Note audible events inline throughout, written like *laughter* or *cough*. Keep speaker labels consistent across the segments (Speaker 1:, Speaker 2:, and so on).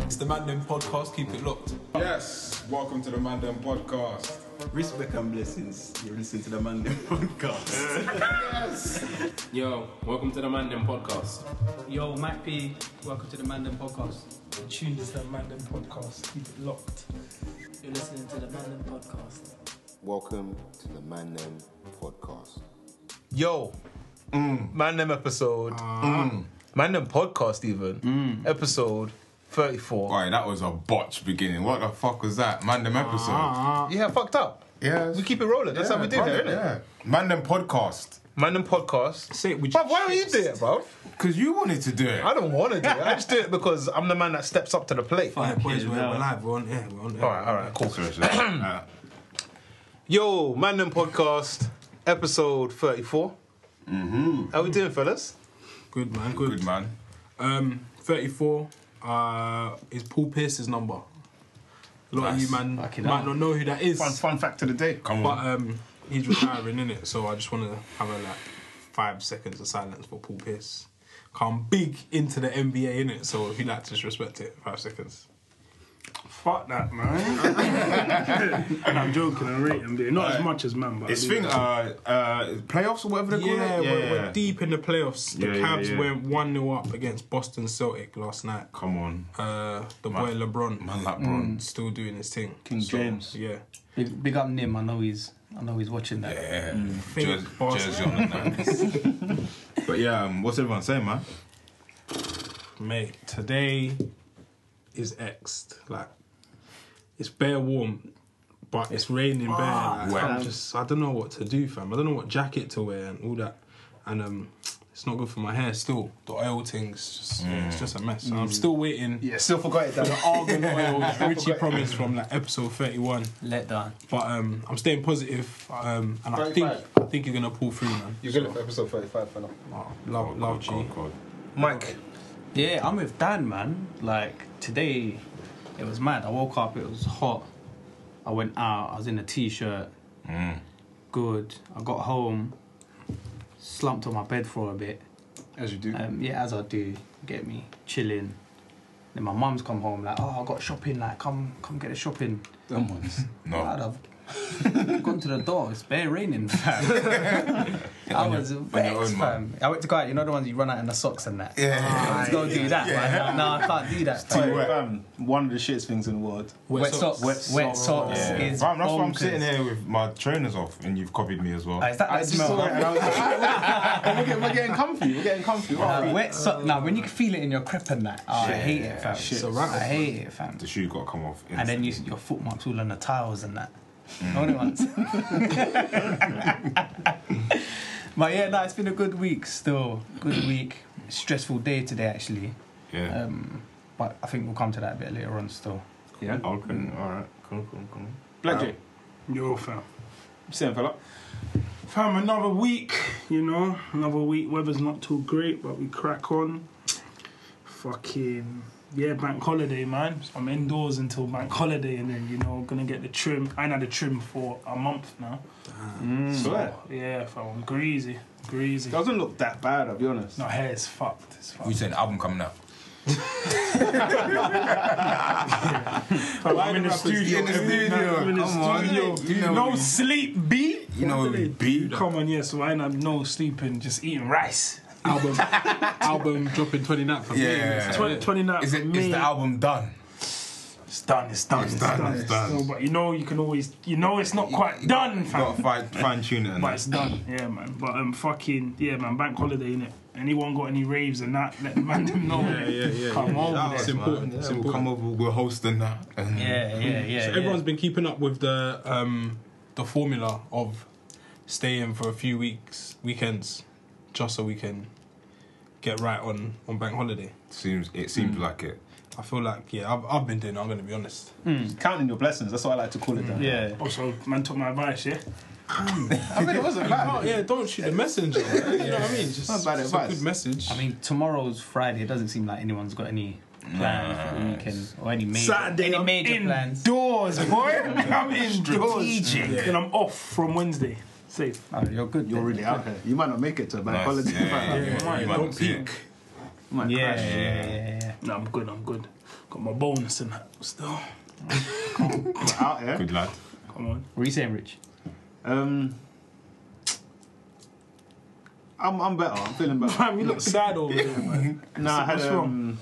Speaker 1: It's the Mandem podcast. Keep it locked.
Speaker 2: Yes, welcome to the Mandem Podcast.
Speaker 3: Respect and blessings. You listen to the Mandem podcast.
Speaker 4: Yo, welcome to the Mandem podcast.
Speaker 5: Yo, Mike P, welcome to the Mandem Podcast. Tuned to the Mandem Podcast. Keep it locked. You're listening to the Mandem Podcast.
Speaker 6: Welcome to the Man Them Podcast.
Speaker 1: Yo,
Speaker 7: Mm.
Speaker 1: man, them episode. Mm. Man, them podcast even episode thirty-four.
Speaker 2: Boy, that was a botch beginning. What the fuck was that? Mandem episode.
Speaker 8: Ah.
Speaker 1: Yeah, fucked up.
Speaker 2: Yes.
Speaker 1: We keep it rolling. That's how we do
Speaker 2: brother,
Speaker 1: here, innit?
Speaker 2: Yeah. Mandem Podcast.
Speaker 1: Man, them podcast.
Speaker 4: Say it with
Speaker 1: Bruv, why don't you do it, bro?
Speaker 2: Because you wanted to do it.
Speaker 1: I don't want to do it. I just do it because I'm the man that steps up to the plate.
Speaker 7: All right, boys, we're, we're live. We're on air. We're on air.
Speaker 1: All right, all right, cool.
Speaker 2: Sorry, sorry. Uh,
Speaker 1: Yo, Man Them Podcast, episode 34. Mm-hmm. How we doing, fellas?
Speaker 7: Good man. Good.
Speaker 2: Good man.
Speaker 7: Um, thirty-four uh, is Paul Pierce's number. A lot of you man might not know who that is,
Speaker 1: fun fact of the day.
Speaker 2: Come
Speaker 7: but
Speaker 2: on.
Speaker 7: um, he's retiring in it. So I just want to have a like five seconds of silence for Paul Pierce. Come big into the NBA in it. So if you like, to just respect it. Five seconds.
Speaker 9: Fuck that,
Speaker 7: *laughs*
Speaker 9: man. I'm joking. I rate him, dude. Not as much as man, but I
Speaker 2: It's
Speaker 9: do
Speaker 2: thing,
Speaker 9: rate
Speaker 2: uh, uh, playoffs or whatever they call
Speaker 7: Yeah,
Speaker 2: it.
Speaker 7: We're, we're deep in the playoffs. The
Speaker 2: Yeah, yeah,
Speaker 7: Cavs
Speaker 2: yeah.
Speaker 7: went one 0 up against Boston Celtic last night.
Speaker 2: Come on.
Speaker 7: Uh, the boy LeBron
Speaker 2: Man like Bron.
Speaker 7: still doing his thing.
Speaker 3: King James.
Speaker 7: Yeah.
Speaker 5: Big, big up Nim, I know he's I know he's watching that.
Speaker 2: Yeah.
Speaker 7: Big
Speaker 2: Jer-
Speaker 7: bastard.
Speaker 2: Jersey on the night. But yeah, um, what's everyone saying, man?
Speaker 7: Mate, today is exed. Like, it's bare warm, but it's raining bare.
Speaker 1: Ah,
Speaker 7: Like, I'm just, I don't know what to do, fam. I don't know what jacket to wear and all that. And um, it's not good for my hair still. The oil thing's just, it's just a mess. And I'm still waiting.
Speaker 1: Mm. Yeah, still forgot it,
Speaker 7: The
Speaker 1: *laughs*
Speaker 7: argan oil that Richie promised from like episode 31.
Speaker 5: Let down.
Speaker 7: But um, I'm staying positive, um, and I think I think you're gonna pull through, man.
Speaker 3: You're good for episode 35 for now.
Speaker 7: Oh, love, love, G.
Speaker 2: God.
Speaker 1: Mike,
Speaker 5: Yeah, I'm with Dan, man. Like today, it was mad. I woke up, it was hot. I went out. I was in a t-shirt. Good. I got home, slumped on my bed for a bit.
Speaker 3: As you do.
Speaker 5: Um, yeah, as I do, get me chilling. Then my mum's come home like, oh, I got shopping. Like, come, come get the shopping.
Speaker 3: Come on.
Speaker 2: No.
Speaker 5: Lad, I've *laughs* gone to the door. It's bare raining, *laughs* fam. I was
Speaker 2: your own,
Speaker 5: vexed, fam. I went to go out. You know the ones you run out in the socks and that.
Speaker 2: Yeah.
Speaker 5: Let's go do that, man. No, I can't do that. fam.
Speaker 2: wet.
Speaker 3: Fam, one of the shittest things in the world.
Speaker 5: Wet, socks.
Speaker 3: Wet
Speaker 5: Wet socks
Speaker 2: Yeah.
Speaker 5: is.
Speaker 2: Fam, that's why I'm
Speaker 5: bonkers.
Speaker 2: sitting here with my trainers off, and you've copied me as well.
Speaker 5: Ah, is that
Speaker 3: I
Speaker 5: that
Speaker 3: just
Speaker 5: smell?
Speaker 3: saw it and I was like, "Ah, we're, getting, we're getting comfy. We're getting comfy.
Speaker 5: Nah,
Speaker 3: Wow.
Speaker 5: wet sock. Now, when you can feel it in your crep and that, oh, I hate it, fam. I hate it, fam.
Speaker 2: the shoe got to come off.
Speaker 5: And then you, your foot marks all on the tiles and that.
Speaker 3: Mm.
Speaker 5: Only once. *laughs* but yeah, no, it's been a good week still. Good week. Stressful day today, actually.
Speaker 2: Yeah.
Speaker 5: Um, but I think we'll come to that a bit later on still.
Speaker 3: Yeah.
Speaker 2: okay. All right. Cool. Cool. Cool.
Speaker 3: Black J,
Speaker 9: him. Yo, fam.
Speaker 3: same fella.
Speaker 9: Fam, another week, you know? Another week. Weather's not too great, but we crack on. Fucking. Yeah, bank holiday, man. So I'm indoors until bank holiday, and then, you know, gonna get the trim. I ain't had a trim for a month now.
Speaker 3: Swear.
Speaker 9: Yeah, fam. Greasy. Greasy.
Speaker 3: Doesn't look that bad, I'll be honest.
Speaker 9: No, hair is fucked. It's fucked.
Speaker 2: We said album coming out.
Speaker 9: Fam, I'm in the studio.
Speaker 2: in the
Speaker 9: every
Speaker 2: studio.
Speaker 9: night. I'm in the
Speaker 2: Come on.
Speaker 9: studio.
Speaker 2: You know
Speaker 9: No
Speaker 2: we-
Speaker 9: sleep, B.
Speaker 2: You know we beat.
Speaker 9: Come on, yeah, so I end up no sleeping, just eating rice.
Speaker 7: Album, album dropping 29th. for me.
Speaker 2: Yeah.
Speaker 9: 20, 29
Speaker 2: Is
Speaker 9: for
Speaker 2: it?
Speaker 9: me.
Speaker 2: Is the album done?
Speaker 9: It's done, it's done, it's,
Speaker 2: done,
Speaker 9: done,
Speaker 2: it's
Speaker 9: it's
Speaker 2: done.
Speaker 9: done. but you know, you can always, you know, it's not quite
Speaker 2: You
Speaker 9: done,
Speaker 2: got-
Speaker 9: fam.
Speaker 2: You got to fine tune it. And
Speaker 9: But it's done, yeah, man. But um, fucking, yeah, man, bank holiday, innit? Anyone got any raves and that, let the man them know. Yeah, yeah, yeah. Come on,
Speaker 2: It's important.
Speaker 7: It's
Speaker 2: so we'll come over. We'll host and that. And
Speaker 5: Yeah, yeah, yeah.
Speaker 7: So everyone's been keeping up with the um, the formula of staying for a few weeks, weekends, just so we can get right on on bank holiday.
Speaker 2: Seems it
Speaker 9: Mm.
Speaker 2: seems like it.
Speaker 7: I feel like yeah, I've, I've been doing. it, I'm gonna be honest.
Speaker 3: Counting your blessings, that's what I like to call it. Dan.
Speaker 5: yeah.
Speaker 9: Also, man took my advice, yeah?
Speaker 3: I mean, it wasn't *laughs*
Speaker 7: Oh
Speaker 3: bad.
Speaker 7: yeah, don't shoot the messenger. You know what I mean? Just,
Speaker 3: Not bad
Speaker 7: just a
Speaker 3: advice.
Speaker 7: good message.
Speaker 5: I mean, tomorrow's Friday. It doesn't seem like anyone's got any plans for the weekend or any major,
Speaker 9: Saturday,
Speaker 5: any
Speaker 9: I'm
Speaker 5: major plans.
Speaker 9: indoors, boy. I'm indoors. And I'm off from Wednesday. Safe.
Speaker 5: Oh, you're good.
Speaker 3: You're
Speaker 5: then.
Speaker 3: really out here. You might not make it to a bank
Speaker 2: Nice.
Speaker 3: holiday.
Speaker 2: Yeah, yeah, yeah,
Speaker 7: Mate,
Speaker 2: you might
Speaker 7: don't
Speaker 2: not see it.
Speaker 7: peek.
Speaker 3: You might
Speaker 5: Yeah,
Speaker 3: crash.
Speaker 5: yeah, yeah, yeah.
Speaker 9: No, I'm good. I'm good. Got my bonus and that still.
Speaker 8: We're out here.
Speaker 2: Good lad.
Speaker 9: Come on.
Speaker 5: What are you saying, Rich?
Speaker 8: Um, I'm, I'm better. I'm feeling better.
Speaker 9: Fam, you look sad over there, *laughs* man.
Speaker 8: No, I had.
Speaker 9: What's wrong?
Speaker 8: Um,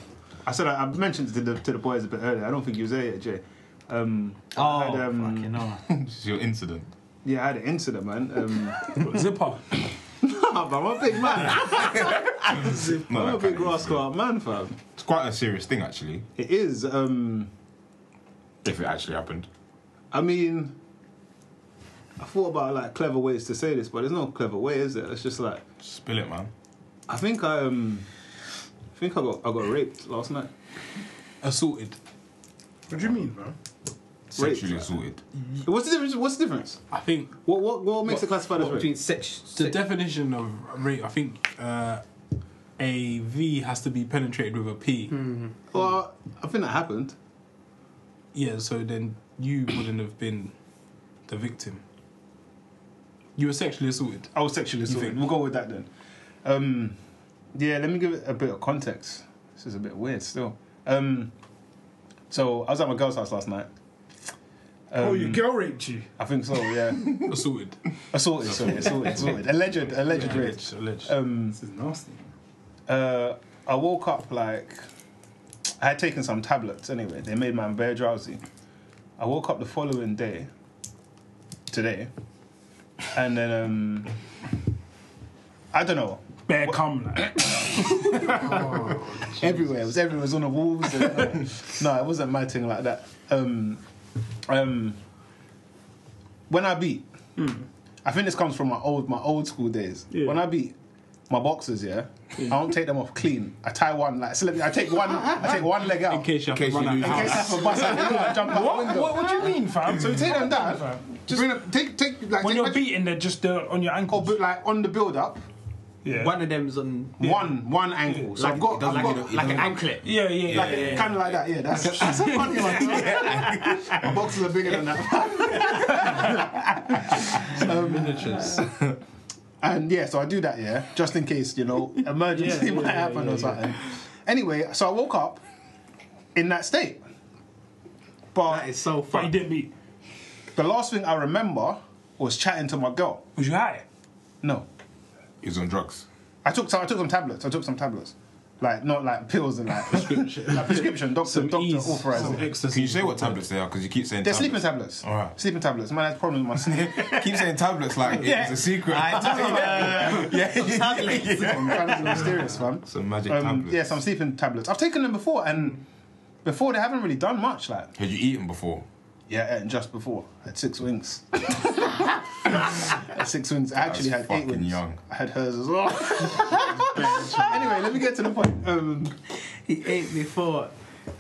Speaker 8: I said I, I mentioned it to the to the boys a bit earlier. I don't think you was there yet, Jay. Um,
Speaker 5: Oh,
Speaker 8: I had, um,
Speaker 5: fucking hell.
Speaker 2: This is your incident.
Speaker 8: yeah, I had an incident, man. Um,
Speaker 9: Zipper.
Speaker 8: nah, but I'm a big man.
Speaker 2: No,
Speaker 8: *laughs* I'm a
Speaker 2: that kinda
Speaker 8: big
Speaker 2: is-
Speaker 8: rascal man, fam.
Speaker 2: It's quite a serious thing, actually,
Speaker 8: It is. Um,
Speaker 2: if it actually happened.
Speaker 8: I mean, I thought about like clever ways to say this, but there's no clever way, is there? It's just like
Speaker 2: Spill it, man.
Speaker 8: I think I um, I think I got I got raped last night.
Speaker 7: Assaulted.
Speaker 9: What do you mean, man?
Speaker 2: Sexually assaulted.
Speaker 8: What's the difference? What's the difference?
Speaker 7: I think
Speaker 8: What what what makes it classified as
Speaker 10: What,
Speaker 8: rape?
Speaker 10: between sex,
Speaker 7: the
Speaker 10: sex-
Speaker 7: definition of rape, I think uh, a V has to be penetrated with a P.
Speaker 8: Well, I think that happened.
Speaker 7: Yeah, so then you wouldn't have been the victim. You were sexually assaulted.
Speaker 8: I was sexually assaulted.
Speaker 7: think?
Speaker 8: We'll go with that then. Um, yeah, let me give it a bit of context. This is a bit weird still. Um, so I was at my girl's house last night. Um,
Speaker 9: oh, your girl raped you.
Speaker 8: I think so. Yeah,
Speaker 7: Assaulted.
Speaker 8: assaulted. Sorry, assaulted. Assaulted. Alleged. Alleged rape.
Speaker 7: Alleged. alleged.
Speaker 8: Um,
Speaker 9: This is nasty.
Speaker 8: uh, I woke up like I had taken some tablets anyway. They made my very drowsy. I woke up the following day, today, and then um, I don't know.
Speaker 9: Bear cum, like.
Speaker 8: Everywhere it was everywhere. It was on the walls. And, uh, no, it wasn't my thing like that. Um, um, when I beat, I think this comes from my old my old school days.
Speaker 9: Yeah.
Speaker 8: When I beat my boxers, yeah, I don't take them off clean. I tie one like so let me- I take one. I take one leg out.
Speaker 7: in case you have
Speaker 2: In case
Speaker 7: to
Speaker 2: you
Speaker 7: run
Speaker 2: lose
Speaker 7: out.
Speaker 8: In case I have a bus, I can jump out the
Speaker 9: *laughs* What?
Speaker 8: window.
Speaker 9: what? What do you mean, fam?
Speaker 8: So you take them down. Just bring them, take take like
Speaker 9: when
Speaker 8: take
Speaker 9: you're
Speaker 8: imagine-
Speaker 9: beating, they're just uh, on your
Speaker 8: or
Speaker 9: ankles.
Speaker 8: but like on the build up,
Speaker 9: yeah.
Speaker 10: one of them's on
Speaker 8: one one ankle. So I've got I've
Speaker 10: like,
Speaker 8: got
Speaker 10: a, like an anklet.
Speaker 9: yeah, yeah, yeah.
Speaker 8: like, kind of like that. Yeah, that's, that's a funny one. My boxes are bigger than that. um, Miniatures. And yeah, so I do that. Yeah, just in case you know emergency might happen or something. Anyway, so I woke up in that state, but
Speaker 10: That is so
Speaker 9: but you
Speaker 10: funny.
Speaker 9: didn't beat.
Speaker 8: the last thing I remember was chatting to my girl.
Speaker 9: Was you high?
Speaker 8: No,
Speaker 2: He was on drugs.
Speaker 8: I took some. I took some tablets. I took some tablets, like not like pills and like prescription. like prescription. Doctor, doctor
Speaker 7: ease,
Speaker 8: authorized. it.
Speaker 2: Can you say what tablets they are? Because you keep saying
Speaker 8: They're sleeping
Speaker 2: tablets.
Speaker 8: tablets.
Speaker 2: All right.
Speaker 8: Sleeping tablets. Man has problems with my
Speaker 2: *laughs*
Speaker 8: sleep.
Speaker 2: keep saying tablets
Speaker 9: *laughs*
Speaker 2: like
Speaker 8: Yeah.
Speaker 2: it's a secret. *laughs*
Speaker 9: uh,
Speaker 8: Tablets
Speaker 2: *laughs*
Speaker 8: are mysterious, fam.
Speaker 2: Some magic
Speaker 8: Um,
Speaker 2: tablets.
Speaker 8: yeah, some sleeping tablets. I've taken them before, and before they haven't really done much. Like,
Speaker 2: Had you eaten before?
Speaker 8: yeah, and just before I had six wings. *laughs* Had six wings. I actually
Speaker 2: That's
Speaker 8: had eight
Speaker 2: fucking
Speaker 8: wings.
Speaker 2: young.
Speaker 8: I had hers as well. *laughs* anyway, let me get to the point. Um,
Speaker 5: He ate before.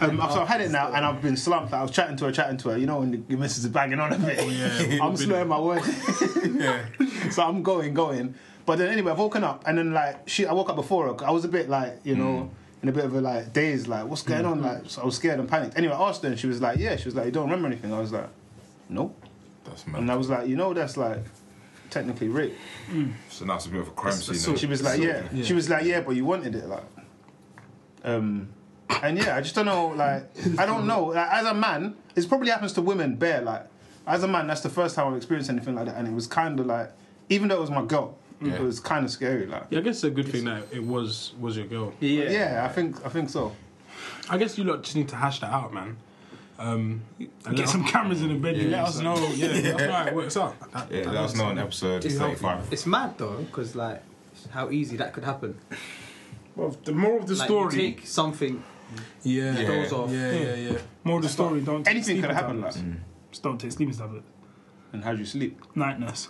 Speaker 8: Um, so I've had it now, and I've been slumped. I was chatting to her, chatting to her. You know when the- your missus is banging on a bit.
Speaker 2: Oh,
Speaker 8: *laughs* I'm slurring my words. So I'm going, going. But then anyway, I've woken up, and then like she, I woke up before her. I was a bit like, you know, in a bit of a like daze, like what's going on? Like so I was scared and panicked. Anyway, I asked her, and she was like, yeah. She was like, you don't remember anything? I was like, nope.
Speaker 2: That's
Speaker 8: And
Speaker 2: mad.
Speaker 8: I was like, you know, that's like technically rape.
Speaker 2: So now it's a bit of a crime scene.
Speaker 8: So
Speaker 2: now.
Speaker 8: she was like, yeah. She was like, yeah, but you wanted it, like. Um, and yeah, I just don't know. Like, I don't know. Like, as a man, it probably happens to women bare. Like, as a man, that's the first time I've experienced anything like that, and it was kind of like, even though it was my girl,
Speaker 2: Yeah.
Speaker 8: it was kind of scary. Like,
Speaker 7: Yeah, I guess it's a good thing that it was was your girl.
Speaker 8: yeah. I think I think so.
Speaker 7: I guess you lot just need to hash that out, man. Um, and
Speaker 9: Get
Speaker 7: let-
Speaker 9: some cameras in the bed. you
Speaker 7: Let *laughs*
Speaker 9: let
Speaker 7: us know. Yeah, that's how it works out. That-
Speaker 2: yeah,
Speaker 7: that
Speaker 2: let us
Speaker 7: makes
Speaker 2: know in
Speaker 7: sense.
Speaker 2: episode
Speaker 7: It's healthy.
Speaker 2: 35.
Speaker 10: It's mad though, because like how easy that could happen.
Speaker 9: Well, the moral of the
Speaker 10: like,
Speaker 9: story.
Speaker 10: You take something.
Speaker 7: Yeah,
Speaker 2: Yeah.
Speaker 7: yeah,
Speaker 2: Doors
Speaker 10: off.
Speaker 7: yeah, yeah, yeah.
Speaker 9: moral of the story. Don't take
Speaker 8: Anything could
Speaker 9: sleeping
Speaker 8: happen, like.
Speaker 9: tablets. Just don't take sleeping tablets.
Speaker 8: And how do you sleep?
Speaker 9: Night nurse.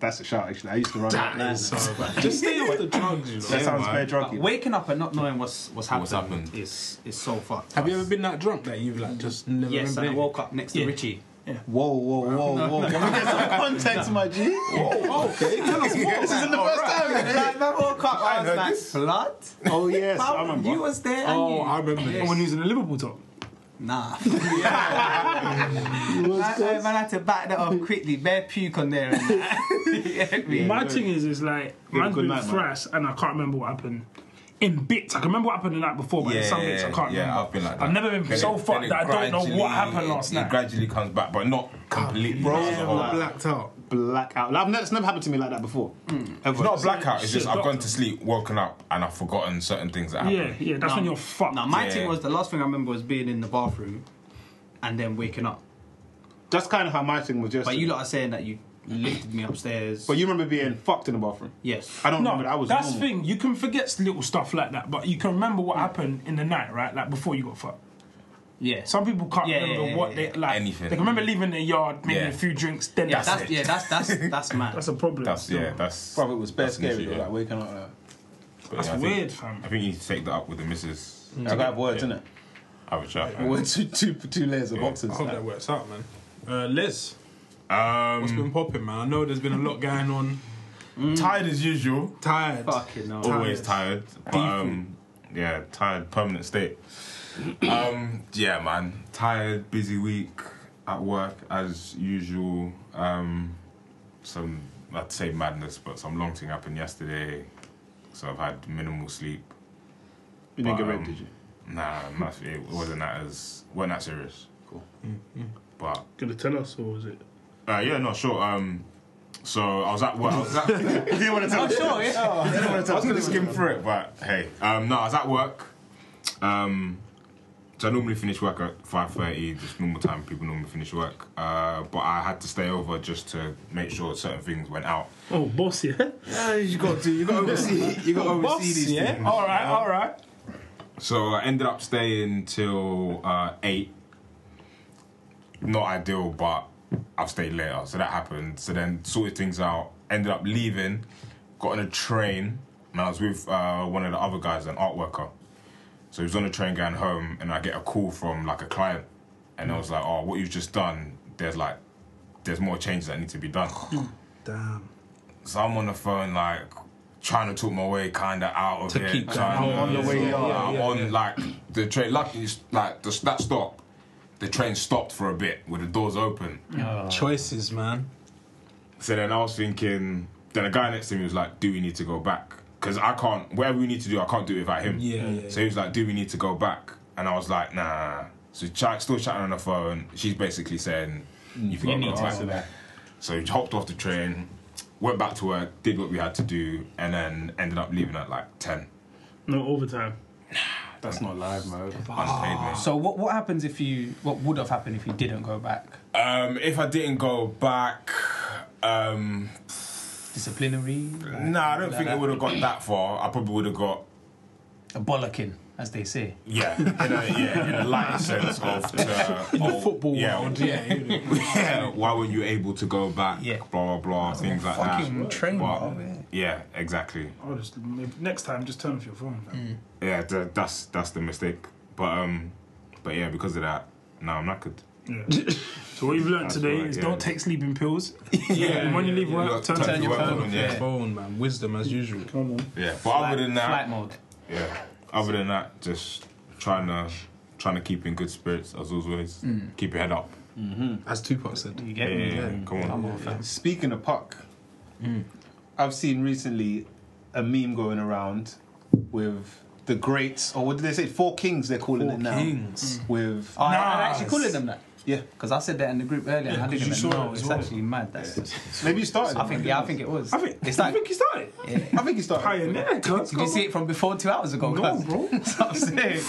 Speaker 8: That's a shout. Actually, I used to run. That,
Speaker 7: That is so bad. Just stay off the drugs, you know.
Speaker 8: that sounds
Speaker 2: man.
Speaker 8: very
Speaker 5: But
Speaker 8: druggy.
Speaker 5: waking up and not knowing what's what's happened,
Speaker 2: What's happened.
Speaker 5: is is so fucked.
Speaker 7: Have you ever been that drunk that you've like just never
Speaker 5: Yes, and I
Speaker 7: been?
Speaker 5: woke up next to
Speaker 7: Yeah.
Speaker 5: Richie.
Speaker 8: Whoa, whoa, whoa, whoa! Can we get some context, my G?
Speaker 7: okay, tell us more.
Speaker 8: This isn't the first time.
Speaker 5: Like, I woke up, I was like, blood?
Speaker 8: Oh yes, I
Speaker 5: How-
Speaker 8: remember.
Speaker 5: You was there and
Speaker 7: Oh,
Speaker 5: you...
Speaker 7: I remember this.
Speaker 9: When he's in the Liverpool top.
Speaker 8: *laughs*
Speaker 5: Nah. I, I, man, I had to back that up quickly. Bare puke on there. And that. *laughs* You get me?
Speaker 9: My thing is, is like,
Speaker 8: Yeah,
Speaker 9: man's
Speaker 8: good
Speaker 9: been
Speaker 8: night, man.
Speaker 9: fresh, and I can't remember what happened. in bits. I can remember what happened the night before, but there's some bits I can't
Speaker 2: yeah,
Speaker 9: remember.
Speaker 2: I've been like that.
Speaker 9: I've never been
Speaker 2: Then
Speaker 9: so
Speaker 2: it-
Speaker 9: fucked
Speaker 2: then
Speaker 9: that
Speaker 2: it
Speaker 9: I don't know what
Speaker 2: gradually-
Speaker 9: happened last
Speaker 2: it,
Speaker 9: night.
Speaker 2: It gradually comes back, but not completely.
Speaker 7: Bro,
Speaker 2: It's
Speaker 7: I'm
Speaker 2: not
Speaker 7: blacked out.
Speaker 8: Black out. Like, I've never, it's never happened to me like that before. Ever.
Speaker 2: a blackout. It's just
Speaker 9: Shit,
Speaker 2: I've gone to sleep, woken up, and I've forgotten certain things that
Speaker 9: yeah,
Speaker 2: happened.
Speaker 9: yeah, that's when you're fucked.
Speaker 5: Now my
Speaker 2: Yeah.
Speaker 5: thing was the last thing I remember was being in the bathroom, and then waking up.
Speaker 8: That's kind of how my thing was just.
Speaker 5: But you lot are saying that you lifted me upstairs.
Speaker 8: But you remember being fucked in the bathroom.
Speaker 5: yes.
Speaker 8: I don't
Speaker 9: no,
Speaker 8: remember that. I was
Speaker 9: that's the
Speaker 8: normal.
Speaker 9: thing. You can forget little stuff like that, but you can remember what happened in the night, right? Like before you got fucked.
Speaker 5: yeah.
Speaker 9: Some people can't
Speaker 5: Yeah,
Speaker 9: remember
Speaker 5: yeah, yeah,
Speaker 9: what
Speaker 5: yeah,
Speaker 9: they like.
Speaker 2: Anything.
Speaker 9: They can remember leaving the yard, maybe
Speaker 2: Yeah.
Speaker 9: a few drinks. Then
Speaker 5: yeah,
Speaker 9: that's,
Speaker 5: that's
Speaker 9: it.
Speaker 5: yeah, that's that's
Speaker 8: *laughs*
Speaker 5: that's mad.
Speaker 9: That's a problem.
Speaker 2: That's
Speaker 9: still.
Speaker 2: yeah, that's
Speaker 8: Bro, it was bare
Speaker 2: that's an
Speaker 8: scary
Speaker 2: issue,
Speaker 8: though,
Speaker 2: yeah.
Speaker 8: like waking up. Like,
Speaker 2: But
Speaker 9: That's
Speaker 2: yeah, I think-
Speaker 9: weird, fam.
Speaker 2: I think you need to take that up with the missus.
Speaker 8: I gotta have words, innit? *laughs*
Speaker 2: Have a chat. man.
Speaker 8: Mm. We're two, two, two layers of boxes.
Speaker 7: I hope
Speaker 8: like.
Speaker 7: that works out, man. Uh, Liz, what's
Speaker 2: Um,
Speaker 7: been popping, man? I know there's been a lot going on.
Speaker 2: tired as usual.
Speaker 7: Tired.
Speaker 5: Fucking no.
Speaker 2: Mm. Always tired. But, um, yeah, tired. Permanent state. um, yeah, man. Tired. Busy week at work as usual. Um, some I'd say madness, but some long thing happened yesterday, so I've had minimal sleep.
Speaker 8: You didn't get
Speaker 2: But,
Speaker 8: red,
Speaker 2: um,
Speaker 8: did you?
Speaker 2: Nah, not, it wasn't that as wasn't that serious. Cool. But
Speaker 9: Mm, Gonna tell us, or was it?
Speaker 2: Uh, yeah, no, sure. Um, so I was at *laughs* work. I was at,
Speaker 8: You didn't want to tell us. Sure,
Speaker 2: Oh, I was gonna skim through it, but hey, um, no, I was at work. Um, so I normally finish work at five thirty, just normal time people normally finish work. Uh, but I had to stay over just to make sure certain things went out.
Speaker 9: Oh, boss, yeah.
Speaker 2: you got to, you got to oversee, you got to
Speaker 9: boss, yeah. All right, all right.
Speaker 2: So I ended up staying till uh, eight. Not ideal, but I've stayed later, so that happened. So then sorted things out. Ended up leaving, got on a train, and I was with uh, one of the other guys, an art worker. So he was on a train going home, and I get a call from like a client, and I was like, "Oh, what you've just done? There's like, there's more changes that need to be done."
Speaker 7: Damn.
Speaker 2: So I'm on the phone, like trying to talk my way kind of out of it.
Speaker 5: keep
Speaker 2: trying
Speaker 7: going.
Speaker 2: to-
Speaker 7: On the way
Speaker 2: Yeah,
Speaker 7: out.
Speaker 2: I'm
Speaker 7: Yeah,
Speaker 2: on like the train. Lucky, it's, like the, that stop, the train stopped for a bit with the doors open.
Speaker 7: Choices, man.
Speaker 2: So then I was thinking. Then the guy next to me was like, "Do we need to go back? Because I can't. Whatever we need to do, I can't do it without him."
Speaker 7: Yeah, yeah,
Speaker 2: So he was like, "Do we need to go back?" And I was like, "Nah." So chat, still chatting on the phone. She's basically saying, Mm. "You can go back." So we hopped off the train, went back to work, did what we had to do, and then ended up leaving at like 10.
Speaker 9: No overtime.
Speaker 8: That's not live, man.
Speaker 2: Unpaid, mate.
Speaker 5: So what what happens if you what would have happened if you didn't go back?
Speaker 2: Um, if I didn't go back, um,
Speaker 5: Disciplinary,
Speaker 2: nah, I don't think it would have got that far. I probably would have got,
Speaker 5: a bollocking, as they say.
Speaker 2: yeah, in a, yeah, in a light sense of to, oh,
Speaker 7: Football
Speaker 2: yeah,
Speaker 7: world.
Speaker 2: or-
Speaker 7: Yeah.
Speaker 2: *laughs* yeah, why were you able to go back?
Speaker 5: Yeah.
Speaker 2: Blah, blah, blah, things like
Speaker 5: fucking
Speaker 2: that.
Speaker 5: train
Speaker 2: But,
Speaker 5: roll, yeah.
Speaker 2: yeah, exactly.
Speaker 9: Oh, just, next time, just turn off your phone. fam.
Speaker 2: Yeah, th- that's that's the mistake. But um, but yeah, because of that, now I'm not good.
Speaker 9: Yeah. so what you've learned
Speaker 2: That's
Speaker 9: today
Speaker 2: right,
Speaker 9: is
Speaker 2: yeah.
Speaker 9: don't take sleeping pills. Yeah. when you leave
Speaker 7: yeah,
Speaker 9: work, turn,
Speaker 5: turn
Speaker 9: off
Speaker 5: your
Speaker 9: your phone.
Speaker 5: phone.
Speaker 2: Yeah.
Speaker 7: Phone, man. Wisdom as usual.
Speaker 9: Come on.
Speaker 2: Yeah, but other than that,
Speaker 5: Flight mode.
Speaker 2: yeah, other than that, just trying to trying to keep in good spirits as always. Keep your head up.
Speaker 7: As Tupac said.
Speaker 5: You
Speaker 2: Yeah,
Speaker 5: get
Speaker 2: yeah,
Speaker 5: me?
Speaker 2: yeah. come on.
Speaker 8: Speaking of puck, I've seen recently a meme going around with the greats, or what do they say? Four kings, they're calling it now.
Speaker 7: Kings.
Speaker 8: With
Speaker 5: Oh, I- I'm actually calling them that.
Speaker 8: yeah,
Speaker 5: Because I said that in the group earlier, and I
Speaker 7: 'cause
Speaker 5: didn't
Speaker 7: you
Speaker 5: even
Speaker 7: saw it
Speaker 5: know.
Speaker 7: as
Speaker 5: It's
Speaker 7: well.
Speaker 5: actually mad. That's
Speaker 8: maybe you started.
Speaker 5: *laughs* I think. Yeah, I think it was.
Speaker 9: I think,
Speaker 5: it's
Speaker 9: it's
Speaker 7: *laughs*
Speaker 5: like.
Speaker 9: you think he started?
Speaker 8: I think you started.
Speaker 9: Pioneer, cuz.
Speaker 5: Did you see it from before two hours ago?
Speaker 9: No,
Speaker 5: cuz?
Speaker 9: bro.
Speaker 5: *laughs* That's what I'm saying.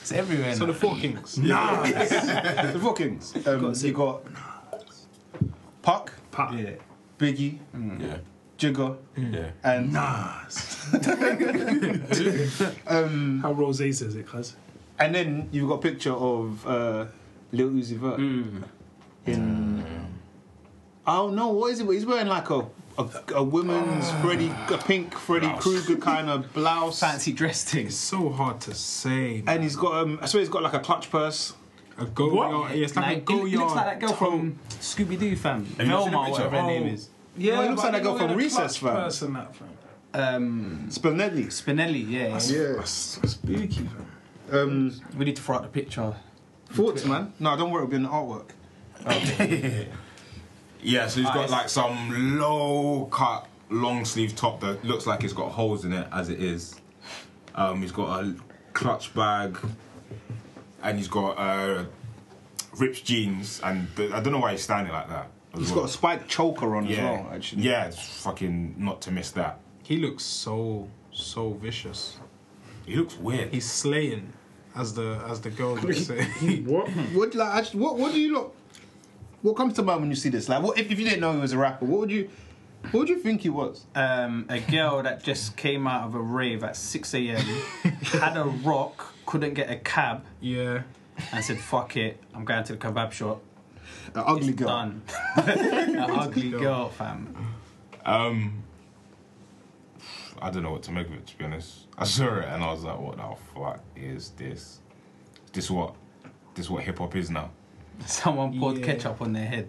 Speaker 5: it's everywhere.
Speaker 7: So
Speaker 5: now.
Speaker 7: the Four Kings.
Speaker 9: Nah.
Speaker 8: *laughs* the four kings. Um, you got Puck,
Speaker 9: Pop.
Speaker 7: Yeah.
Speaker 8: Biggie,
Speaker 2: Yeah,
Speaker 8: Jigger,
Speaker 2: yeah.
Speaker 8: and
Speaker 9: Nas.
Speaker 8: um,
Speaker 9: How Rose says it, cuz.
Speaker 8: and then you've got a picture of uh, Lil Uzi Vert
Speaker 7: Hmm.
Speaker 8: in. I don't know what is it. but He's wearing like a a, a woman's Freddy, a pink Freddy Krueger kind of blouse,
Speaker 5: fancy dress thing.
Speaker 7: It's so hard to say. man.
Speaker 8: and he's got um, I swear he's got like a clutch purse.
Speaker 7: A go yard. Yeah, it's like, a
Speaker 5: Like, it,
Speaker 7: go
Speaker 5: it
Speaker 7: yard.
Speaker 5: looks like that girl from Scooby Doo fam. Velma, whatever her
Speaker 7: Oh,
Speaker 5: name is.
Speaker 7: Yeah,
Speaker 8: Well, it looks
Speaker 7: but
Speaker 8: like that
Speaker 7: they
Speaker 8: girl
Speaker 7: don't
Speaker 8: from
Speaker 7: get a clutch
Speaker 8: Recess, fam.
Speaker 7: person, that, fam.
Speaker 5: Um,
Speaker 8: Spinelli.
Speaker 5: Spinelli, yeah.
Speaker 8: Yes.
Speaker 7: Spooky, fam.
Speaker 8: Um,
Speaker 5: We need to throw out the picture.
Speaker 8: thoughts, man. No, don't worry. It'll be in the artwork.
Speaker 2: Yeah, so he's got
Speaker 5: it's-
Speaker 2: like some low cut long sleeve top that looks like it's got holes in it as it is. Um, he's got a clutch bag, and he's got uh, ripped jeans, and the, I don't know why he's standing like that. as
Speaker 8: He's
Speaker 2: well.
Speaker 8: got a spiked choker on
Speaker 2: yeah,
Speaker 8: as well, actually.
Speaker 2: yeah, it's fucking not to miss that.
Speaker 7: He looks so so vicious.
Speaker 2: He looks weird.
Speaker 7: He's slaying, as the as the girls would say. *laughs*
Speaker 3: What? What? Like, actually, what? What do you look? What comes to mind when you see this? Like, what if, if you didn't know he was a rapper? What would you? What would you think he was?
Speaker 5: um, a girl that just came out of a rave at 6 *laughs* a.m., had a rock, couldn't get a cab,
Speaker 7: yeah.
Speaker 5: and said, fuck it, I'm going to the kebab shop.
Speaker 8: An ugly
Speaker 2: *laughs*
Speaker 8: girl.
Speaker 5: Done. An ugly girl, fam.
Speaker 2: Um, I don't know what to make of it. To be honest, I saw it and I was like, "What the fuck is this? This what? This what hip hop is now?"
Speaker 5: Someone poured
Speaker 7: Yeah.
Speaker 5: ketchup on their head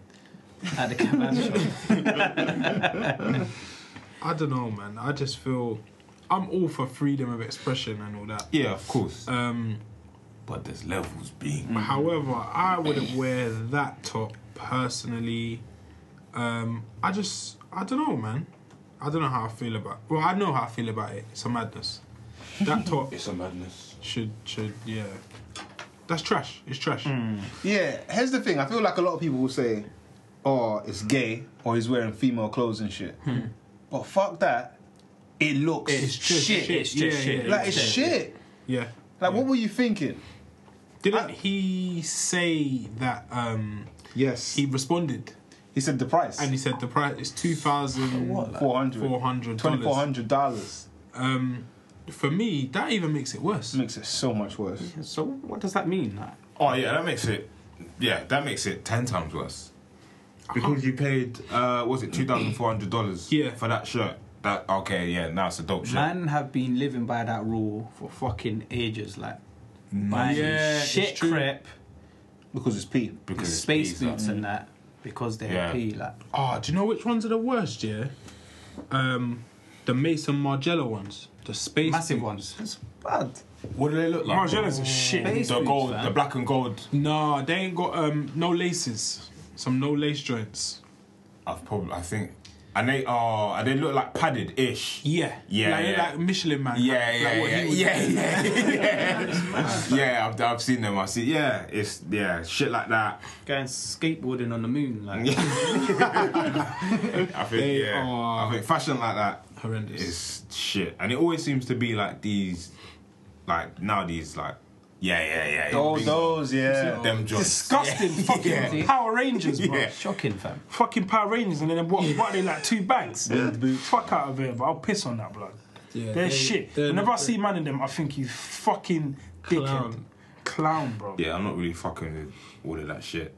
Speaker 5: at the kebab *laughs* shop.
Speaker 7: I don't know, man. I just feel I'm all for freedom of expression and all that.
Speaker 2: Yeah, of course.
Speaker 7: Um,
Speaker 2: but there's levels, being.
Speaker 7: However, I wouldn't wear that top personally. Um, I just, I don't know, man. I don't know how I feel about. Well, I know how I feel about it. It's a madness.
Speaker 2: *laughs*
Speaker 7: That top
Speaker 2: It's a madness.
Speaker 7: should should yeah. That's trash. It's trash.
Speaker 8: Yeah, here's the thing. I feel like a lot of people will say, "Oh, it's gay," or he's wearing female clothes and shit. But fuck that. It looks shit.
Speaker 7: Hmm. It's just yeah, shit.
Speaker 8: Like it's shit.
Speaker 7: yeah.
Speaker 8: Like what were you thinking?
Speaker 7: Didn't he say that? Um,
Speaker 8: Yes.
Speaker 7: he
Speaker 8: He,
Speaker 7: responded
Speaker 8: said the price.
Speaker 7: and he said the price is two thousand
Speaker 8: Four hundred.
Speaker 7: four hundred
Speaker 8: Twenty four
Speaker 7: dollars.
Speaker 8: hundred dollars
Speaker 7: Um, for me, that even makes it worse.
Speaker 8: makes it so much worse.
Speaker 5: So, what does that mean? Like,
Speaker 2: Oh yeah, that makes it. Yeah, that makes it ten times worse. Because you paid, uh, was *clears throat* it two thousand four hundred dollars?
Speaker 7: Yeah.
Speaker 2: for that shirt. That okay? Yeah, now it's a dope shirt.
Speaker 5: Man have been living by that rule for fucking ages, like buying
Speaker 7: Yeah, it's
Speaker 5: shit
Speaker 7: true.
Speaker 5: crap,
Speaker 8: Because it's pee.
Speaker 2: because it's
Speaker 5: space
Speaker 2: pizza.
Speaker 5: boots and that because they're
Speaker 2: Yeah.
Speaker 5: pee, like
Speaker 7: Oh, do you know which ones are the worst, yeah? Um, the Mason Margiela ones. The space.
Speaker 5: massive
Speaker 7: boots.
Speaker 5: ones. It's bad.
Speaker 2: What do they look like?
Speaker 9: Margiela's
Speaker 7: Oh.
Speaker 9: a shit.
Speaker 5: Space
Speaker 2: The
Speaker 5: boots,
Speaker 2: gold,
Speaker 5: fam.
Speaker 2: the black and gold.
Speaker 7: Nah, they ain't got um no laces. Some no lace joints.
Speaker 2: I've probably, I think, and they are, and they look like padded ish.
Speaker 7: Yeah.
Speaker 2: Yeah,
Speaker 7: Like,
Speaker 2: yeah.
Speaker 7: like Michelin man.
Speaker 2: Yeah,
Speaker 7: like,
Speaker 2: yeah,
Speaker 7: like what he
Speaker 2: yeah,
Speaker 7: would
Speaker 2: yeah,
Speaker 7: do. *laughs*
Speaker 2: yeah, yeah. yeah. I've, I've seen them. I see. Yeah, it's yeah, shit like that.
Speaker 5: Going skateboarding on the moon, like
Speaker 2: I think
Speaker 7: They
Speaker 2: yeah,
Speaker 7: are-
Speaker 2: I think fashion like that
Speaker 7: Horrendous.
Speaker 2: is shit, and it always seems to be like these, like nowadays, like yeah, yeah, yeah. yeah,
Speaker 8: Oh,
Speaker 2: big-
Speaker 8: those, yeah.
Speaker 2: them joints.
Speaker 9: *laughs* Disgusting fucking
Speaker 2: Yeah.
Speaker 9: Power Rangers, bro.
Speaker 2: Yeah.
Speaker 5: *laughs* shocking, fam.
Speaker 9: Fucking Power Rangers, and then what? What are they like? Two bags. Fuck out of here, but I'll piss on that blood.
Speaker 7: Yeah, they-
Speaker 9: They're shit.
Speaker 7: they're-
Speaker 9: Whenever I see man in them, I think you fucking dickhead,
Speaker 7: Clown.
Speaker 9: clown, bro.
Speaker 2: Yeah, I'm not really fucking with all of that shit.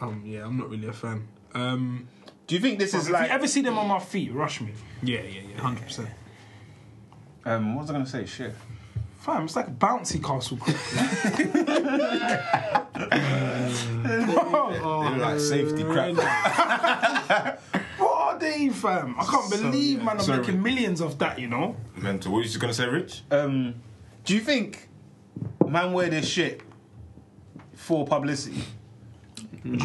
Speaker 7: Um, yeah, I'm not really a fan. Um,
Speaker 8: Do you think this is
Speaker 9: If
Speaker 8: like
Speaker 9: you ever see them on my feet, rush me.
Speaker 7: yeah, yeah, yeah, hundred percent.
Speaker 8: um what was I gonna say? Shit.
Speaker 9: Fam, it's like a bouncy castle. *laughs* crib.
Speaker 2: They look like safety crap.
Speaker 9: what are they, fam? I can't believe, man, I'm
Speaker 2: Sorry.
Speaker 9: making millions of that, you know?
Speaker 2: Mental. What are you just gonna say, Rich?
Speaker 8: Um do you think man wear this shit for publicity?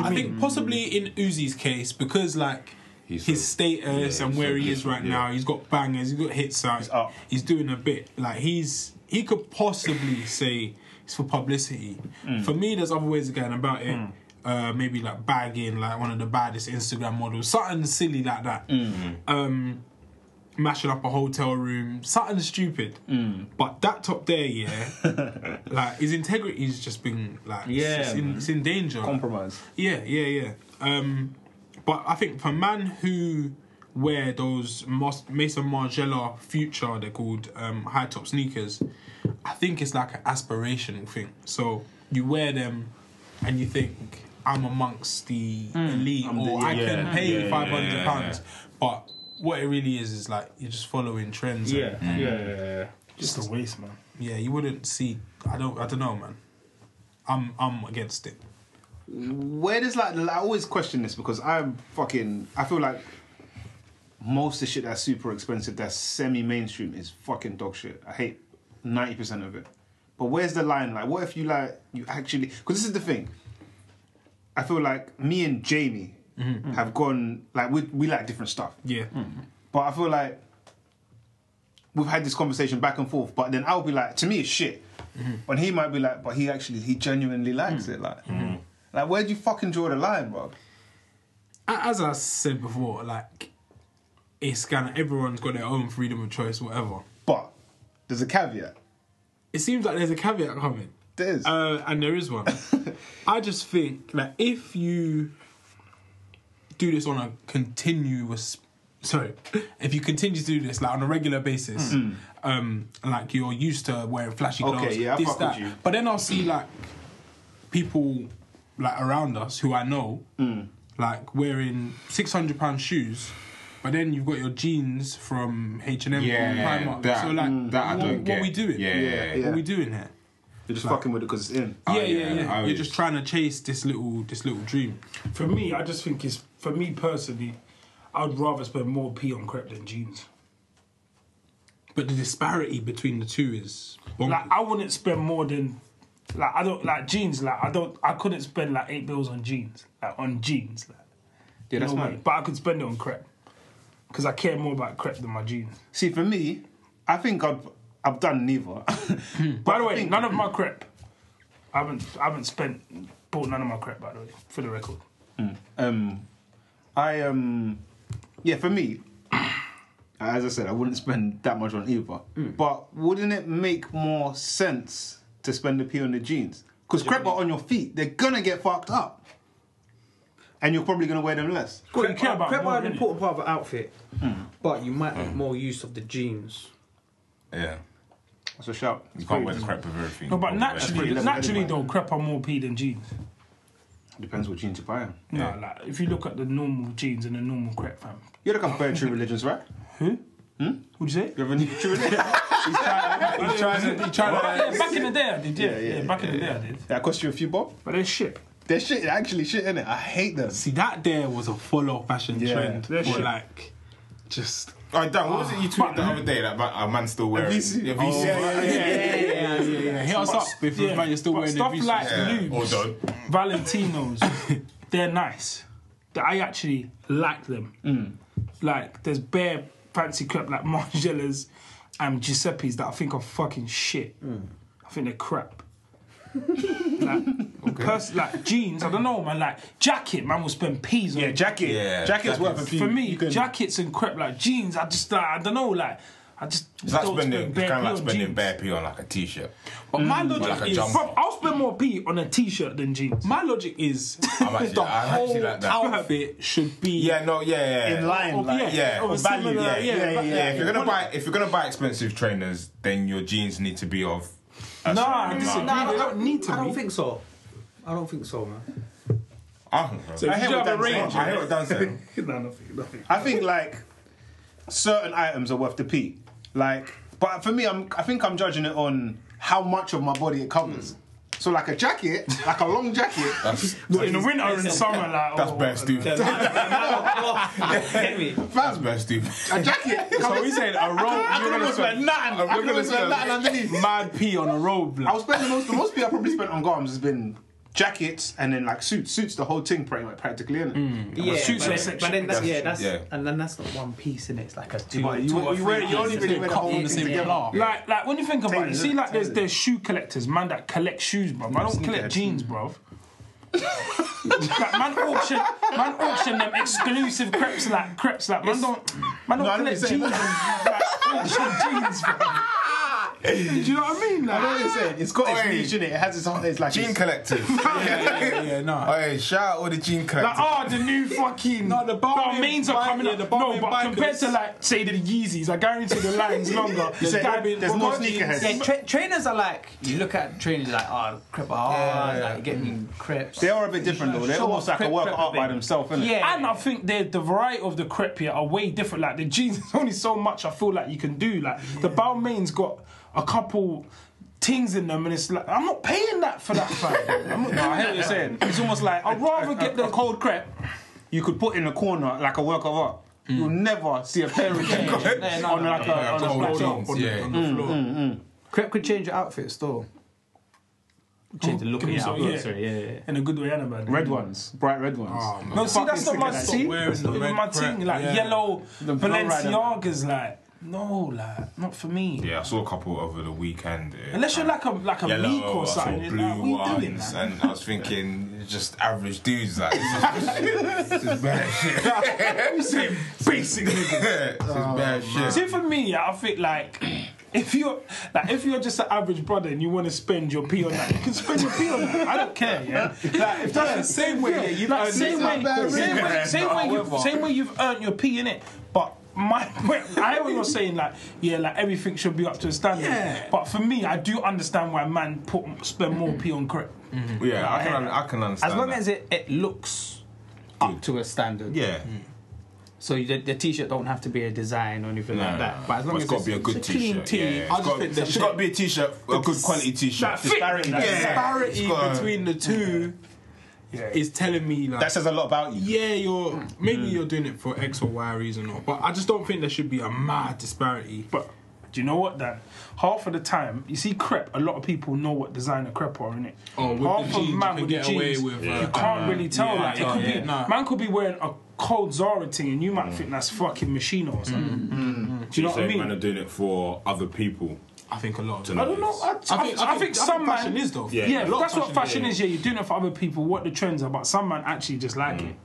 Speaker 7: I think possibly in Uzi's case because like
Speaker 2: He's
Speaker 7: his
Speaker 2: so-
Speaker 7: status
Speaker 2: yeah,
Speaker 7: and
Speaker 2: he's
Speaker 7: where
Speaker 2: so
Speaker 7: he is right
Speaker 2: different, yeah.
Speaker 7: now, he's got bangers, he's got hits out, he's,
Speaker 8: up.
Speaker 7: doing a bit. Like he's he could possibly say it's for publicity.
Speaker 2: Mm.
Speaker 7: For me, there's other ways of going about it. Uh, maybe like bagging like one of the baddest Instagram models, something silly like that.
Speaker 2: Mm.
Speaker 7: Um, mashing up a hotel room, something stupid.
Speaker 2: Mm.
Speaker 7: But that top there, yeah,
Speaker 2: *laughs*
Speaker 7: like his integrity's just been like it's-
Speaker 5: Yeah,
Speaker 7: it's, in, it's in danger.
Speaker 8: Compromise.
Speaker 7: Yeah, yeah, yeah. Um, but I think for man who wear those Mas- Mason Margiela Future, they're called um, high top sneakers. I think it's like an aspirational thing. So you wear them, and you think I'm amongst the elite, or I can
Speaker 8: Hmm. yeah,
Speaker 7: pay
Speaker 8: yeah,
Speaker 7: five hundred
Speaker 2: yeah,
Speaker 7: pounds. But what it really is is like you're just following trends. and-
Speaker 9: Just a waste, man.
Speaker 7: yeah. You wouldn't see. I don't. I don't know, man. I'm. I'm against it.
Speaker 8: Where does like I always question this because I'm fucking I feel like most of the shit that's super expensive that's semi mainstream is fucking dog shit. I hate ninety percent of it. But where's the line? Like, what if you like you actually? Because this is the thing. I feel like me and Jamie Hmm. have gone like we we like different stuff.
Speaker 7: Yeah.
Speaker 8: But I feel like we've had this conversation back and forth, but then I'll be like, to me, it's shit. And he might be like, but he actually, he genuinely likes it. Like, like where do you fucking draw the line, bro?
Speaker 7: A- as I said before, like it's kind of everyone's got their own freedom of choice, whatever.
Speaker 8: But there's a caveat.
Speaker 7: It seems like there's a caveat coming.
Speaker 8: There is.
Speaker 7: Uh, and there
Speaker 2: *laughs*
Speaker 7: is one. I just think that if you do this on a continuous, sorry, if you continue to do this like on a regular basis,
Speaker 2: Hmm.
Speaker 7: um, like you're used to wearing flashy
Speaker 8: Okay,
Speaker 7: clothes,
Speaker 8: yeah, I
Speaker 7: this,
Speaker 8: fuck with
Speaker 7: that.
Speaker 8: you.
Speaker 7: But then I'll see like people like around us who I know,
Speaker 2: Hmm.
Speaker 7: like wearing six hundred pound shoes. But then you've got your jeans from H and M,
Speaker 2: Yeah,
Speaker 7: Primark.
Speaker 2: that-
Speaker 7: so like,
Speaker 2: that I
Speaker 7: what,
Speaker 2: don't
Speaker 7: what
Speaker 2: get.
Speaker 7: we doing?
Speaker 2: Yeah, yeah, yeah.
Speaker 7: what we doing here?
Speaker 8: You're just fucking with it because it's in.
Speaker 7: yeah,
Speaker 2: Oh, yeah,
Speaker 7: yeah,
Speaker 2: yeah.
Speaker 7: yeah.
Speaker 2: I
Speaker 7: You're
Speaker 2: was-
Speaker 7: just trying to chase this little this little dream.
Speaker 9: For me, I just think it's for me personally. I'd rather spend more pee on crepe than jeans.
Speaker 7: But the disparity between the two is bonkers.
Speaker 9: Like I wouldn't spend more than like I don't like jeans. Like I don't I couldn't spend like eight bills on jeans. Like on jeans. Like
Speaker 8: Yeah, that's
Speaker 9: no
Speaker 8: mine.
Speaker 9: way. But I could spend it on crepe because I care more about crepe than my jeans.
Speaker 8: See, for me, I think I've I've done neither. *laughs*
Speaker 9: By the way,
Speaker 8: think-
Speaker 9: none of my crepe. I haven't I haven't spent bought none of my crepe. By the way, for the record.
Speaker 8: um, I um, yeah, for me, as I said, I wouldn't spend that much on either. But wouldn't it make more sense to spend the pee on the jeans? Because crepe are on your feet; they're gonna get fucked up, and you're probably gonna wear them less.
Speaker 9: Crepe,
Speaker 5: Crepe
Speaker 9: care about
Speaker 5: crepe
Speaker 9: more,
Speaker 5: are an
Speaker 9: innit?
Speaker 5: important part of an outfit, but you might make more use of the jeans.
Speaker 2: Yeah.
Speaker 8: That's a shout.
Speaker 2: You can't wear the crap with everything.
Speaker 9: No, but naturally,
Speaker 8: level
Speaker 9: naturally
Speaker 8: anyway.
Speaker 9: though, crepe are more pee than jeans.
Speaker 8: Depends what jeans you buy.
Speaker 9: No, like if you look at the normal jeans and the normal crepe, fam.
Speaker 8: You don't compare true religions, right?
Speaker 9: Would you say?
Speaker 8: *laughs* You have any true religion?
Speaker 7: He's trying to, he's trying to-
Speaker 9: Yeah, back in the day I did, yeah. Yeah,
Speaker 8: yeah,
Speaker 9: back in the day I did.
Speaker 8: *laughs* that cost you a few bob.
Speaker 9: But they're shit.
Speaker 8: They're shit. They're actually shit in it. I hate them.
Speaker 7: see that there was a follow fashion
Speaker 8: Yeah.
Speaker 7: trend
Speaker 9: That
Speaker 7: for
Speaker 9: shit.
Speaker 7: like just
Speaker 2: Oh, Dan, what was it you tweeted the other day that man- a man still wearing?
Speaker 8: VC.
Speaker 2: Yeah,
Speaker 9: Oh,
Speaker 2: VC.
Speaker 7: yeah, yeah, yeah. Hit us up if you
Speaker 9: yeah,
Speaker 7: find you're still
Speaker 9: but
Speaker 7: wearing
Speaker 9: stuff
Speaker 7: the
Speaker 9: like-
Speaker 2: Yeah,
Speaker 9: Lubes.
Speaker 2: Or don't.
Speaker 9: Valentinos, they're nice. Th- I actually like them.
Speaker 2: Mm.
Speaker 9: Like there's bare fancy crap like *laughs* Margellas and Giuseppe's that I think are fucking shit.
Speaker 2: Mm.
Speaker 9: I think they're
Speaker 2: *laughs*
Speaker 9: crap. like, pers- like jeans, I don't know, man. Like jacket, man will spend peas on.
Speaker 8: Yeah, jacket.
Speaker 2: Yeah,
Speaker 8: jacket's
Speaker 2: jackets.
Speaker 8: worth a few.
Speaker 9: For me,
Speaker 8: You can-
Speaker 9: jackets and crap like jeans. I just like, I don't know, like I just
Speaker 2: It's like
Speaker 9: don't
Speaker 2: spending,
Speaker 9: spend bare
Speaker 2: it's kind
Speaker 9: pee
Speaker 2: of like
Speaker 9: on
Speaker 2: spending
Speaker 9: jeans.
Speaker 2: bare pee on like a t-shirt.
Speaker 7: But my
Speaker 2: Or
Speaker 7: logic
Speaker 2: Mm, like a
Speaker 7: is
Speaker 2: jumper.
Speaker 9: Bro, I'll spend more pee on a t-shirt than jeans.
Speaker 7: my logic is
Speaker 2: *laughs* I'm actually-
Speaker 7: the
Speaker 2: I actually
Speaker 7: whole
Speaker 2: like that.
Speaker 7: outfit should be
Speaker 2: Yeah, no, yeah, yeah.
Speaker 8: in line,
Speaker 7: Oh,
Speaker 8: like,
Speaker 7: yeah.
Speaker 2: yeah,
Speaker 7: Oh,
Speaker 8: Value,
Speaker 7: similar,
Speaker 2: yeah,
Speaker 7: yeah,
Speaker 2: yeah,
Speaker 7: but-
Speaker 2: yeah. If you're gonna buy, if you're gonna buy expensive trainers, then your jeans need to be of. a certain
Speaker 9: Nah, I
Speaker 2: amount.
Speaker 9: disagree.
Speaker 5: No, I
Speaker 9: They
Speaker 5: don't,
Speaker 9: don't need to
Speaker 5: I don't
Speaker 9: be.
Speaker 5: think so. I don't think so, man.
Speaker 2: I don't know.
Speaker 9: I
Speaker 8: hear what Dan's saying.
Speaker 2: oh, I hear what Dan's saying.
Speaker 9: no, nothing, nothing.
Speaker 8: I think like certain items are worth the pee. Like, but for me, I'm I think I'm judging it on how much of my body it covers. So like a jacket, like a long jacket.
Speaker 2: *laughs* That's
Speaker 9: in the winter and the summer, like
Speaker 2: that's
Speaker 9: oh,
Speaker 2: bare stupid. That's bare stupid.
Speaker 8: A jacket.
Speaker 7: *laughs* So we said a robe.
Speaker 8: I
Speaker 7: You're
Speaker 8: could
Speaker 7: gonna
Speaker 8: almost
Speaker 7: spend
Speaker 8: spend nothing. I
Speaker 2: we're
Speaker 8: could
Speaker 2: gonna
Speaker 8: almost spend
Speaker 2: spend-
Speaker 8: nothing underneath.
Speaker 7: *laughs* mad pee on a robe.
Speaker 8: I
Speaker 7: Like.
Speaker 8: was spending most the most pee I probably spent on garms has been jackets and then like suits. Suits the whole thing pretty much practically in it.
Speaker 5: Mm. Yeah,
Speaker 9: shoots
Speaker 5: but
Speaker 9: are
Speaker 5: then,
Speaker 9: section.
Speaker 5: but then that's, yeah, that's
Speaker 2: Yeah.
Speaker 5: and then that's not one piece in it. It's like a two.
Speaker 8: But
Speaker 5: two
Speaker 8: you,
Speaker 5: or
Speaker 8: you
Speaker 5: three
Speaker 8: wear you only
Speaker 5: pieces.
Speaker 8: really wear the whole
Speaker 5: Yeah,
Speaker 8: thing
Speaker 5: yeah.
Speaker 8: together.
Speaker 9: Like, like when you think about it, you
Speaker 8: Tailors,
Speaker 9: see, like there's
Speaker 8: tailors.
Speaker 9: there's shoe collectors, man, that collect shoes, bro. I don't collect
Speaker 8: Sneakers.
Speaker 9: jeans, bro. like, man auction, man auction them exclusive crepes, like crepes, like man don't, man don't
Speaker 8: No, I know what you're
Speaker 9: collect
Speaker 8: saying.
Speaker 9: jeans, and, like, auction jeans, bro. Do you know what I mean?
Speaker 8: I know
Speaker 9: Like,
Speaker 8: what you're saying. It's got its
Speaker 2: Oi.
Speaker 8: niche in it. It has its own. It's like
Speaker 2: Jean
Speaker 8: its-
Speaker 2: collectors. *laughs*
Speaker 7: yeah, yeah, no.
Speaker 2: Hey, shout out all the jean
Speaker 9: Like,
Speaker 2: collectors.
Speaker 9: oh, the new fucking.
Speaker 7: No, the Balmain-
Speaker 9: Balmains are coming
Speaker 7: yeah,
Speaker 9: up.
Speaker 7: the
Speaker 9: no,
Speaker 7: Balmain
Speaker 9: but compared
Speaker 7: bikers.
Speaker 9: to like, say the Yeezys, I guarantee the line's longer.
Speaker 8: You said
Speaker 9: Gabby-
Speaker 8: there's more
Speaker 9: Bugatti-
Speaker 8: sneakerheads.
Speaker 5: Yeah, tra- trainers are like you look at trainers you're like oh crep are hard, like you get me creps.
Speaker 8: They are a bit different though. They're
Speaker 5: Sure,
Speaker 8: almost like a
Speaker 5: crepe-
Speaker 8: work
Speaker 5: crepe
Speaker 8: of art by
Speaker 5: thing.
Speaker 8: themselves, innit?
Speaker 5: Yeah,
Speaker 9: And I think the the variety of the crepe here are way different. Like the jeans, *laughs* there's only so much I feel like you can do. Like the Balmain's got a couple things in them, and it's like I'm not paying that for
Speaker 8: *laughs*
Speaker 9: that. Fam. I'm not
Speaker 8: No, I hear
Speaker 9: doing
Speaker 8: what you're
Speaker 9: that.
Speaker 8: saying. It's almost like
Speaker 9: I'd rather get the
Speaker 8: cold crepe you could put in a corner like a work of art. You'll never see a pair of them
Speaker 5: Mm. *laughs* yeah, no,
Speaker 8: on
Speaker 5: no,
Speaker 8: like
Speaker 5: no,
Speaker 8: a, on a
Speaker 2: Cold
Speaker 8: flat top.
Speaker 2: jeans, yeah.
Speaker 7: Mm.
Speaker 5: Crep could change your outfits though. Change the look of
Speaker 9: Give me
Speaker 5: your
Speaker 9: some-
Speaker 5: outfits.
Speaker 9: yeah.
Speaker 5: Yeah, yeah,
Speaker 9: in a good way and a bad way.
Speaker 8: Red ones, bright red ones.
Speaker 9: No, see, that's not my
Speaker 8: Fucking
Speaker 9: see.
Speaker 7: wearing
Speaker 9: That's
Speaker 7: the
Speaker 9: not even
Speaker 7: red
Speaker 9: my
Speaker 7: crepe,
Speaker 9: thing. Like
Speaker 7: yeah.
Speaker 9: yellow
Speaker 8: Flowrider.
Speaker 9: Balenciagas, like No, like not for me.
Speaker 2: Yeah, I saw a couple over the weekend. eh,
Speaker 9: Unless
Speaker 2: and
Speaker 9: you're like a like a
Speaker 2: yellow,
Speaker 9: meek or
Speaker 2: I saw
Speaker 9: something.
Speaker 2: blue
Speaker 9: like, what are you doing?
Speaker 2: ones,
Speaker 9: man?
Speaker 2: and I was thinking, it's just average dudes. Like, this is- this
Speaker 5: *laughs*
Speaker 2: is bad shit. Yeah,
Speaker 9: Basic.
Speaker 2: this is bad shit.
Speaker 9: See, for me, yeah, I think like *clears throat* if you're like if you're just an average brother and you want to spend your pee on that, you can spend your pee on that. I don't care, yeah. Like if that's the same way, yeah, you like, same way, same way, same way, you same way you've earned your pee in it, but. My, *laughs* I hear what you're saying, like yeah, like everything should be up to a standard. But for me, I do understand why man put spend more pee on crap.
Speaker 2: Yeah, I can, I can understand.
Speaker 5: As long
Speaker 2: that.
Speaker 5: as it, it looks up to a standard.
Speaker 2: yeah,
Speaker 5: So you, the, the t-shirt don't have to be a design or anything
Speaker 2: No,
Speaker 5: like
Speaker 2: no,
Speaker 5: that.
Speaker 2: no.
Speaker 5: But as long
Speaker 2: But
Speaker 5: as
Speaker 2: it's got to be a good
Speaker 5: it's a clean
Speaker 2: t-shirt.
Speaker 5: tee,
Speaker 2: yeah, yeah. It's
Speaker 5: I just
Speaker 2: got-
Speaker 5: think the
Speaker 2: it's
Speaker 5: shit-
Speaker 2: got to be a t-shirt, a good quality t-shirt.
Speaker 5: disparity,
Speaker 2: Yeah.
Speaker 5: disparity
Speaker 2: It's got-
Speaker 5: between the two
Speaker 7: It's telling me like
Speaker 8: That says a lot about you.
Speaker 7: yeah, you're maybe you're doing it for X or Y reason or but I just don't think there should be a mad disparity.
Speaker 9: But do you know what, Dan? Half of the time, you see crepe, a lot of people know what designer crepe are, innit?
Speaker 7: Oh, with
Speaker 9: Half
Speaker 7: the jeans, you can get away with,
Speaker 9: you
Speaker 7: uh,
Speaker 9: can't really tell.
Speaker 7: yeah,
Speaker 9: like, it
Speaker 2: Oh,
Speaker 7: yeah,
Speaker 9: could
Speaker 7: yeah.
Speaker 9: be,
Speaker 7: Nah.
Speaker 9: Man could be wearing a cold Zara thing and you might think that's fucking machine or something. Do you know what I mean?
Speaker 2: Man are doing it for other people.
Speaker 7: I think a lot of
Speaker 9: I don't know. I, I, think, I, think, some
Speaker 7: fashion
Speaker 9: man
Speaker 7: is though.
Speaker 9: Yeah,
Speaker 2: Yeah, a lot
Speaker 9: that's
Speaker 2: of
Speaker 9: what
Speaker 2: fashion,
Speaker 9: fashion is. Yeah, you're doing it for other people. What the trends are, but some man actually just like it.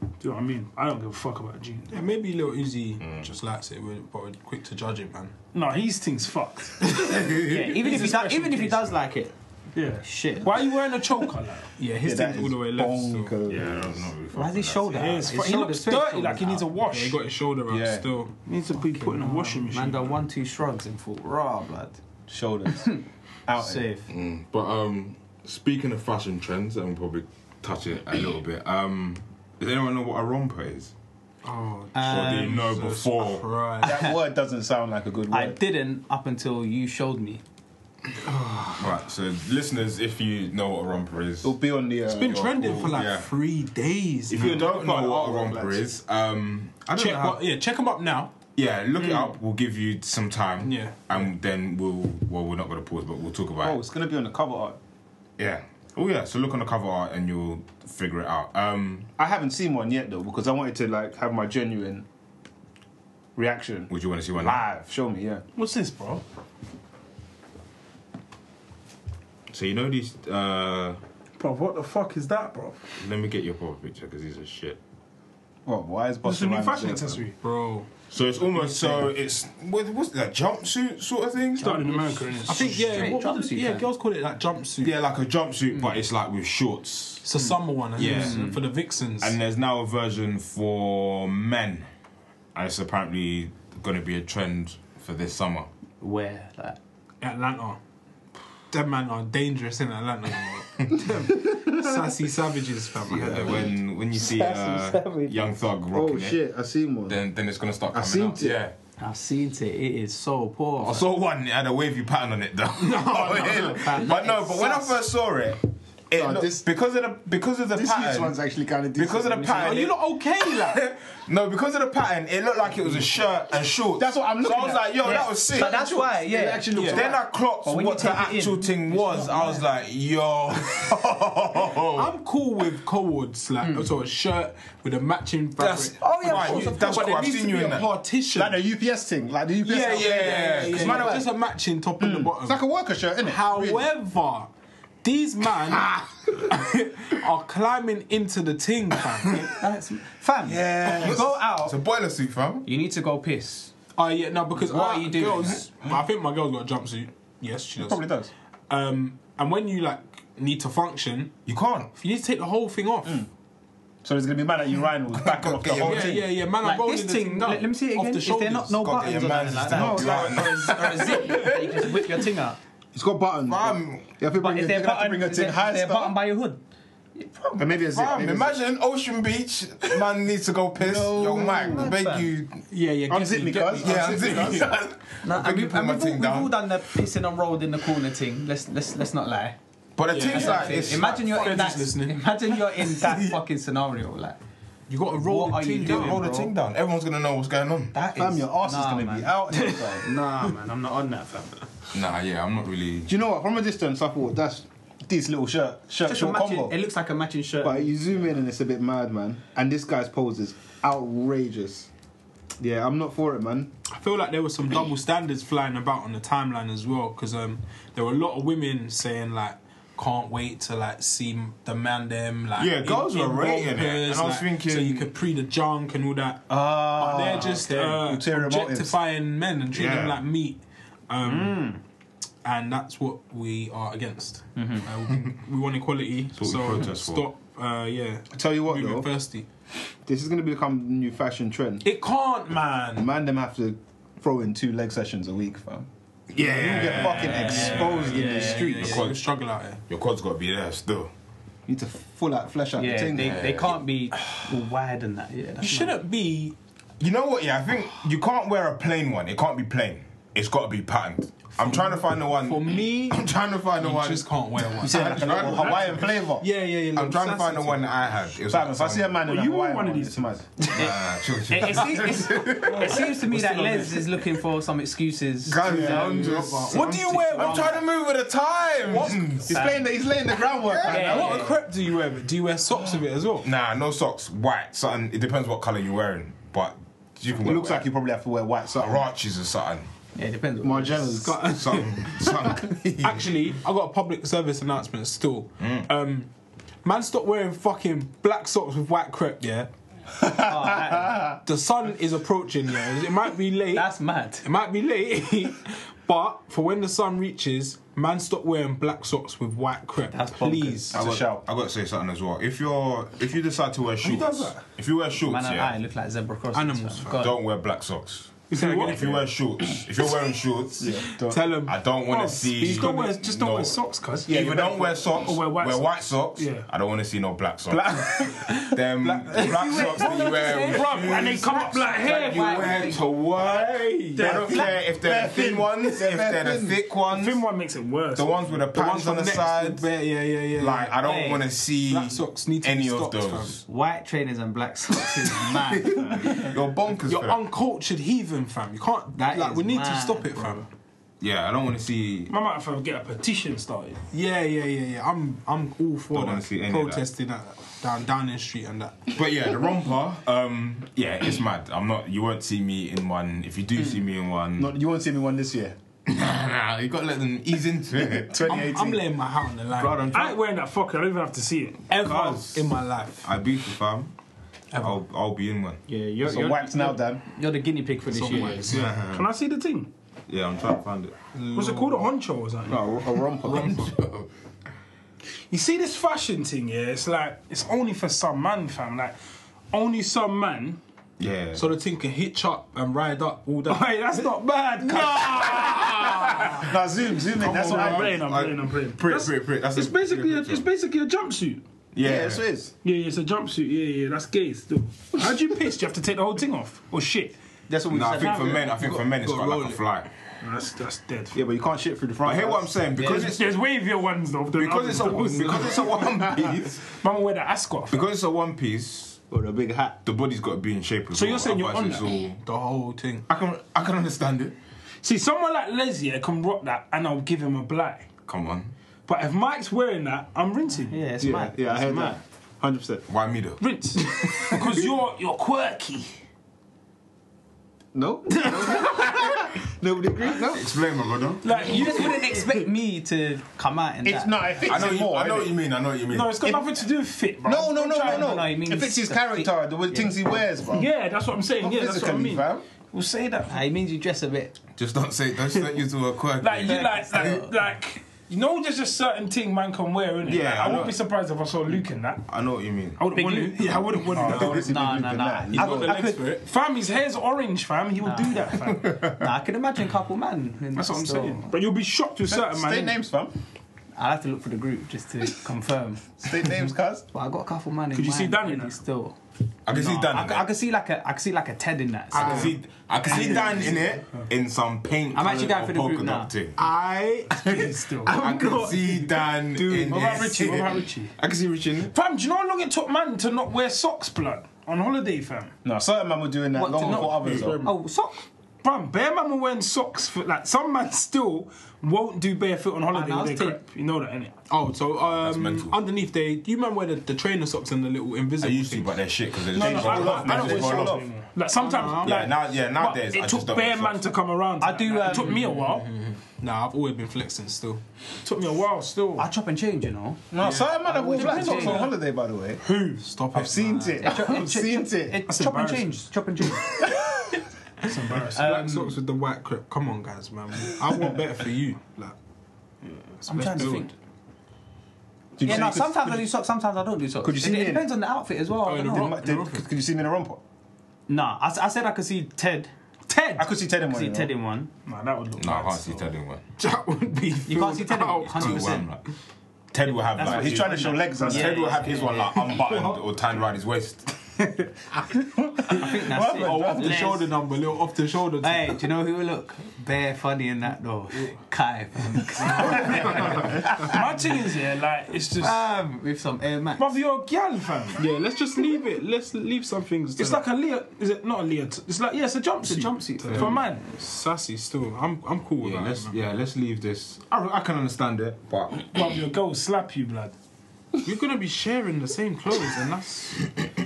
Speaker 9: Do you know what I mean? I don't give a fuck about jeans.
Speaker 7: Yeah, maybe Lil Uzi just likes it, we're- but we're quick to judge it, man.
Speaker 9: No, his thing's fucked. *laughs*
Speaker 5: Yeah, even if he does, even if he does like it,
Speaker 9: Yeah.
Speaker 5: shit.
Speaker 9: Why are you wearing a choker? Like?
Speaker 7: Yeah, his
Speaker 8: That
Speaker 7: thing's
Speaker 8: is
Speaker 7: all the way left. Still.
Speaker 8: bonkers.
Speaker 2: Yeah, I'm not really.
Speaker 5: Why is his shoulder? out? His
Speaker 9: But he
Speaker 5: shoulder's
Speaker 9: looks
Speaker 5: straight
Speaker 9: dirty,
Speaker 5: shoulders
Speaker 9: like he needs a
Speaker 5: out.
Speaker 9: wash.
Speaker 7: Yeah, he got his shoulder out
Speaker 8: Yeah.
Speaker 7: still.
Speaker 9: needs to be put in a washing machine.
Speaker 5: Man done one two shrugs and thought, raw blood, *laughs*
Speaker 8: Shoulders. Out. it.
Speaker 5: safe.
Speaker 2: But um, speaking of fashion trends, and we'll probably touch it a little bit. Um, does anyone know what a romper is? Um,
Speaker 7: Oh,
Speaker 2: or do you know before?
Speaker 7: right.
Speaker 8: That word doesn't sound like a good
Speaker 5: I
Speaker 8: word.
Speaker 5: didn't up until you showed me.
Speaker 2: Right. So, listeners, if you know what a romper is,
Speaker 8: It'll be on the. Uh,
Speaker 7: It's been trending for like
Speaker 2: Yeah.
Speaker 7: three days.
Speaker 8: If
Speaker 7: man.
Speaker 8: you don't
Speaker 2: Oh, don't know
Speaker 8: know
Speaker 2: what a
Speaker 8: romper
Speaker 2: romper
Speaker 8: is.
Speaker 2: is, um, I don't
Speaker 7: check,
Speaker 2: know how-
Speaker 7: what, yeah, check him up now.
Speaker 2: Yeah, look it up. We'll give you some time.
Speaker 7: Yeah.
Speaker 2: And then we'll well we're not gonna pause, but we'll talk about
Speaker 8: Oh,
Speaker 2: it.
Speaker 8: it's gonna be on the cover art.
Speaker 2: Yeah. Oh yeah. So look on the cover art and you'll figure it out. Um,
Speaker 8: I haven't seen one yet though because I wanted to like have my genuine reaction
Speaker 2: would you want to see one?
Speaker 8: live. Show me, yeah.
Speaker 9: What's this, bro?
Speaker 2: So you know these. Uh,
Speaker 9: Bro, what the fuck is that, bro?
Speaker 2: let me get your proper picture because these are shit.
Speaker 8: Well, why is
Speaker 9: This is a
Speaker 8: Buster
Speaker 9: new
Speaker 8: Rhymes
Speaker 9: fashion
Speaker 8: there?
Speaker 9: accessory.
Speaker 7: Bro.
Speaker 2: So it's almost so it's what, what's that jumpsuit sort of thing?
Speaker 7: Started in America, innit? I think, yeah,
Speaker 5: Straight
Speaker 7: what, what,
Speaker 5: jumpsuit
Speaker 7: yeah,
Speaker 5: fan.
Speaker 7: girls call it that jumpsuit.
Speaker 2: Yeah, like a jumpsuit, but it's like with shorts.
Speaker 7: It's a summer one,
Speaker 2: Yeah.
Speaker 7: yeah. for the vixens.
Speaker 2: And there's now a version for men, and it's apparently going to be a trend for this summer.
Speaker 5: Where like
Speaker 7: Atlanta. Them man are dangerous in Atlanta. you know. Them sassy savages, fam. I heard
Speaker 2: Yeah,
Speaker 7: that.
Speaker 2: when when you see
Speaker 8: Sassy
Speaker 2: uh,
Speaker 8: savage.
Speaker 2: Young Thug rocking
Speaker 8: Oh
Speaker 2: it,
Speaker 8: shit, I seen one.
Speaker 2: then then it's gonna start coming
Speaker 8: seen
Speaker 2: out.
Speaker 8: it.
Speaker 2: Yeah,
Speaker 5: I've seen it, it is so poor.
Speaker 2: I saw one. It had a wavy pattern on
Speaker 8: *laughs*
Speaker 2: it though. no, *laughs*
Speaker 5: fam,
Speaker 2: but
Speaker 5: that
Speaker 2: no.
Speaker 5: is
Speaker 2: But when I
Speaker 5: sus.
Speaker 2: first saw it, it
Speaker 8: No,
Speaker 2: looked-
Speaker 8: this-
Speaker 2: because of the because of the
Speaker 8: this
Speaker 2: pattern.
Speaker 8: week's one's actually kind of decent.
Speaker 2: because of the pattern,
Speaker 7: Are Oh, you
Speaker 2: it-
Speaker 7: not okay, like?
Speaker 2: no, because of the pattern, it looked like it was a shirt and shorts.
Speaker 8: That's what I'm
Speaker 2: So
Speaker 8: looking
Speaker 2: I was
Speaker 8: at.
Speaker 2: like, yo, that was sick.
Speaker 5: But that's why, yeah.
Speaker 8: It actually looks
Speaker 2: Then I clocked
Speaker 5: But when
Speaker 2: what
Speaker 5: you
Speaker 2: the
Speaker 5: take it
Speaker 2: actual
Speaker 5: in,
Speaker 2: thing was. I was like, yo.
Speaker 7: I'm cool with cords, like so a shirt with a matching fabric.
Speaker 2: That's- oh, yeah, of
Speaker 7: Right,
Speaker 2: course,
Speaker 7: you-
Speaker 2: of course.
Speaker 7: But
Speaker 2: I've
Speaker 7: there needs
Speaker 2: seen
Speaker 7: to
Speaker 2: you
Speaker 7: be
Speaker 2: in
Speaker 7: a
Speaker 2: that.
Speaker 7: partition.
Speaker 8: like the UPS thing, like the UPS.
Speaker 7: yeah, yeah,
Speaker 8: outfit.
Speaker 7: yeah.
Speaker 2: yeah,
Speaker 7: Because
Speaker 2: yeah.
Speaker 7: man, it's just a matching top and the bottom.
Speaker 8: It's like a worker shirt, isn't it?
Speaker 7: However, these man *laughs* are climbing into the ting, fam.
Speaker 5: That's, fam, you go out,
Speaker 2: It's a boiler suit, fam.
Speaker 5: you need to go piss.
Speaker 7: Oh yeah, no, because
Speaker 5: What
Speaker 7: uh,
Speaker 5: are you doing?
Speaker 7: Girls, I think my girl's got a jumpsuit. Yes, she does.
Speaker 8: probably does.
Speaker 7: Um, and when you like need to function,
Speaker 2: You can't.
Speaker 7: you need to take the whole thing off.
Speaker 8: So there's gonna be man at urinals back off the
Speaker 2: Okay,
Speaker 8: whole
Speaker 7: Yeah,
Speaker 8: thing.
Speaker 7: yeah, yeah. Man, I'm
Speaker 5: Like
Speaker 7: rolling
Speaker 5: this
Speaker 7: the
Speaker 5: thing,
Speaker 7: down
Speaker 5: let, let me see it
Speaker 7: off
Speaker 5: again.
Speaker 7: the
Speaker 5: Is there not
Speaker 7: shoulders.
Speaker 5: no
Speaker 2: Gotta get
Speaker 5: buttons
Speaker 2: your
Speaker 5: or
Speaker 2: man's
Speaker 5: nothing
Speaker 2: down.
Speaker 5: like
Speaker 8: Oh,
Speaker 5: that?
Speaker 2: No, like-
Speaker 5: or, is- or a zip that you just whip your thing out.
Speaker 8: It's got buttons.
Speaker 2: Fam.
Speaker 8: You have to
Speaker 5: But
Speaker 8: bring,
Speaker 5: is
Speaker 8: your,
Speaker 5: there
Speaker 8: you're
Speaker 5: a
Speaker 8: gonna have to
Speaker 5: button,
Speaker 8: bring your
Speaker 5: is
Speaker 8: thing
Speaker 5: there,
Speaker 8: high
Speaker 5: is there a
Speaker 8: stuff.
Speaker 5: button by your hood?
Speaker 8: And maybe it's it.
Speaker 2: Fam,
Speaker 8: maybe it's
Speaker 2: imagine Ocean Beach, man needs to go piss. Yo, Mike, I beg you.
Speaker 7: Yeah, yeah. get
Speaker 8: Unzip
Speaker 7: me,
Speaker 8: me,
Speaker 7: get
Speaker 8: cuz.
Speaker 7: me.
Speaker 2: Yeah, I'm
Speaker 8: Unzip
Speaker 2: doing
Speaker 8: me,
Speaker 2: it.
Speaker 8: cuz.
Speaker 5: Nah,
Speaker 2: Can
Speaker 5: and
Speaker 2: you
Speaker 5: we've,
Speaker 2: put
Speaker 5: and
Speaker 2: my
Speaker 5: we've
Speaker 2: thing
Speaker 5: all, we've
Speaker 2: down?
Speaker 5: all done the pissing and rolled in the corner thing. Let's let's let's not lie.
Speaker 2: But the thing's like, it's
Speaker 5: Imagine you're in
Speaker 7: friends
Speaker 5: that.
Speaker 7: is listening.
Speaker 5: Imagine you're in that fucking scenario. Like
Speaker 7: You got to roll
Speaker 5: What
Speaker 7: the
Speaker 5: are you
Speaker 7: ting
Speaker 5: doing?
Speaker 7: down.
Speaker 2: don't hold the
Speaker 5: bro.
Speaker 2: thing down. Everyone's gonna know what's going on.
Speaker 5: that is.
Speaker 8: Fam, your ass
Speaker 5: nah,
Speaker 8: is gonna
Speaker 5: man.
Speaker 8: be *laughs* out. there, fam.
Speaker 5: Nah, man, I'm not on that, fam.
Speaker 2: Nah, yeah, I'm not really.
Speaker 8: Do you know what? From a distance, I thought that's this little shirt, shirt
Speaker 5: Just a
Speaker 8: short
Speaker 5: matching,
Speaker 8: combo.
Speaker 5: It looks like a matching shirt.
Speaker 8: But you zoom in and it's a bit mad, man. And this guy's pose is outrageous. Yeah, I'm not for it, man.
Speaker 7: I feel like there were some double standards flying about on the timeline as well, because um, there were a lot of women saying like, "Can't wait to like see m- the man them." Like,
Speaker 2: Yeah, girls were rating it,
Speaker 7: bumpers,
Speaker 2: and I was thinking- Ah,
Speaker 7: so you could pre the junk and all that. but they're just uh,
Speaker 8: Ulterior motives.
Speaker 7: objectifying men and treating them
Speaker 2: Yeah.
Speaker 7: like
Speaker 2: Hmm.
Speaker 7: meat. Um, And that's what we are against. Uh, we, we want equality,
Speaker 2: what we
Speaker 7: so
Speaker 2: protest for.
Speaker 7: stop. Uh, yeah,
Speaker 8: I tell you what,
Speaker 7: moving
Speaker 8: though,
Speaker 7: thirsty.
Speaker 8: this is going to become the new fashion trend.
Speaker 7: It can't, man.
Speaker 8: Man, them have to throw in two leg sessions a week, fam. You
Speaker 2: Yeah.
Speaker 8: get fucking exposed in the streets.
Speaker 7: Yeah,
Speaker 2: Because-
Speaker 7: you struggle out here.
Speaker 2: Your cod's got to be there still.
Speaker 8: You need to full out flesh out
Speaker 5: Yeah,
Speaker 8: the thing.
Speaker 5: they, they can't be all wide and that. Yeah,
Speaker 7: You shouldn't be
Speaker 2: You know what? Yeah, I think you can't wear a plain one. It can't be plain. It's got to be patterned. I'm trying to find the one.
Speaker 7: for me.
Speaker 2: *laughs* I'm trying to find the
Speaker 7: You
Speaker 2: one.
Speaker 7: just can't wear one.
Speaker 8: Say like a little Hawaiian flavor.
Speaker 7: yeah, yeah, yeah.
Speaker 2: I'm trying to find the one that I had. It was
Speaker 8: Fam,
Speaker 2: like
Speaker 8: if I see a
Speaker 2: some-
Speaker 8: man in a
Speaker 9: you were
Speaker 8: Hawaiian
Speaker 9: one of these
Speaker 8: it's mad.
Speaker 2: Nah, chill, chill.
Speaker 5: It, it seems- it's- it seems to me that Les is looking for some excuses.
Speaker 2: Guys,
Speaker 5: to-
Speaker 2: I'm just-
Speaker 7: What do you wear?
Speaker 2: I'm trying to move with the times.
Speaker 8: He's laying, the, he's laying the groundwork. man.
Speaker 5: Yeah,
Speaker 7: What crepe do you wear? with- Do you wear socks with it as well?
Speaker 2: Nah, no socks. White, something. It depends what color you're wearing, but you can.
Speaker 8: It
Speaker 2: Wear
Speaker 8: looks like you probably have to wear white socks.
Speaker 2: Arachis or something.
Speaker 5: yeah, it depends. what-
Speaker 8: Margellas. *laughs*
Speaker 2: Something. something.
Speaker 7: Actually, I got a public service announcement still. Um, man, stop wearing fucking black socks with white crepe. Yeah,
Speaker 5: Oh, that-
Speaker 7: the sun is approaching. Yeah, it might be late.
Speaker 5: that's mad.
Speaker 7: It might be late, *laughs* but for when the sun reaches, man, stop wearing black socks with white crepe.
Speaker 5: That's bonkers.
Speaker 7: please.
Speaker 8: That's a
Speaker 2: *laughs*
Speaker 8: shout.
Speaker 2: I got to say something as well. If you're, if you decide to wear shorts, if you wear shorts,
Speaker 5: Man and
Speaker 2: yeah,
Speaker 5: I look like zebra crossings.
Speaker 7: Animals,
Speaker 5: fam.
Speaker 7: fam.
Speaker 5: God.
Speaker 2: don't wear black socks.
Speaker 7: Say what?
Speaker 2: If you wear shorts, if you're wearing
Speaker 8: *laughs*
Speaker 2: shorts,
Speaker 7: Tell him.
Speaker 2: I don't want to see.
Speaker 7: Just don't wear, just don't
Speaker 2: no-
Speaker 7: wear socks, cuz.
Speaker 2: Either don't wear socks
Speaker 9: Or wear white socks.
Speaker 2: socks.
Speaker 9: Yeah.
Speaker 2: I don't want to see no black socks. *laughs* Them black, socks that you wear. with
Speaker 9: Bruv, and they come up like hair.
Speaker 2: you wear to work. They don't care if they're the thin ones, if they're the thick ones,
Speaker 9: Thin one makes it worse.
Speaker 2: the ones with the patterns on the side.
Speaker 7: Yeah, yeah, yeah, yeah.
Speaker 2: Like I don't
Speaker 5: Hey,
Speaker 2: want to see
Speaker 7: black socks need to
Speaker 2: any
Speaker 7: be
Speaker 2: of
Speaker 7: stopped,
Speaker 2: those.
Speaker 5: White trainers and black socks
Speaker 8: *laughs*
Speaker 5: is mad. fam.
Speaker 2: You're bonkers. for
Speaker 7: You're
Speaker 2: that.
Speaker 7: uncultured heathen, fam. You can't.
Speaker 5: That
Speaker 7: like,
Speaker 5: is
Speaker 7: we need to
Speaker 5: mad,
Speaker 7: stop it,
Speaker 5: bro.
Speaker 7: fam.
Speaker 2: yeah, I don't want to see.
Speaker 9: I might have to get a petition started.
Speaker 7: Yeah, yeah, yeah, yeah. I'm, I'm all for
Speaker 2: Don't wanna
Speaker 7: that.
Speaker 2: see any of that.
Speaker 7: protesting that. down Downing Street and that.
Speaker 2: But yeah, the romper. Um, yeah, it's mad. I'm not. You won't see me in one. If you do see me in one,
Speaker 8: Not, you won't see me one this year.
Speaker 2: *laughs* nah, you gotta let them ease into
Speaker 9: *laughs*
Speaker 2: it.
Speaker 8: 2018.
Speaker 7: I'm, I'm laying my hat on the line.
Speaker 2: Bro, I'm
Speaker 9: I
Speaker 2: trying.
Speaker 9: ain't wearing that fucker. I don't even have to see it.
Speaker 7: ever
Speaker 2: Cuz.
Speaker 7: in my life.
Speaker 2: I beat the fam. I'll, I'll be in one.
Speaker 5: yeah, you're,
Speaker 8: so
Speaker 5: you're,
Speaker 8: wiped now, Dan.
Speaker 5: you're the guinea pig for this year.
Speaker 9: Can I see the thing?
Speaker 2: Yeah, I'm trying to find it.
Speaker 9: What's it called? A honcho or something?
Speaker 8: No, a *laughs* romper.
Speaker 9: You see this fashion thing, yeah? It's like it's only for some man, fam. Like only some man. *laughs*
Speaker 2: Yeah.
Speaker 7: So the thing can hitch up and ride up all that. *laughs*
Speaker 9: Wait, that's not bad.
Speaker 8: now zoom, zoom in. That's
Speaker 9: That's
Speaker 8: what
Speaker 9: what I'm
Speaker 8: I
Speaker 9: playing. I'm playing. I'm playing.
Speaker 2: Print, print, print. That's
Speaker 9: It's
Speaker 2: a-
Speaker 9: basically a,
Speaker 2: print
Speaker 9: it's
Speaker 2: picture.
Speaker 9: basically a jumpsuit.
Speaker 2: yeah.
Speaker 8: Yeah, so it is.
Speaker 9: Yeah, yeah, it's a jumpsuit. Yeah, yeah, that's gay still. How do you pitch? Do you have to take the whole thing off? Or shit?
Speaker 8: That's what we
Speaker 2: Nah, I
Speaker 8: said.
Speaker 2: think for men, I think for men, it's
Speaker 7: gotta
Speaker 2: got like
Speaker 7: roll
Speaker 2: a
Speaker 7: it.
Speaker 2: fly.
Speaker 9: That's that's dead.
Speaker 8: Yeah, but you can't shit through the front.
Speaker 2: But hear what I'm
Speaker 8: That's-
Speaker 2: saying because it's
Speaker 9: There's wavier ones though. than
Speaker 2: because it's a
Speaker 9: others.
Speaker 2: because it's a
Speaker 9: *laughs*
Speaker 2: one piece
Speaker 9: Mama wear the ascot.
Speaker 2: because it's a one piece.
Speaker 8: Or a big hat.
Speaker 2: The body's got to be in shape. As
Speaker 9: So you're
Speaker 2: well,
Speaker 9: saying you're
Speaker 2: otherwise
Speaker 9: on
Speaker 2: it's all-
Speaker 7: the whole thing.
Speaker 2: I can I can understand it.
Speaker 9: See, someone like Lesia can rock that, and I'll give him a black.
Speaker 2: Come on,
Speaker 9: But if Mike's wearing that, I'm rinsing.
Speaker 5: Yeah, it's
Speaker 8: Yeah,
Speaker 5: mad.
Speaker 8: yeah, I
Speaker 5: It's
Speaker 8: heard
Speaker 5: mad.
Speaker 8: that. Hundred percent.
Speaker 2: why me though?
Speaker 9: Rinse. because you're you're quirky.
Speaker 8: No. *laughs* Nobody agrees. No.
Speaker 2: Explain, my brother.
Speaker 9: Like
Speaker 5: You
Speaker 9: you.
Speaker 5: just wouldn't expect me to come out in that.
Speaker 8: It's not. It fits
Speaker 2: I know
Speaker 8: him
Speaker 2: you,
Speaker 8: more.
Speaker 2: I know what
Speaker 8: innit?
Speaker 2: you mean. I know what you mean.
Speaker 9: No, it's got nothing to do with fit, bro.
Speaker 8: No, no, no,
Speaker 9: Don't try
Speaker 8: no,
Speaker 9: and-
Speaker 8: no.
Speaker 5: no, he means
Speaker 8: it fits his
Speaker 5: the fit.
Speaker 8: character, the things he wears, bro.
Speaker 9: Yeah, that's what I'm saying.
Speaker 8: Not
Speaker 9: Yeah, that's what I
Speaker 8: physically,
Speaker 9: mean. Oh,
Speaker 8: fam.
Speaker 9: We'll say that.
Speaker 5: Ah, it means you dress a bit.
Speaker 2: Just don't say. Don't say you to a quirk.
Speaker 9: Like you, like,
Speaker 5: Yeah.
Speaker 9: like, like, you know, there's a certain thing man can wear, innit?
Speaker 2: Yeah,
Speaker 9: Like,
Speaker 2: I
Speaker 9: I won't
Speaker 2: know.
Speaker 9: be surprised if I saw Luke in that.
Speaker 2: I know what you mean.
Speaker 9: I wouldn't
Speaker 5: Big
Speaker 9: want
Speaker 5: Luke?
Speaker 9: it. Yeah, I wouldn't want it.
Speaker 8: Obviously,
Speaker 5: Nah,
Speaker 8: we've
Speaker 5: nah,
Speaker 8: been
Speaker 5: nah.
Speaker 8: lying.
Speaker 5: He's
Speaker 8: I
Speaker 7: got the
Speaker 8: could- I
Speaker 7: legs
Speaker 8: could-
Speaker 7: for it.
Speaker 9: Fam, his hair's orange, fam. He will do that, fam.
Speaker 5: Nah, I can imagine a couple man. in
Speaker 9: That's what I'm
Speaker 5: store.
Speaker 9: saying. But you'll be shocked with certain man.
Speaker 8: State
Speaker 9: innit?
Speaker 8: names, fam.
Speaker 5: I'll have to look for the group just to confirm.
Speaker 8: State names, cuz.
Speaker 5: But I got a couple man in
Speaker 9: Could you
Speaker 5: mind
Speaker 9: see Dan in
Speaker 5: already
Speaker 9: that?
Speaker 5: still?
Speaker 2: I can see Dan.
Speaker 5: I,
Speaker 2: in
Speaker 5: c-
Speaker 2: it.
Speaker 5: I can see like a I can see like a Ted in that.
Speaker 2: I can
Speaker 5: so-
Speaker 2: see I can see Dan in it in some pink.
Speaker 5: I'm actually
Speaker 2: coloured
Speaker 5: down for
Speaker 2: or
Speaker 5: the
Speaker 2: polka
Speaker 5: group now.
Speaker 2: dot thing.
Speaker 7: I
Speaker 9: Still.
Speaker 2: I can see Dan in
Speaker 9: What about
Speaker 2: it.
Speaker 9: Richie? What about Richie?
Speaker 2: I can see Richie. in it.
Speaker 9: Fam, do you know how long it took man to not wear socks, blood? On holiday, fam.
Speaker 8: No, certain man were doing that
Speaker 5: What,
Speaker 8: long
Speaker 5: to not-
Speaker 8: before others. though.
Speaker 5: Oh, sock.
Speaker 9: Bruh, bare man will wearing socks for like some man still won't do barefoot on holiday
Speaker 7: And I
Speaker 9: with
Speaker 7: was
Speaker 9: their
Speaker 7: take-
Speaker 9: crep. You know that, innit?
Speaker 7: Oh, so um,
Speaker 2: mental.
Speaker 7: underneath they, you man wear the, the trainer socks and the little
Speaker 2: I
Speaker 7: invisible.
Speaker 2: used to,
Speaker 7: things.
Speaker 2: but they're shit because they're
Speaker 9: No, no,
Speaker 2: just
Speaker 9: I,
Speaker 2: fall
Speaker 9: I,
Speaker 2: off.
Speaker 9: I
Speaker 2: They
Speaker 9: don't
Speaker 2: just
Speaker 9: wear
Speaker 2: fall
Speaker 9: socks
Speaker 2: off.
Speaker 9: anymore. Like sometimes,
Speaker 2: Yeah,
Speaker 9: like,
Speaker 2: now, yeah,
Speaker 9: but
Speaker 2: nowadays I
Speaker 9: it
Speaker 2: just
Speaker 9: took
Speaker 2: don't.
Speaker 9: bare
Speaker 2: wear
Speaker 9: man
Speaker 2: socks.
Speaker 9: to come around. to
Speaker 5: I
Speaker 9: that.
Speaker 5: do,
Speaker 9: Like,
Speaker 5: um,
Speaker 9: it took me a while.
Speaker 7: Nah, I've always been flexing still.
Speaker 9: took me a while still.
Speaker 5: I chop and change, you know.
Speaker 8: No, certain man have worn black
Speaker 5: depends
Speaker 8: socks
Speaker 5: on-
Speaker 8: on holiday, by the way.
Speaker 7: Stop
Speaker 8: I've
Speaker 7: it.
Speaker 8: seen it. I've seen it.
Speaker 5: It's chop and change. Chop and change.
Speaker 7: It's embarrassing. Black socks with the white crep. Come on, guys, man. I *laughs* want better for you. Like,
Speaker 5: I'm trying to
Speaker 7: build.
Speaker 5: think. Yeah, no, sometimes I do socks, sometimes I don't do socks.
Speaker 8: Could you see
Speaker 5: it,
Speaker 8: me
Speaker 5: it
Speaker 8: in-
Speaker 5: depends on the outfit as
Speaker 9: Oh,
Speaker 5: well. I don't
Speaker 7: in a
Speaker 5: know.
Speaker 7: rock?
Speaker 8: Did, could, could you see me in a romper?
Speaker 5: Nah, I, s- I said I could see Ted.
Speaker 9: Ted.
Speaker 8: I could see Ted in
Speaker 5: I could
Speaker 8: one.
Speaker 5: see
Speaker 8: you
Speaker 5: Ted
Speaker 8: know.
Speaker 5: in one.
Speaker 9: nah,
Speaker 2: *laughs*
Speaker 9: that would look.
Speaker 2: No, I
Speaker 9: bad,
Speaker 2: can't see
Speaker 9: so.
Speaker 2: Ted in one.
Speaker 7: That would be.
Speaker 5: You can't see Ted in
Speaker 7: filled
Speaker 5: one.
Speaker 7: out.
Speaker 2: Two
Speaker 5: 100%.
Speaker 2: one, like. Ted will have like
Speaker 8: He's
Speaker 2: his-
Speaker 8: trying to show legs. and
Speaker 2: Ted
Speaker 8: stuff.
Speaker 2: will have his one like unbuttoned or tied around his waist.
Speaker 5: I think that's
Speaker 8: happened?
Speaker 7: Off the
Speaker 5: it.
Speaker 7: shoulder number, little off the shoulder.
Speaker 5: Hey, do you know who will look bare funny in that though? Kai.
Speaker 9: My thing is, yeah, like it's just.
Speaker 5: um, with some Air Max.
Speaker 9: Brother, you're a gal, fam.
Speaker 7: Yeah, let's just leave it. Let's leave some things.
Speaker 9: It's
Speaker 7: to-
Speaker 9: like a lea. Is it not a leot? It's like yeah, it's a jumpsuit.
Speaker 7: jumpsuit.
Speaker 9: for a man.
Speaker 7: sassy still. I'm I'm cool with
Speaker 2: Yeah,
Speaker 7: that.
Speaker 2: let's
Speaker 7: man.
Speaker 2: yeah, let's leave this. I, I can understand it, but
Speaker 9: Brother, your girl slap you, blood.
Speaker 7: You're gonna be sharing the same clothes, and *laughs* that's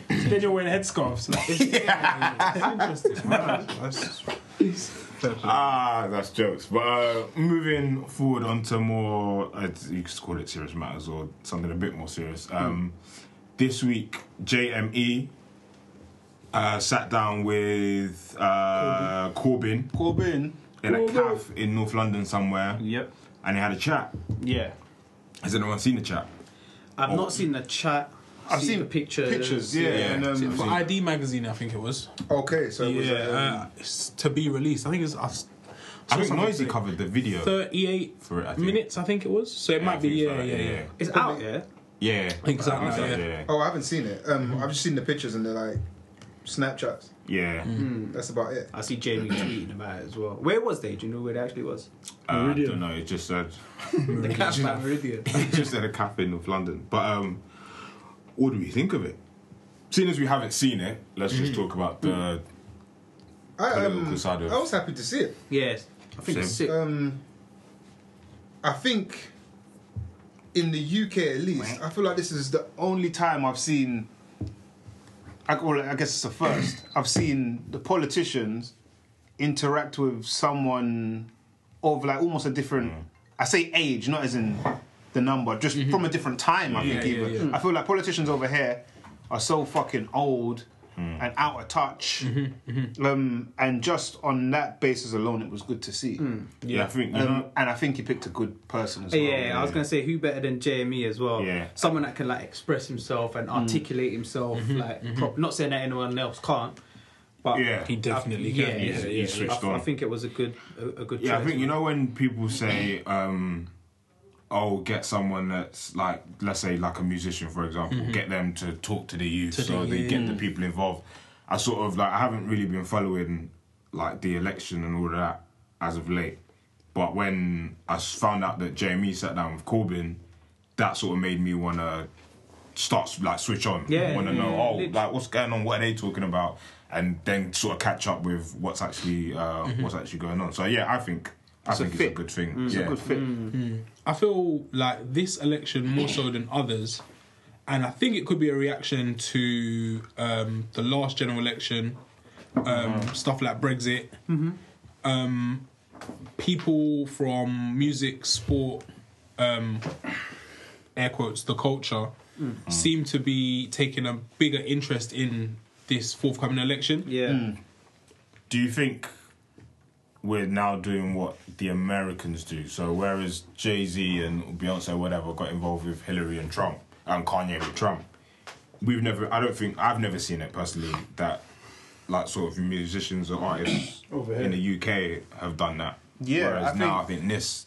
Speaker 9: Then you're wearing headscarves. Like,
Speaker 7: it's, yeah, it's interesting. man. That's, that's fair play.
Speaker 2: ah, that's jokes. But uh, moving forward onto more, uh, you could call it serious matters or something a bit more
Speaker 7: Hmm.
Speaker 2: serious. Um, This week, JME uh, sat down with uh, Corbyn
Speaker 8: Corbyn.
Speaker 2: in a cafe in North London somewhere,
Speaker 5: Yep.
Speaker 2: and they had a chat.
Speaker 5: Yeah.
Speaker 2: Has anyone seen the chat?
Speaker 5: I've not seen the chat.
Speaker 8: I've seen Pictures. Yeah.
Speaker 2: Yeah.
Speaker 8: And,
Speaker 2: Seen
Speaker 7: For
Speaker 8: um,
Speaker 7: ID magazine, I think it was.
Speaker 8: okay, so it was.
Speaker 7: Yeah,
Speaker 8: uh,
Speaker 7: uh, it's to be released. I think it's us.
Speaker 2: I think
Speaker 7: something
Speaker 2: Noisy
Speaker 7: for it.
Speaker 2: covered the video.
Speaker 7: Thirty-eight
Speaker 2: For it, I think.
Speaker 7: minutes, I think it was. So it
Speaker 2: Yeah, I
Speaker 7: might be.
Speaker 2: think so,
Speaker 7: Yeah, yeah, yeah.
Speaker 5: It's out, yeah?
Speaker 2: yeah, yeah.
Speaker 7: Exactly,
Speaker 2: Yeah,
Speaker 7: yeah.
Speaker 2: yeah.
Speaker 11: Oh, I haven't seen it. Um, I've just seen the pictures and they're like Snapchats.
Speaker 2: Yeah.
Speaker 7: Hmm.
Speaker 2: Uh,
Speaker 11: That's about it.
Speaker 5: I see Jamie tweeting about it as well. Where was they? Do you know where they actually was?
Speaker 2: Uh, I don't know. It just uh, said
Speaker 5: The cafe at Meridian.
Speaker 2: *laughs* it just said a cafe in North London. But um, what do we think of it? Seeing as we haven't seen it, let's just talk about the
Speaker 11: I, um,
Speaker 2: political side of.
Speaker 11: I was happy to see it.
Speaker 5: Yes. I think it's sick.
Speaker 11: Um, I think in the UK at least, I feel like this is the
Speaker 8: only time I've seen, I, well, I guess it's
Speaker 7: *clears throat*
Speaker 8: the first, I've seen the politicians interact with someone of like almost a different,
Speaker 7: Mm.
Speaker 8: I say age, not as in the number, just from a different time, I think,
Speaker 7: Mm-hmm. yeah,
Speaker 8: even. I feel like politicians over here are so fucking old
Speaker 7: Mm.
Speaker 8: and out of touch.
Speaker 7: Mm-hmm,
Speaker 8: Um, and just on that basis alone, it was good to see.
Speaker 7: Mm.
Speaker 2: yeah, I think you
Speaker 8: Um,
Speaker 2: know.
Speaker 8: and I think he picked a good person as well.
Speaker 5: yeah, I was gonna say who better than JME as well.
Speaker 2: Yeah. Mm.
Speaker 5: Someone that can like express himself and articulate himself, like prop- not saying that anyone else can't, but
Speaker 2: Yeah,
Speaker 7: He definitely
Speaker 5: I,
Speaker 7: can.
Speaker 5: yeah,
Speaker 2: He-
Speaker 5: yeah,
Speaker 2: he
Speaker 5: yeah.
Speaker 2: switched
Speaker 5: I, th-
Speaker 2: on.
Speaker 5: I think it was a good, a, a good.
Speaker 2: yeah. I
Speaker 5: choice.
Speaker 2: think you know when people say, um, "Oh, get someone that's like, let's say, like a musician, for example, get them to talk Mm-hmm. to the youth, so they get the people involved." I sort of like I haven't really been following like the election and all of that as of late, but when I s- found out that Jamie sat down with Corbyn, that sort of made me want to start like switch on.
Speaker 5: Yeah,
Speaker 2: want to
Speaker 5: yeah,
Speaker 2: know
Speaker 5: yeah,
Speaker 2: oh
Speaker 5: lit-
Speaker 2: like what's going on, what are they talking about, and then sort of catch up with what's actually uh, what's actually going on. So yeah, I think I think it's a
Speaker 8: fit.
Speaker 2: good thing. yeah.
Speaker 8: Good fit.
Speaker 7: I feel like this election more so than others, and I think it could be a reaction to um, the last general election, um,
Speaker 2: Uh-huh.
Speaker 7: stuff like Brexit. Um, people from music, sport, um, air quotes, the culture,
Speaker 2: Mm.
Speaker 7: seem to be taking a bigger interest in this forthcoming election.
Speaker 5: Yeah.
Speaker 2: mm. Do you think we're now doing what the Americans do? So whereas Jay Z and Beyonce, whatever, got involved with Hillary and Trump and Kanye with Trump, we've never. I don't think I've never seen it personally that like sort of musicians or artists in the UK have done that.
Speaker 8: Yeah,
Speaker 2: Whereas
Speaker 8: I
Speaker 2: now I think this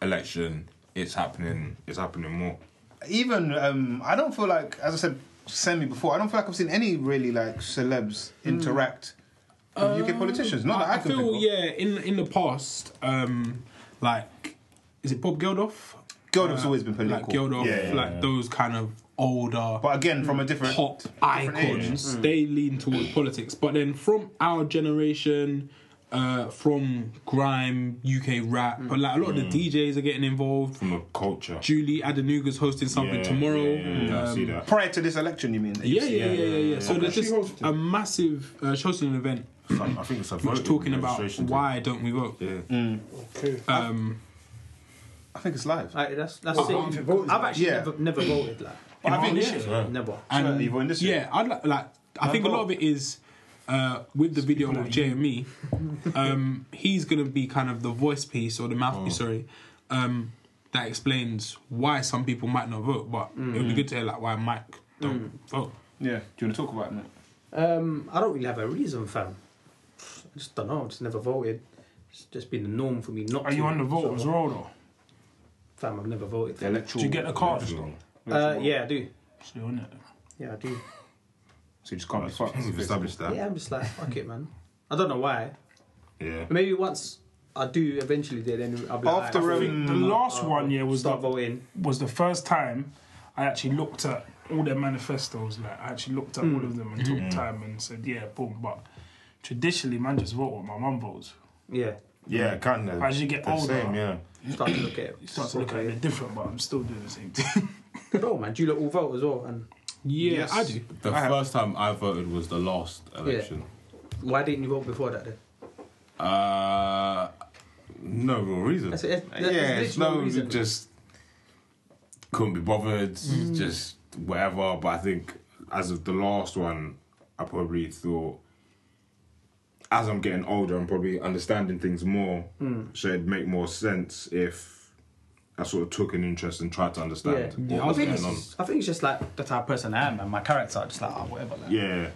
Speaker 2: election, it's happening. It's happening more.
Speaker 8: even um, I don't feel like, as I said, semi before, I don't feel like I've seen any really like celebs interact with UK politicians. Not that Hmm. Um, I,
Speaker 7: I, I
Speaker 8: can
Speaker 7: feel
Speaker 8: think of.
Speaker 7: Oh, yeah. In in the past, um, like is it Bob Geldof?
Speaker 8: Geldof's always been
Speaker 7: Like
Speaker 8: political.
Speaker 7: Geldof,
Speaker 2: Yeah, yeah,
Speaker 7: like
Speaker 2: yeah.
Speaker 7: those kind of older
Speaker 8: but again, from a different
Speaker 7: pop icons. They lean towards politics, but then from our generation, uh, from grime, UK rap, but like a lot of the DJs are getting involved.
Speaker 12: From the culture.
Speaker 7: Julie Adenuga's hosting something
Speaker 12: Yeah,
Speaker 7: tomorrow. um,
Speaker 12: yeah, yeah, yeah, I see that.
Speaker 8: Prior to this election, you mean? that you
Speaker 7: Yeah,
Speaker 8: see?
Speaker 7: yeah, yeah, yeah, yeah. So there's just a massive uh, she hosted an event.
Speaker 12: Some- I think it's a
Speaker 7: Which
Speaker 12: voting
Speaker 7: talking about
Speaker 12: registration
Speaker 7: why Mm. don't we vote? Yeah.
Speaker 13: Okay.
Speaker 7: Um,
Speaker 8: I think it's live.
Speaker 5: Like, that's that's
Speaker 7: Oh,
Speaker 5: it.
Speaker 7: I've voted.
Speaker 5: I've actually
Speaker 7: Yeah.
Speaker 5: never, never voted like.
Speaker 7: But I think-
Speaker 5: yeah. never.
Speaker 8: um,
Speaker 7: And yeah, I like. like I think a lot of it is uh, with the video of
Speaker 2: *laughs*
Speaker 7: JME. Um, he's gonna be kind of the voice piece or the mouthpiece,
Speaker 2: Oh.
Speaker 7: sorry, um, that explains why some people might not vote. But it
Speaker 2: Mm.
Speaker 7: would be good to hear like why Mike don't vote.
Speaker 8: Yeah. Do you want to talk about it? mate?
Speaker 5: Um, I don't really have a reason, fam. I just don't know. I just never voted. It's just been the norm for me not.
Speaker 9: Are
Speaker 5: to.
Speaker 9: you on the voters'
Speaker 5: So,
Speaker 9: roll though?
Speaker 5: Fam, I've never voted.
Speaker 8: The electoral.
Speaker 9: Do you get the cards
Speaker 12: though?
Speaker 5: Uh, yeah, I do.
Speaker 9: So you're on it.
Speaker 5: Yeah, I do.
Speaker 8: So you just can't be fucked.
Speaker 12: We've established that.
Speaker 5: Yeah, I'm just like fuck it, man. I don't know why.
Speaker 12: Yeah.
Speaker 5: Maybe once I do eventually, then I'll be like, "Alright,
Speaker 8: After,
Speaker 9: I
Speaker 5: I'll
Speaker 9: think the last one yeah was
Speaker 5: start
Speaker 9: the,
Speaker 5: voting.
Speaker 9: was the first time I actually looked at all their manifestos. Like I actually looked at
Speaker 7: Mm.
Speaker 9: all of them and took time and said, yeah, boom. But traditionally, man, just vote what my mum votes.
Speaker 5: Yeah,
Speaker 12: Yeah, kind of.
Speaker 9: As you get
Speaker 12: the
Speaker 9: older.
Speaker 12: Same, yeah.
Speaker 5: start to look at it.
Speaker 9: You start to look at it different, but I'm still doing the same thing.
Speaker 5: Good old man. Do you lot all vote as well? And
Speaker 7: Yeah, I do.
Speaker 2: The first time I voted was the last election.
Speaker 5: why didn't you vote before that then?
Speaker 2: Uh, no real reason.
Speaker 5: That's it. There's,
Speaker 2: yeah,
Speaker 5: there's
Speaker 2: it's
Speaker 5: literally
Speaker 2: no,
Speaker 5: no reason.
Speaker 2: just couldn't be bothered,
Speaker 5: Mm.
Speaker 2: just whatever. But I think as of the last one, I probably thought, as I'm getting older, I'm probably understanding things more,
Speaker 5: Mm.
Speaker 2: so it'd make more sense if I sort of took an interest and tried to
Speaker 5: Yeah.
Speaker 2: understand
Speaker 5: I,
Speaker 2: what was
Speaker 5: think it's
Speaker 2: going on.
Speaker 5: just, I think it's just like the type of person I am, and my character. I'm just like, oh, whatever. Like,
Speaker 2: Yeah,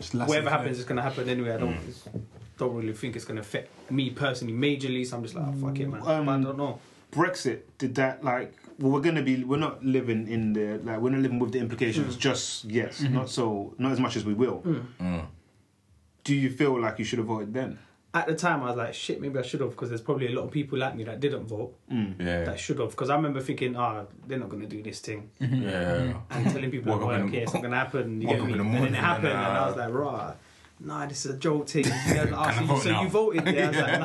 Speaker 2: Mm.
Speaker 5: whatever happens is gonna happen anyway. I don't it's- don't really think it's gonna affect me personally majorly. So I'm just like, oh, fuck it, man.
Speaker 2: Mm.
Speaker 8: Um,
Speaker 5: I don't know.
Speaker 8: Brexit did that like well, we're gonna be we're not living in the like we're not living with the implications
Speaker 7: Mm.
Speaker 8: just yet
Speaker 7: Mm-hmm.
Speaker 8: not so not as much as we will. Do you feel like you should have voted then?
Speaker 5: At the time, I was like, shit, maybe I should have because there's probably a lot of people like me that didn't vote
Speaker 2: yeah,
Speaker 5: that should have. Because I remember thinking, ah, they're not gonna do this thing,
Speaker 2: Mm. yeah.
Speaker 5: and telling people at
Speaker 2: Woke up in
Speaker 5: work,
Speaker 2: the-
Speaker 5: yeah, it's not gonna happen. You
Speaker 2: woke
Speaker 5: get
Speaker 2: up
Speaker 5: me?
Speaker 2: in the
Speaker 5: And then
Speaker 2: morning
Speaker 5: it
Speaker 2: and,
Speaker 5: happened, and, I
Speaker 2: uh,
Speaker 5: was like, rah, nah, this is a joke thing. And I asked
Speaker 12: I
Speaker 5: you,
Speaker 12: vote
Speaker 5: so
Speaker 12: now?"
Speaker 5: you voted, yeah? I was like,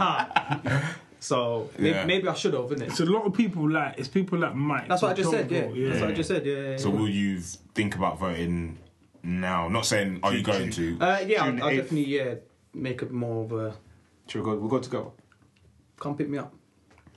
Speaker 5: nah. So may-
Speaker 2: Yeah.
Speaker 5: maybe I should have,
Speaker 9: it's
Speaker 5: innit?
Speaker 9: a lot of people like it's people like Mike.
Speaker 5: That's what I
Speaker 9: who
Speaker 5: just
Speaker 9: don't
Speaker 5: said, yeah.
Speaker 9: vote,
Speaker 5: That's what I just said, yeah. Uh, yeah, yeah.
Speaker 2: So will you think about voting now? Not saying are you going to?
Speaker 5: Uh, yeah,
Speaker 8: June
Speaker 5: I'll, I'll
Speaker 8: 8th.
Speaker 5: definitely yeah make it more of a
Speaker 8: Should we go? We'll go together.
Speaker 5: come pick me up.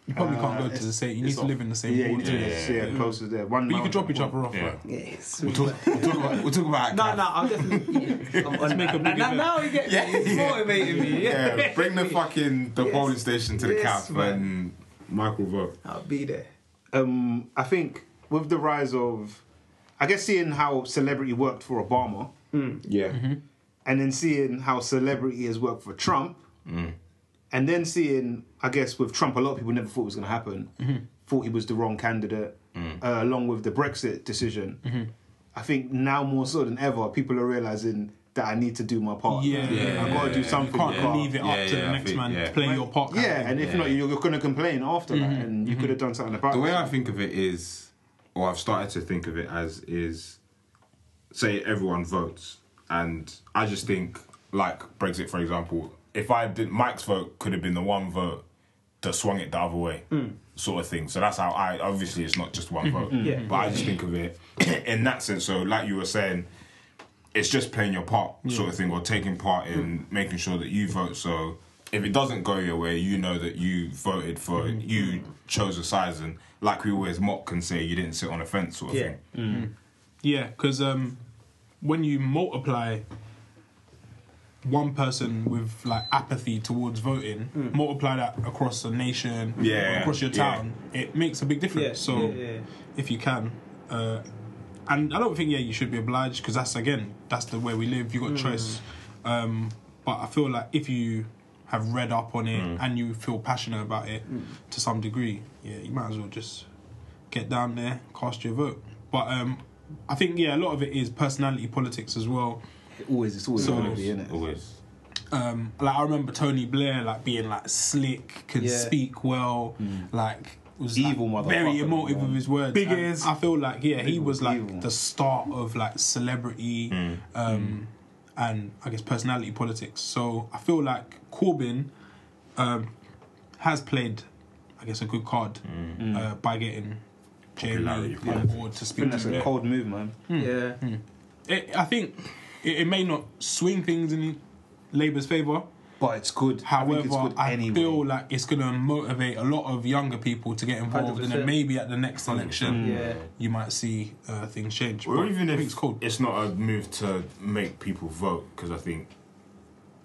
Speaker 7: You probably can't go to the same. You need to live in the same.
Speaker 8: Yeah, you
Speaker 7: quarter.
Speaker 8: need to yeah, yeah, close to there.
Speaker 7: But
Speaker 8: One
Speaker 7: you
Speaker 8: mountain
Speaker 7: could drop each
Speaker 8: point.
Speaker 7: other off.
Speaker 2: Yeah.
Speaker 7: right?
Speaker 5: *laughs* Yes.
Speaker 2: We'll talk, we'll talk about. We'll talk about.
Speaker 5: *laughs* No, no, I'll *laughs* definitely. Yeah, I'm on
Speaker 7: make a big
Speaker 5: that. now, now,
Speaker 7: event.
Speaker 5: now you get *laughs* yeah. it's motivating me. *laughs* Yeah.
Speaker 2: Yeah, bring the fucking the polling station to the
Speaker 5: Yes,
Speaker 2: camp
Speaker 5: man.
Speaker 2: when Michael vote.
Speaker 5: I'll be there.
Speaker 8: um, I think with the rise of, I guess seeing how celebrity worked for Obama,
Speaker 7: Mm.
Speaker 2: Yeah,
Speaker 8: and then seeing how celebrity has worked for Trump,
Speaker 7: Mm.
Speaker 8: and then seeing, I guess with Trump, a lot of people never thought it was going to happen,
Speaker 7: Mm-hmm.
Speaker 8: thought he was the wrong candidate,
Speaker 7: Mm.
Speaker 8: uh, along with the Brexit decision.
Speaker 7: Mm-hmm.
Speaker 8: I think now more so than ever, people are realizing that I need to do my part.
Speaker 7: Yeah, yeah,
Speaker 8: I got to do
Speaker 7: You
Speaker 8: something.
Speaker 7: can't
Speaker 8: I can't-
Speaker 7: leave it up
Speaker 2: Yeah,
Speaker 7: to the
Speaker 2: yeah, I
Speaker 7: next
Speaker 2: think-
Speaker 7: man
Speaker 2: yeah.
Speaker 7: to play your part. kind of
Speaker 8: Yeah,
Speaker 7: thing.
Speaker 8: and if not, you're going to complain after
Speaker 7: Mm-hmm.
Speaker 8: that, and you could have done something about
Speaker 2: The
Speaker 8: it.
Speaker 2: way I think of it is, or I've started to think of it as is, say everyone votes, and I just think like Brexit, for example. If I did, Mike's vote could have been the one vote that swung it the other way, sort of thing. So that's how I. Obviously, it's not just one vote,
Speaker 5: Yeah.
Speaker 2: but I just think of it *clears throat* in that sense. So, like you were saying, it's just playing your part, sort of thing, or taking part in making sure that you vote. So if it doesn't go your way, you know that you voted for it, you chose a size, and like we always mock and say, you didn't sit on a fence, sort of
Speaker 5: Yeah.
Speaker 2: thing.
Speaker 7: Yeah, because um, when you multiply one person with like apathy towards voting, multiply that across a nation,
Speaker 2: Mm. Yeah,
Speaker 7: across your
Speaker 2: yeah.
Speaker 7: town, um, it makes a big difference.
Speaker 5: Yeah,
Speaker 7: so
Speaker 5: yeah, yeah.
Speaker 7: if you can, uh, and I don't think yeah you should be obliged because that's again that's the way we live. You got choice,
Speaker 5: Mm.
Speaker 7: um, but I feel like if you have read up on it and you feel passionate about it
Speaker 5: Mm.
Speaker 7: to some degree, yeah, you might as well just get down there, cast your vote. But um, I think yeah, a lot of it is personality politics as well.
Speaker 8: always, it's always
Speaker 7: So-
Speaker 8: going to be in it.
Speaker 2: Always.
Speaker 7: Um, like I remember Tony Blair like being like slick, can
Speaker 5: Yeah.
Speaker 7: speak well, like was like,
Speaker 8: Mm. Evil motherfucker,
Speaker 7: very emotive
Speaker 8: man.
Speaker 7: with his words.
Speaker 9: Big
Speaker 7: And
Speaker 9: ears.
Speaker 7: I feel like yeah, he was like
Speaker 8: evil.
Speaker 7: the start of like celebrity,
Speaker 8: Mm.
Speaker 7: um, and I guess personality politics. So I feel like Corbyn um, has played, I guess, a good card
Speaker 8: Mm.
Speaker 7: uh, by getting Jamie
Speaker 8: Popularity.
Speaker 7: on board to
Speaker 8: I
Speaker 7: speak
Speaker 8: think that's
Speaker 7: to
Speaker 8: a
Speaker 7: him.
Speaker 8: cold move, man.
Speaker 7: Yeah. It, I think it, it may not swing things in Labour's favour.
Speaker 8: But it's good.
Speaker 7: However, I,
Speaker 8: think it's good anyway.
Speaker 7: feel like it's going to motivate a lot of younger people to get involved, and then
Speaker 2: 100%.
Speaker 7: maybe at the next election,
Speaker 2: Mm. Yeah.
Speaker 7: you might see uh, things change.
Speaker 2: Or
Speaker 7: But
Speaker 2: even
Speaker 7: I
Speaker 2: if
Speaker 7: think
Speaker 2: it's, not a move to make people vote, because I think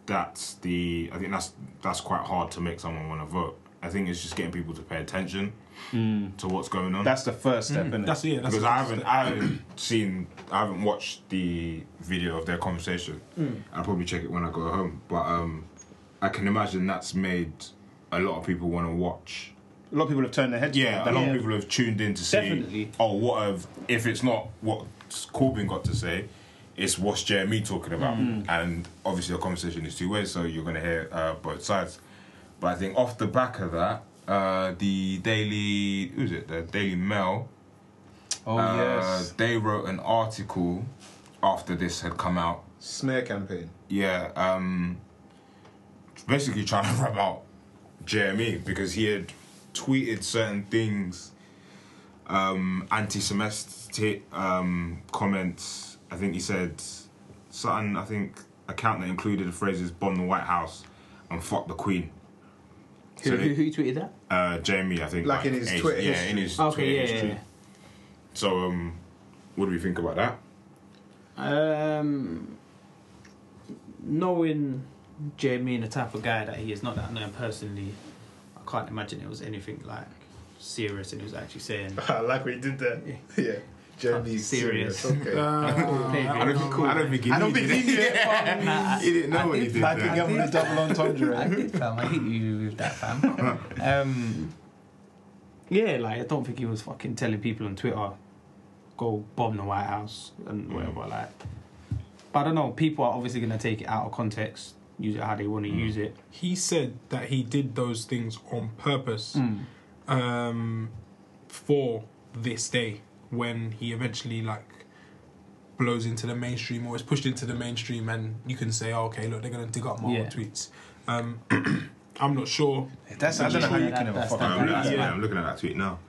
Speaker 2: that's the I think that's that's quite hard to make someone want to vote. I think it's just getting people to pay attention to what's going on.
Speaker 8: That's the first step, innit?
Speaker 7: Mm-hmm. That's- yeah, that's
Speaker 2: because
Speaker 7: the
Speaker 2: I
Speaker 7: first
Speaker 2: haven't I haven't seen I haven't watched the video of their conversation.
Speaker 7: Mm.
Speaker 2: I'll probably check it when I go home. But um, I can imagine that's made a lot of people want to watch.
Speaker 8: A lot of people have turned their heads.
Speaker 2: Yeah,
Speaker 8: back.
Speaker 2: a lot
Speaker 8: Yeah.
Speaker 2: of people have tuned in to see. Oh, what have if it's not what Corbyn got to say, it's what's Jeremy talking about.
Speaker 14: Mm.
Speaker 2: And obviously, the conversation is two ways, so you're going to hear uh, both sides. But I think off the back of that, uh, the Daily who's it? The Daily Mail.
Speaker 8: Oh,
Speaker 2: Uh,
Speaker 8: yes.
Speaker 2: They wrote an article after this had come out
Speaker 11: Smear campaign.
Speaker 2: yeah, um, basically trying to *laughs* rub out Jeremy because he had tweeted certain things, um, anti-Semitic um, comments. I think he said something. I think account that included the phrases "bomb the White House" and "fuck the Queen."
Speaker 5: Who,
Speaker 2: So
Speaker 5: who,
Speaker 2: they-
Speaker 5: who tweeted that?
Speaker 2: uh, Jamie, I think.
Speaker 5: Like in his
Speaker 2: eh,
Speaker 5: Twitter
Speaker 2: Yeah, in
Speaker 5: history.
Speaker 2: his
Speaker 5: Okay,
Speaker 2: Twitter
Speaker 5: yeah,
Speaker 2: history.
Speaker 5: yeah.
Speaker 2: So, um, what do we think about that?
Speaker 5: Um, knowing Jamie and the type of guy that he is, not that I know him personally, I can't imagine it was anything like serious, and he was
Speaker 2: *laughs*
Speaker 5: actually saying. "Oh,
Speaker 11: I like what you did there. *laughs* Yeah. Jeremy's serious.
Speaker 5: Serious.
Speaker 8: *laughs*
Speaker 11: Okay.
Speaker 8: Uh,
Speaker 5: I don't think- I don't think he
Speaker 11: I don't
Speaker 5: needed
Speaker 11: think he
Speaker 5: it.
Speaker 11: knew
Speaker 2: *laughs*
Speaker 11: it, fam.
Speaker 5: Nah,
Speaker 2: He didn't know
Speaker 5: I
Speaker 2: what he did
Speaker 5: I
Speaker 2: there.
Speaker 5: I
Speaker 2: Give him the double entendre.
Speaker 5: I did, fam. I hit you with that, fam. Um, yeah, like I don't think he was fucking telling people on Twitter, go bomb the White House and whatever. Like, but I don't know. People are obviously gonna take it out of context, use it how they want to use it.
Speaker 7: He said that he did those things on purpose
Speaker 9: Hmm.
Speaker 5: Mm.
Speaker 7: um, for this day when he eventually like blows into the mainstream or is pushed into the mainstream and you can say oh, okay look they're going to dig up my
Speaker 2: Yeah.
Speaker 7: old tweets um, *clears throat* I'm not sure
Speaker 2: That's- I don't know how you can have a fucking I'm looking at that,
Speaker 7: Yeah.
Speaker 2: I'm looking at that tweet now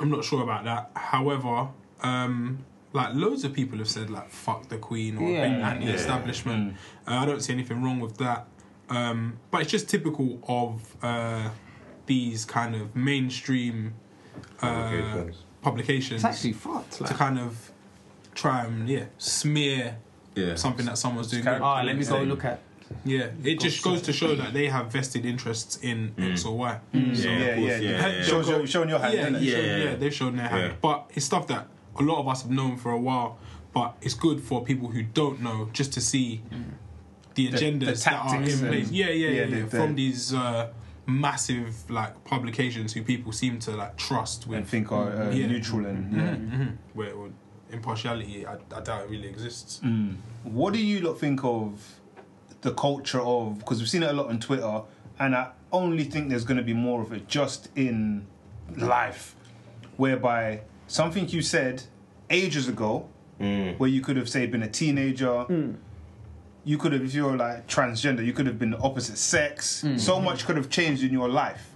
Speaker 7: I'm not sure about that however um, like loads of people have said like fuck the queen or
Speaker 2: Yeah.
Speaker 7: been anti-establishment
Speaker 5: Hmm.
Speaker 7: uh, I don't see anything wrong with that um, but it's just typical of uh, these kind of mainstream uh,
Speaker 2: Publications.
Speaker 7: publications
Speaker 5: It's actually fucked.
Speaker 7: to kind of try and yeah smear
Speaker 2: Yeah.
Speaker 7: something that someone's doing.
Speaker 5: Character Ah, let me go look at-
Speaker 7: Yeah, it just goes to show that they have vested interests in X or Y.
Speaker 8: Mm.
Speaker 7: So,
Speaker 8: Yeah,
Speaker 7: of
Speaker 8: yeah, yeah, yeah. Shows your- showing your hand,
Speaker 7: Yeah,
Speaker 8: innit?
Speaker 7: yeah,
Speaker 8: Yeah.
Speaker 7: yeah, they've shown their hand,
Speaker 8: Yeah.
Speaker 7: but it's stuff that a lot of us have known for a while. But it's good for people who don't know just to see the
Speaker 8: Mm. The-
Speaker 7: agendas
Speaker 8: the
Speaker 7: that are in
Speaker 8: tactics
Speaker 7: place.
Speaker 8: and-
Speaker 7: Yeah, yeah,
Speaker 8: yeah,
Speaker 7: yeah.
Speaker 8: the-
Speaker 7: yeah.
Speaker 8: the-
Speaker 7: From these uh, massive like publications who people seem to like trust with
Speaker 8: And think are uh,
Speaker 7: Yeah.
Speaker 8: neutral and. yeah.
Speaker 7: Mhm, mhm. Where well, impartiality, I, I doubt it really exists.
Speaker 8: Mm. What do you lot think of the culture of? Because we've seen it a lot on Twitter, and I only think there's going to be more of it just in life, whereby something you said ages ago, where you could have say been a teenager.
Speaker 5: Mm.
Speaker 8: You could have, if you're like transgender, you could have been the opposite sex.
Speaker 11: Mm.
Speaker 5: Mm-hmm.
Speaker 8: So much could have changed in your life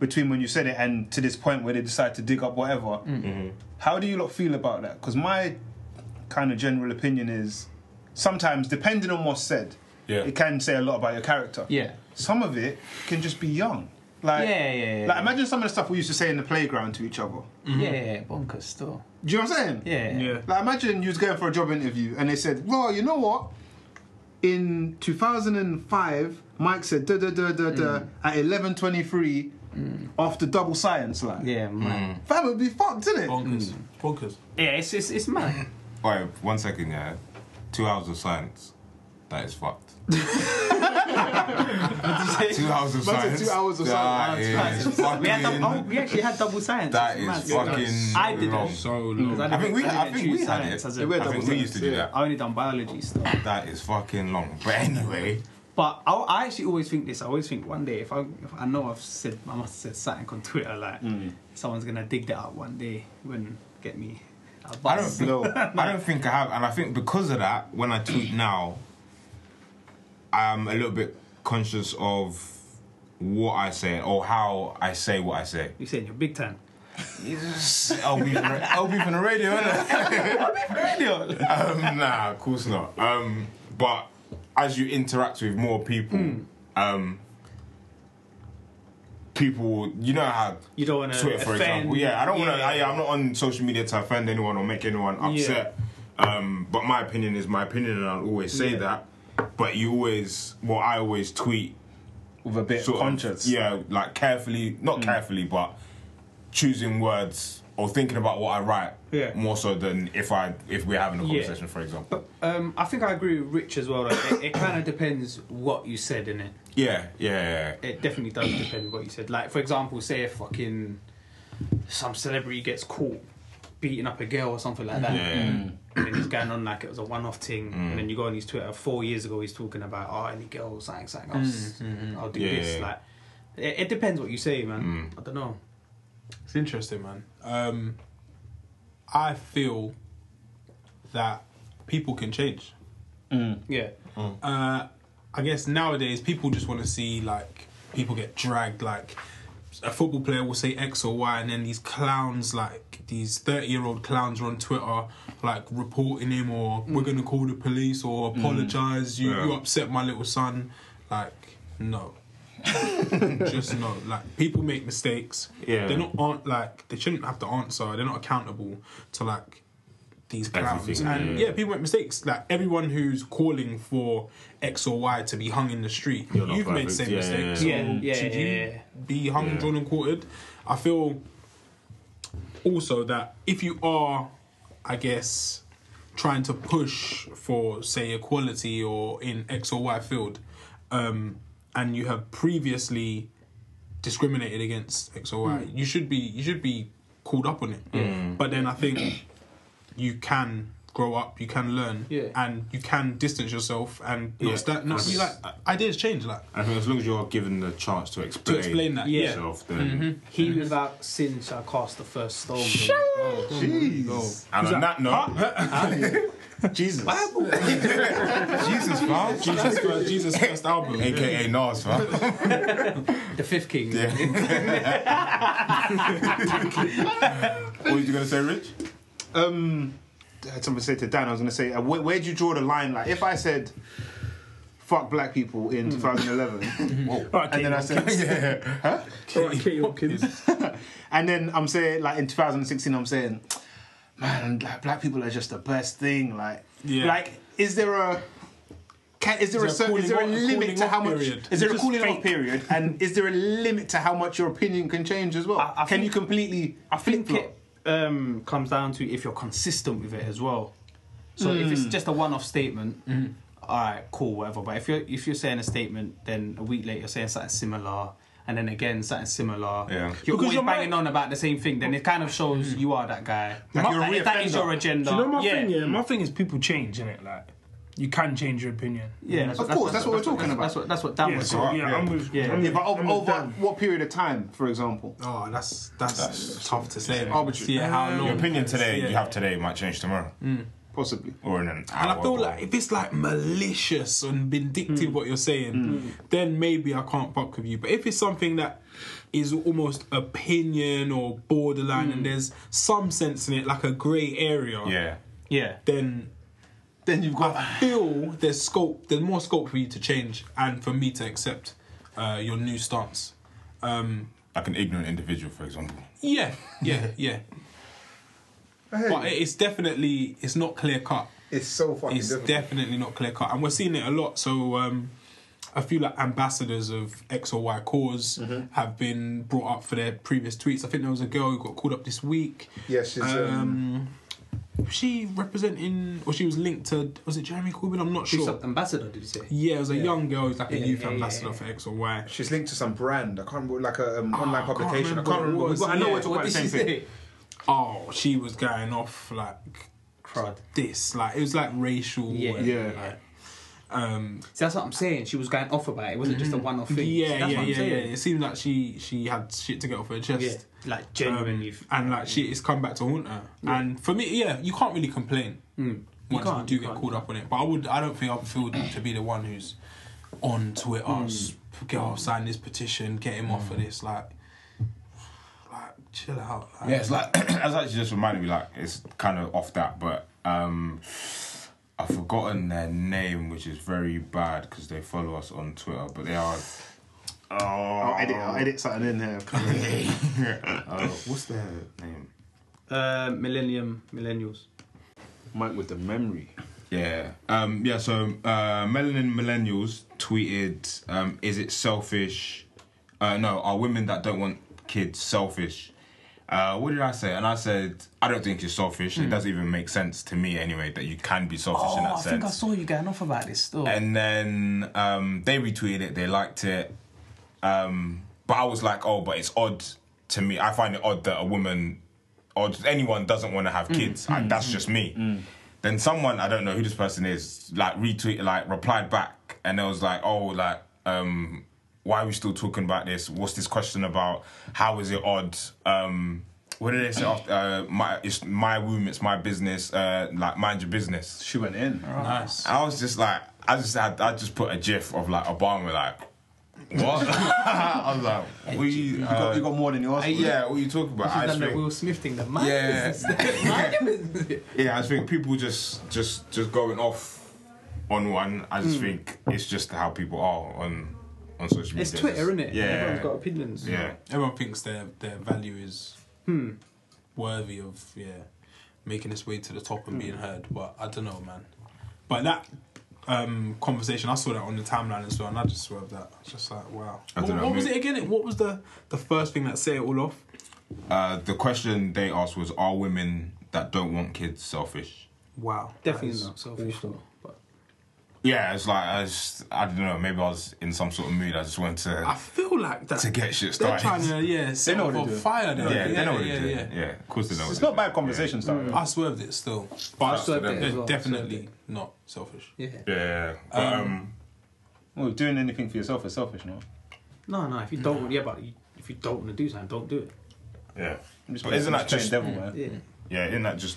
Speaker 8: between when you said it and to this point where they decide to dig up whatever.
Speaker 5: Mm.
Speaker 8: How do you lot feel about that? Because my kind of general opinion is sometimes, depending on what's said,
Speaker 2: Yeah.
Speaker 8: it can say a lot about your character.
Speaker 5: Yeah.
Speaker 8: Some of it can just be young. Like,
Speaker 5: Yeah, yeah, yeah.
Speaker 8: Like, imagine some of the stuff we used to say in the playground to each other.
Speaker 5: Yeah, yeah, yeah, bonkers still.
Speaker 8: Do you know what I'm
Speaker 5: Yeah.
Speaker 8: saying?
Speaker 5: Yeah.
Speaker 8: Like, imagine you was going for a job interview and they said, well, you know what? In 2005, Mike said da da da da da at 11:23 after double science like.
Speaker 5: Yeah, man.
Speaker 8: Fam would be fucked, innit?
Speaker 7: Bonkers. Bonkers.
Speaker 5: Yeah, it's it's it's mad.
Speaker 2: Wait, one second, yeah. Two hours of silence. That is
Speaker 5: *laughs*
Speaker 2: fucked. two hours of
Speaker 5: Man said
Speaker 2: silence.
Speaker 5: two hours of silence.
Speaker 2: That is
Speaker 5: we, had
Speaker 2: fucking.
Speaker 5: dou- oh, we actually had double science.
Speaker 2: That
Speaker 5: It's
Speaker 2: is
Speaker 5: mad.
Speaker 2: fucking
Speaker 5: I did
Speaker 2: long.
Speaker 5: So
Speaker 2: long. I think we- I think we had it.
Speaker 5: As a,
Speaker 2: Yeah, we had I think double we used to do science, that.
Speaker 5: I only done biology stuff.
Speaker 2: That is fucking long. But anyway,
Speaker 5: But I, I actually always think this. I always think one day if I if I know I've said I must have said something on Twitter like someone's gonna dig that up one day when get me. A
Speaker 2: I don't
Speaker 5: bus.
Speaker 2: think, *laughs* I don't think I have, and I think because of that, when I tweet now, I'm a little bit conscious of what I say or how I say what I say.
Speaker 5: You saying you're big time.
Speaker 2: I'll be from the- I'll be from the radio,
Speaker 5: *laughs*
Speaker 2: innit? I'll be from the radio. *laughs* Um, nah, of course not. Um, but as you interact with more people,
Speaker 5: Hmm.
Speaker 2: um, people, you know how
Speaker 5: You don't wanna
Speaker 2: Twitter, for
Speaker 5: offend-
Speaker 2: example. Yeah, I don't want to.
Speaker 5: Yeah.
Speaker 2: I'm not on social media to offend anyone or make anyone
Speaker 5: Yeah.
Speaker 2: upset. Um, but my opinion is my opinion, and I'll always say that. But you always, well, I always tweet
Speaker 8: with a bit of conscience.
Speaker 2: yeah, like carefully,
Speaker 5: Mm.
Speaker 2: not carefully, but choosing words or thinking about what I write
Speaker 5: Yeah.
Speaker 2: more so than if I if we're having a
Speaker 5: Yeah.
Speaker 2: conversation, for example.
Speaker 5: Um, I think I agree with Rich as well. Like, it it kind of depends what you said in it.
Speaker 2: Yeah, yeah,
Speaker 5: It definitely does depend what you said. Like for example, say if fucking some celebrity gets caught beating up a girl or something like that,
Speaker 2: Yeah. Mm.
Speaker 5: and then he's going on like it was a one-off thing,
Speaker 7: Mm.
Speaker 5: and then you go on his Twitter four years ago, he's talking about oh any girl, something, something else, oh, I'll do
Speaker 7: Yeah,
Speaker 5: this.
Speaker 7: yeah, Mm. yeah.
Speaker 5: Like it, it depends what you say, man. I don't know.
Speaker 7: It's interesting, man. Um, I feel that people can change.
Speaker 5: Yeah.
Speaker 7: Uh, I guess nowadays people just want to see like people get dragged. Like a football player will say X or Y, and then these clowns, like these thirty-year-old clowns, are on Twitter like reporting him or we're gonna call the police or apologize. You
Speaker 2: Mm. Yeah.
Speaker 7: you upset my little son. Like
Speaker 2: *laughs*
Speaker 7: no. just no like people make mistakes
Speaker 2: Yeah.
Speaker 7: they're not aren't like they shouldn't have to answer they're not accountable to like these clowns.
Speaker 2: Everything,
Speaker 7: And
Speaker 2: yeah.
Speaker 7: yeah. people make mistakes. Like everyone who's calling for X or Y to be hung in the street, you
Speaker 2: You're
Speaker 7: have
Speaker 2: not
Speaker 7: made the same
Speaker 2: perfect. Yeah,
Speaker 7: mistake.
Speaker 2: yeah,
Speaker 7: So
Speaker 5: yeah. Yeah, yeah,
Speaker 7: should
Speaker 5: yeah,
Speaker 7: you
Speaker 5: yeah.
Speaker 7: be hung,
Speaker 2: Yeah.
Speaker 7: drawn, and quartered? I feel also that if you are, I guess, trying to push for say equality or in X or Y field, um, and you have previously discriminated against X or Y,
Speaker 2: Hmm.
Speaker 7: you should be you should be called up on it.
Speaker 2: Mm.
Speaker 7: But then I think you can grow up, you can learn,
Speaker 5: Yeah.
Speaker 7: and you can distance yourself and not
Speaker 2: Yeah.
Speaker 7: stand- not be like uh, ideas change like.
Speaker 2: I think as long as you're given the chance to explain,
Speaker 7: explain that, yeah.
Speaker 2: yourself, then.
Speaker 5: He without sin shall cast the first stone.
Speaker 7: Oh,
Speaker 2: Jeez. And on that note, *laughs*
Speaker 8: Jesus.
Speaker 2: Jesus, fam.
Speaker 7: Jesus first, Jesus first album,
Speaker 2: AKA Nas, *laughs* fam.
Speaker 5: The fifth king.
Speaker 2: what were you going to say, Rich?
Speaker 8: Um, I had something to say to Dan. I was going to say, uh, where, where do you draw the line? Like, if I said, "Fuck black people" in *laughs* 2011, and then I *laughs* said, huh? and then I'm saying, like in 2016, I'm saying, man, like, black people are just the best thing. Like,
Speaker 7: Yeah.
Speaker 8: like, is there a can, is there a
Speaker 7: Is there a
Speaker 8: certain, is there a
Speaker 7: cooling off-
Speaker 8: limit
Speaker 7: cooling
Speaker 8: to how
Speaker 7: off
Speaker 8: much
Speaker 7: period?
Speaker 8: is there a
Speaker 7: Just
Speaker 8: cooling off
Speaker 7: fake.
Speaker 8: period and is there a limit to how much your opinion can change as well? can you completely
Speaker 5: I think it um, comes down to if you're consistent with it as well. So if it's
Speaker 8: Mm.
Speaker 5: just a one-off statement, all right, cool, whatever. But if you're if you're saying a statement, then a week later you're saying something similar, and then again something similar.
Speaker 2: Yeah.
Speaker 5: You're
Speaker 7: Because
Speaker 5: always
Speaker 7: your mind-
Speaker 5: banging on about the same thing. Then it kind of shows you are that guy.
Speaker 8: Like
Speaker 5: Like
Speaker 8: you're a
Speaker 5: that- that is
Speaker 8: re-offender.
Speaker 5: your agenda.
Speaker 9: Do you know my
Speaker 5: yeah.
Speaker 9: thing? Yeah, my thing is people change, innit? Like, you can change your opinion.
Speaker 5: Yeah,
Speaker 8: Of course, that's what we're talking about.
Speaker 5: That's what that's what Dan
Speaker 9: Yeah,
Speaker 5: was
Speaker 9: so,
Speaker 5: saying.
Speaker 9: yeah, I'm with.
Speaker 5: Yeah.
Speaker 9: I'm
Speaker 8: Yeah,
Speaker 9: with
Speaker 8: but over,
Speaker 9: I'm with
Speaker 8: over
Speaker 9: Dan.
Speaker 8: what period of time, for example?
Speaker 7: Oh, that's that's, tough to say. man.
Speaker 8: Arbitrary.
Speaker 7: Yeah, how long?
Speaker 2: Your opinion today,
Speaker 7: Yeah.
Speaker 2: you have today, might change tomorrow.
Speaker 8: Possibly.
Speaker 2: Or in an hour.
Speaker 7: And I feel
Speaker 2: or-
Speaker 7: like if it's like malicious and vindictive what you're saying, then maybe I can't fuck with you. But if it's something that is almost opinion or borderline and there's some sense in it, like a grey area,
Speaker 2: Yeah.
Speaker 5: Yeah.
Speaker 7: then
Speaker 8: Then you've got
Speaker 7: I feel there's scope, there's more scope for you to change and for me to accept uh, your new stance. Um,
Speaker 2: Like an ignorant individual, for example.
Speaker 7: yeah,
Speaker 5: *laughs*
Speaker 7: yeah, yeah. But it's definitely it's not clear cut.
Speaker 11: It's so fucking
Speaker 7: it's
Speaker 11: difficult.
Speaker 7: definitely not clear cut, and we're seeing it a lot. So um, a few like ambassadors of X or Y because
Speaker 5: Mm-hmm.
Speaker 7: have been brought up for their previous tweets. I think there was a girl who got called up this week.
Speaker 11: Yeah, she's, um,
Speaker 7: was she representing, or she was linked to, was it Jeremy Corbyn? I'm not
Speaker 5: She's
Speaker 7: sure.
Speaker 5: an ambassador, did you say?
Speaker 7: Yeah, it was a young girl who's like a
Speaker 5: Yeah,
Speaker 7: youth
Speaker 5: yeah, yeah,
Speaker 7: ambassador
Speaker 5: yeah.
Speaker 7: for X or Y.
Speaker 11: She's linked to some brand. I can't remember, like a um,
Speaker 7: Ah,
Speaker 11: online
Speaker 7: I can't
Speaker 11: publication. I
Speaker 7: remember
Speaker 11: can't
Speaker 7: what it
Speaker 11: remember.
Speaker 7: was.
Speaker 11: but I know
Speaker 7: Yeah.
Speaker 11: we're talking about the
Speaker 7: What
Speaker 11: same
Speaker 7: did she
Speaker 11: thing.
Speaker 7: Oh, she was going off like
Speaker 5: Crud.
Speaker 7: this, like it was like racial.
Speaker 5: Yeah.
Speaker 7: and,
Speaker 8: Yeah.
Speaker 7: like, um,
Speaker 5: See, that's what I'm saying. She was going off about it. It wasn't just a one-off thing.
Speaker 7: Mm-hmm. Yeah,
Speaker 5: that's
Speaker 7: yeah,
Speaker 5: what I'm
Speaker 7: yeah, yeah.
Speaker 5: saying.
Speaker 7: It seemed like she she had shit to get off her chest.
Speaker 5: Yeah, Like genuinely.
Speaker 7: Um, and like shit, it's come back to haunt her. And for me, yeah, you can't really complain once you
Speaker 5: can't,
Speaker 7: do
Speaker 5: Mm. you
Speaker 7: get
Speaker 5: can't. Mm.
Speaker 7: called up on it. But I would, I don't think I would feel to be the one who's on Twitter s- get off, sign this petition, get him off of this. Like, like chill out. Like,
Speaker 2: Yeah, it's like *clears throat* that's actually just reminded me. Like it's kind of off that, but um, I've forgotten their name, which is very bad because they follow us on Twitter. But they are. Oh,
Speaker 8: I'll edit, I'll edit something in there.
Speaker 7: *laughs*
Speaker 2: uh, what's their name?
Speaker 7: Um,
Speaker 5: Uh, millennium millennials.
Speaker 2: Mike with the memory. Yeah. Um, yeah, so uh, Melanin Millennials tweeted, um, Is it selfish? Uh, no, are women that don't want kids selfish? Uh, what did I say? And I said, I don't think it's selfish. It
Speaker 5: Hmm.
Speaker 2: doesn't even make sense to me, anyway, that you can be selfish in that
Speaker 5: Oh, I think I
Speaker 2: sense.
Speaker 5: saw you going off about this still.
Speaker 2: And then um, they retweeted it, they liked it. Um, but I was like, oh, but it's odd to me. I find it odd that a woman or just anyone doesn't want to have kids. I, that's just me. Then someone, I don't know who this person is, like retweeted, like replied back, and it was like, oh, like, um, why are we still talking about this? What's this question about? How is it odd? Um, what did they say? After, uh, my, it's my womb, it's my business. Uh, like, mind your business. She went in.
Speaker 7: Nice.
Speaker 2: I was just like, I just had, I just put a gif of like Obama, like, what? *laughs* I was like, what are you,
Speaker 8: You got- you got more than yours.
Speaker 2: uh, yeah, what are you talking about?
Speaker 5: This
Speaker 2: I
Speaker 5: is
Speaker 2: just
Speaker 5: done the
Speaker 2: think-
Speaker 5: Will Smith thing, the man.
Speaker 2: Yeah. *laughs*
Speaker 5: Yeah.
Speaker 2: yeah, I just think people just just just going off on one. I
Speaker 5: Hmm.
Speaker 2: just think it's just how people are on on social media.
Speaker 5: It's Twitter,
Speaker 2: Just-
Speaker 5: innit?
Speaker 2: Yeah,
Speaker 5: Everyone's got opinions.
Speaker 2: Yeah,
Speaker 7: Everyone thinks their their value is
Speaker 5: Hmm.
Speaker 7: worthy of yeah making its way to the top
Speaker 5: Hmm.
Speaker 7: and being heard. But I don't know, man. But that um, conversation, I saw that on the timeline as well, and I just swerved that. I was just like, wow.
Speaker 2: I
Speaker 7: What,
Speaker 2: don't know,
Speaker 7: what was
Speaker 2: mate.
Speaker 7: it again? What was the the first thing that set it all off?
Speaker 2: Uh, the question they asked was: Are women that don't want kids selfish?
Speaker 7: Wow.
Speaker 5: Definitely not selfish though. But
Speaker 2: Yeah, it's like I just I don't know. Maybe I was in some sort of mood. I just wanted to
Speaker 7: I feel like that
Speaker 2: to get shit
Speaker 7: They're
Speaker 2: started.
Speaker 7: trying to yeah set
Speaker 2: know
Speaker 7: off
Speaker 2: what
Speaker 7: a
Speaker 2: they're doing.
Speaker 7: fire.
Speaker 2: Yeah,
Speaker 7: don't
Speaker 2: they know what
Speaker 7: yeah,
Speaker 2: they're doing.
Speaker 7: yeah.
Speaker 2: Yeah, of course they know what
Speaker 8: It's
Speaker 2: they're
Speaker 8: not bad conversation stuff.
Speaker 7: I swerved it still, but
Speaker 2: Shout out to
Speaker 7: they're
Speaker 2: them.
Speaker 7: they're definitely not selfish.
Speaker 5: yeah.
Speaker 2: Yeah,
Speaker 7: Um,
Speaker 2: but, um,
Speaker 8: Well, doing anything for yourself is selfish, no?
Speaker 5: No, no. If you don't, want, yeah, but you, if you don't want to do something, don't do it.
Speaker 2: yeah.
Speaker 8: just
Speaker 2: But
Speaker 8: playing-
Speaker 2: isn't
Speaker 8: I'm
Speaker 2: that just
Speaker 8: just playing devil, man.
Speaker 5: Yeah.
Speaker 2: yeah? Isn't that
Speaker 7: *laughs*
Speaker 2: just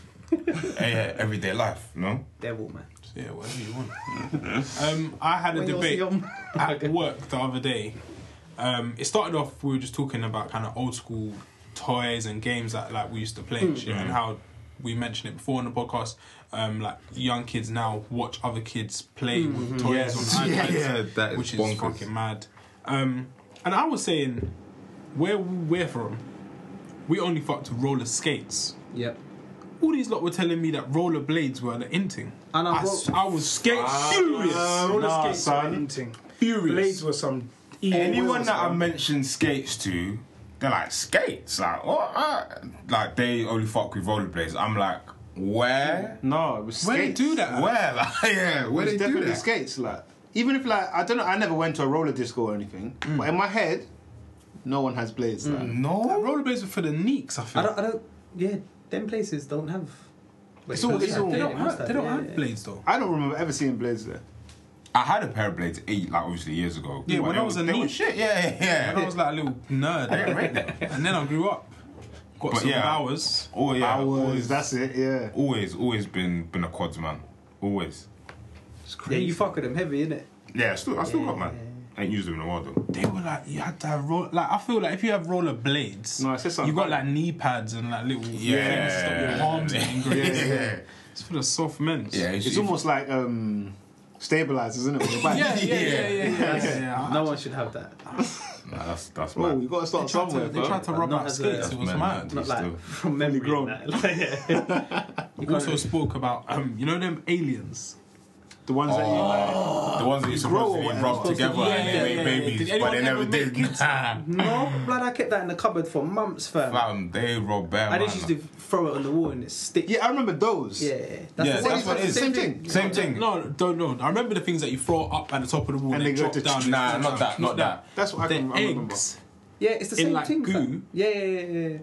Speaker 2: yeah, everyday life? No.
Speaker 5: Devil man.
Speaker 7: Yeah, whatever you
Speaker 2: *laughs*
Speaker 7: want. um, I had a
Speaker 5: When you're
Speaker 7: debate *laughs*
Speaker 5: young.
Speaker 7: at work the other day. Um, it started off we were just talking about kind of old school toys and games that like we used to play and shit, and
Speaker 2: Mhm.
Speaker 7: how we mentioned it before on the podcast. Um, like young kids now watch other kids play with
Speaker 2: Mhm.
Speaker 7: toys
Speaker 2: Yes.
Speaker 7: on
Speaker 2: *laughs* Yeah,
Speaker 7: iPads,
Speaker 2: yeah, that is
Speaker 7: which is
Speaker 2: bonkers.
Speaker 7: fucking mad. Um, and I was saying, where we're from, we only fucked with roller skates.
Speaker 5: Yep.
Speaker 7: All these lot were telling me that roller blades were the inting.
Speaker 5: And
Speaker 7: I,
Speaker 5: I
Speaker 7: s-
Speaker 5: wrote-
Speaker 7: I was skate
Speaker 5: Ah,
Speaker 7: furious.
Speaker 2: nah,
Speaker 9: Uh,
Speaker 7: roller
Speaker 2: nah,
Speaker 7: skates
Speaker 2: son.
Speaker 7: were the
Speaker 9: Thing.
Speaker 7: Furious.
Speaker 9: Blades were some. e- evil
Speaker 2: Anyone
Speaker 9: wheels,
Speaker 7: um,
Speaker 2: that I
Speaker 9: man.
Speaker 2: mentioned skates to, they're like skates, like what? Ah, Like they only fuck with rollerblades. I'm like, where?
Speaker 8: No, it was
Speaker 2: Where they
Speaker 8: skates.
Speaker 2: do that? Where? *laughs* Like, yeah, where
Speaker 8: It was
Speaker 2: they do
Speaker 8: definitely
Speaker 2: that?
Speaker 8: skates. Like, even if like I don't know, I never went to a roller disco or anything, but in my head, no one has blades. Like.
Speaker 2: No.
Speaker 7: Rollerblades were for the neeks, I think.
Speaker 5: I don't. I don't. Yeah. Them places don't have.
Speaker 7: It's all- it's all-
Speaker 5: They don't have.
Speaker 7: they don't
Speaker 5: yeah,
Speaker 7: have
Speaker 5: yeah.
Speaker 7: blades though.
Speaker 8: I don't remember ever seeing blades there.
Speaker 2: I had a pair of blades eight, like obviously years ago.
Speaker 7: Yeah,
Speaker 2: But
Speaker 7: when
Speaker 2: they
Speaker 7: I was
Speaker 2: were-
Speaker 7: a
Speaker 2: they were
Speaker 7: neek.
Speaker 2: shit. Yeah, yeah, yeah.
Speaker 7: When I was like a little nerd.
Speaker 2: I didn't rate them.
Speaker 7: And then I grew up. Got
Speaker 2: But
Speaker 7: some
Speaker 2: yeah.
Speaker 7: hours.
Speaker 2: Oh yeah,
Speaker 8: Hours,
Speaker 2: always,
Speaker 8: that's it. Yeah.
Speaker 2: always, always been been a quads man. Always.
Speaker 7: It's
Speaker 5: Yeah,
Speaker 7: crazy.
Speaker 5: you fuck with them heavy, innit?
Speaker 2: Yeah, I still, I still got man. Ain't used them in a while though.
Speaker 7: They were like you had to have roll. Like I feel like if you have roller blades,
Speaker 8: No, I said something
Speaker 7: you got like knee pads and like little
Speaker 2: Yeah.
Speaker 7: things to stop your arms and grace.
Speaker 8: Yeah, yeah.
Speaker 7: *laughs* It's for the soft men.
Speaker 2: Yeah,
Speaker 8: It's almost like um, stabilizers, isn't it? with your
Speaker 7: *laughs* *laughs*
Speaker 8: bike?
Speaker 7: Yeah, yeah, yeah, yeah, yeah. yeah,
Speaker 5: That's-
Speaker 7: yeah.
Speaker 5: No one should have that.
Speaker 2: Nah, that's that's
Speaker 8: Oh,
Speaker 2: mad.
Speaker 8: you got to
Speaker 7: They
Speaker 8: start
Speaker 7: tried to,
Speaker 8: somewhere.
Speaker 7: they
Speaker 8: bro.
Speaker 7: tried to rub
Speaker 5: Not
Speaker 7: out
Speaker 5: as a-
Speaker 7: skates. It was
Speaker 2: Man,
Speaker 7: mad.
Speaker 5: Not
Speaker 2: still.
Speaker 5: like *laughs* from memory. *laughs*
Speaker 8: grown.
Speaker 5: and that, Like, yeah.
Speaker 7: We also spoke about um, you know them aliens.
Speaker 8: The ones that you like.
Speaker 2: The ones that you're supposed
Speaker 8: grow
Speaker 2: to
Speaker 8: or
Speaker 2: be
Speaker 8: whatever.
Speaker 2: rubbed together
Speaker 7: Yeah,
Speaker 2: and
Speaker 7: yeah,
Speaker 2: they
Speaker 7: yeah, yeah.
Speaker 2: made babies,
Speaker 7: Did
Speaker 2: but they
Speaker 7: anyone
Speaker 2: never
Speaker 7: ever
Speaker 2: did. Nah.
Speaker 5: No, blood. I kept that in the cupboard for months, fam.
Speaker 2: *laughs* Fam, they rob bare
Speaker 5: I
Speaker 2: man.
Speaker 5: just used to throw it on the wall and it stick.
Speaker 8: Yeah, I remember those.
Speaker 5: Yeah, that's,
Speaker 2: Yeah,
Speaker 5: the same-
Speaker 2: that's what it is.
Speaker 5: the
Speaker 8: Same thing.
Speaker 2: Same thing.
Speaker 7: No, don't know. I remember the things that you throw up at the top of the wall and,
Speaker 8: And they
Speaker 7: they
Speaker 8: go
Speaker 7: drop
Speaker 8: to-
Speaker 7: down.
Speaker 2: Nah, not that, not that.
Speaker 8: That's what I,
Speaker 7: They're
Speaker 8: can, I remember.
Speaker 7: eggs,
Speaker 5: Yeah, it's the
Speaker 7: In,
Speaker 5: same
Speaker 7: like,
Speaker 5: thing. fam.
Speaker 7: goo.
Speaker 5: Yeah, yeah, yeah, yeah.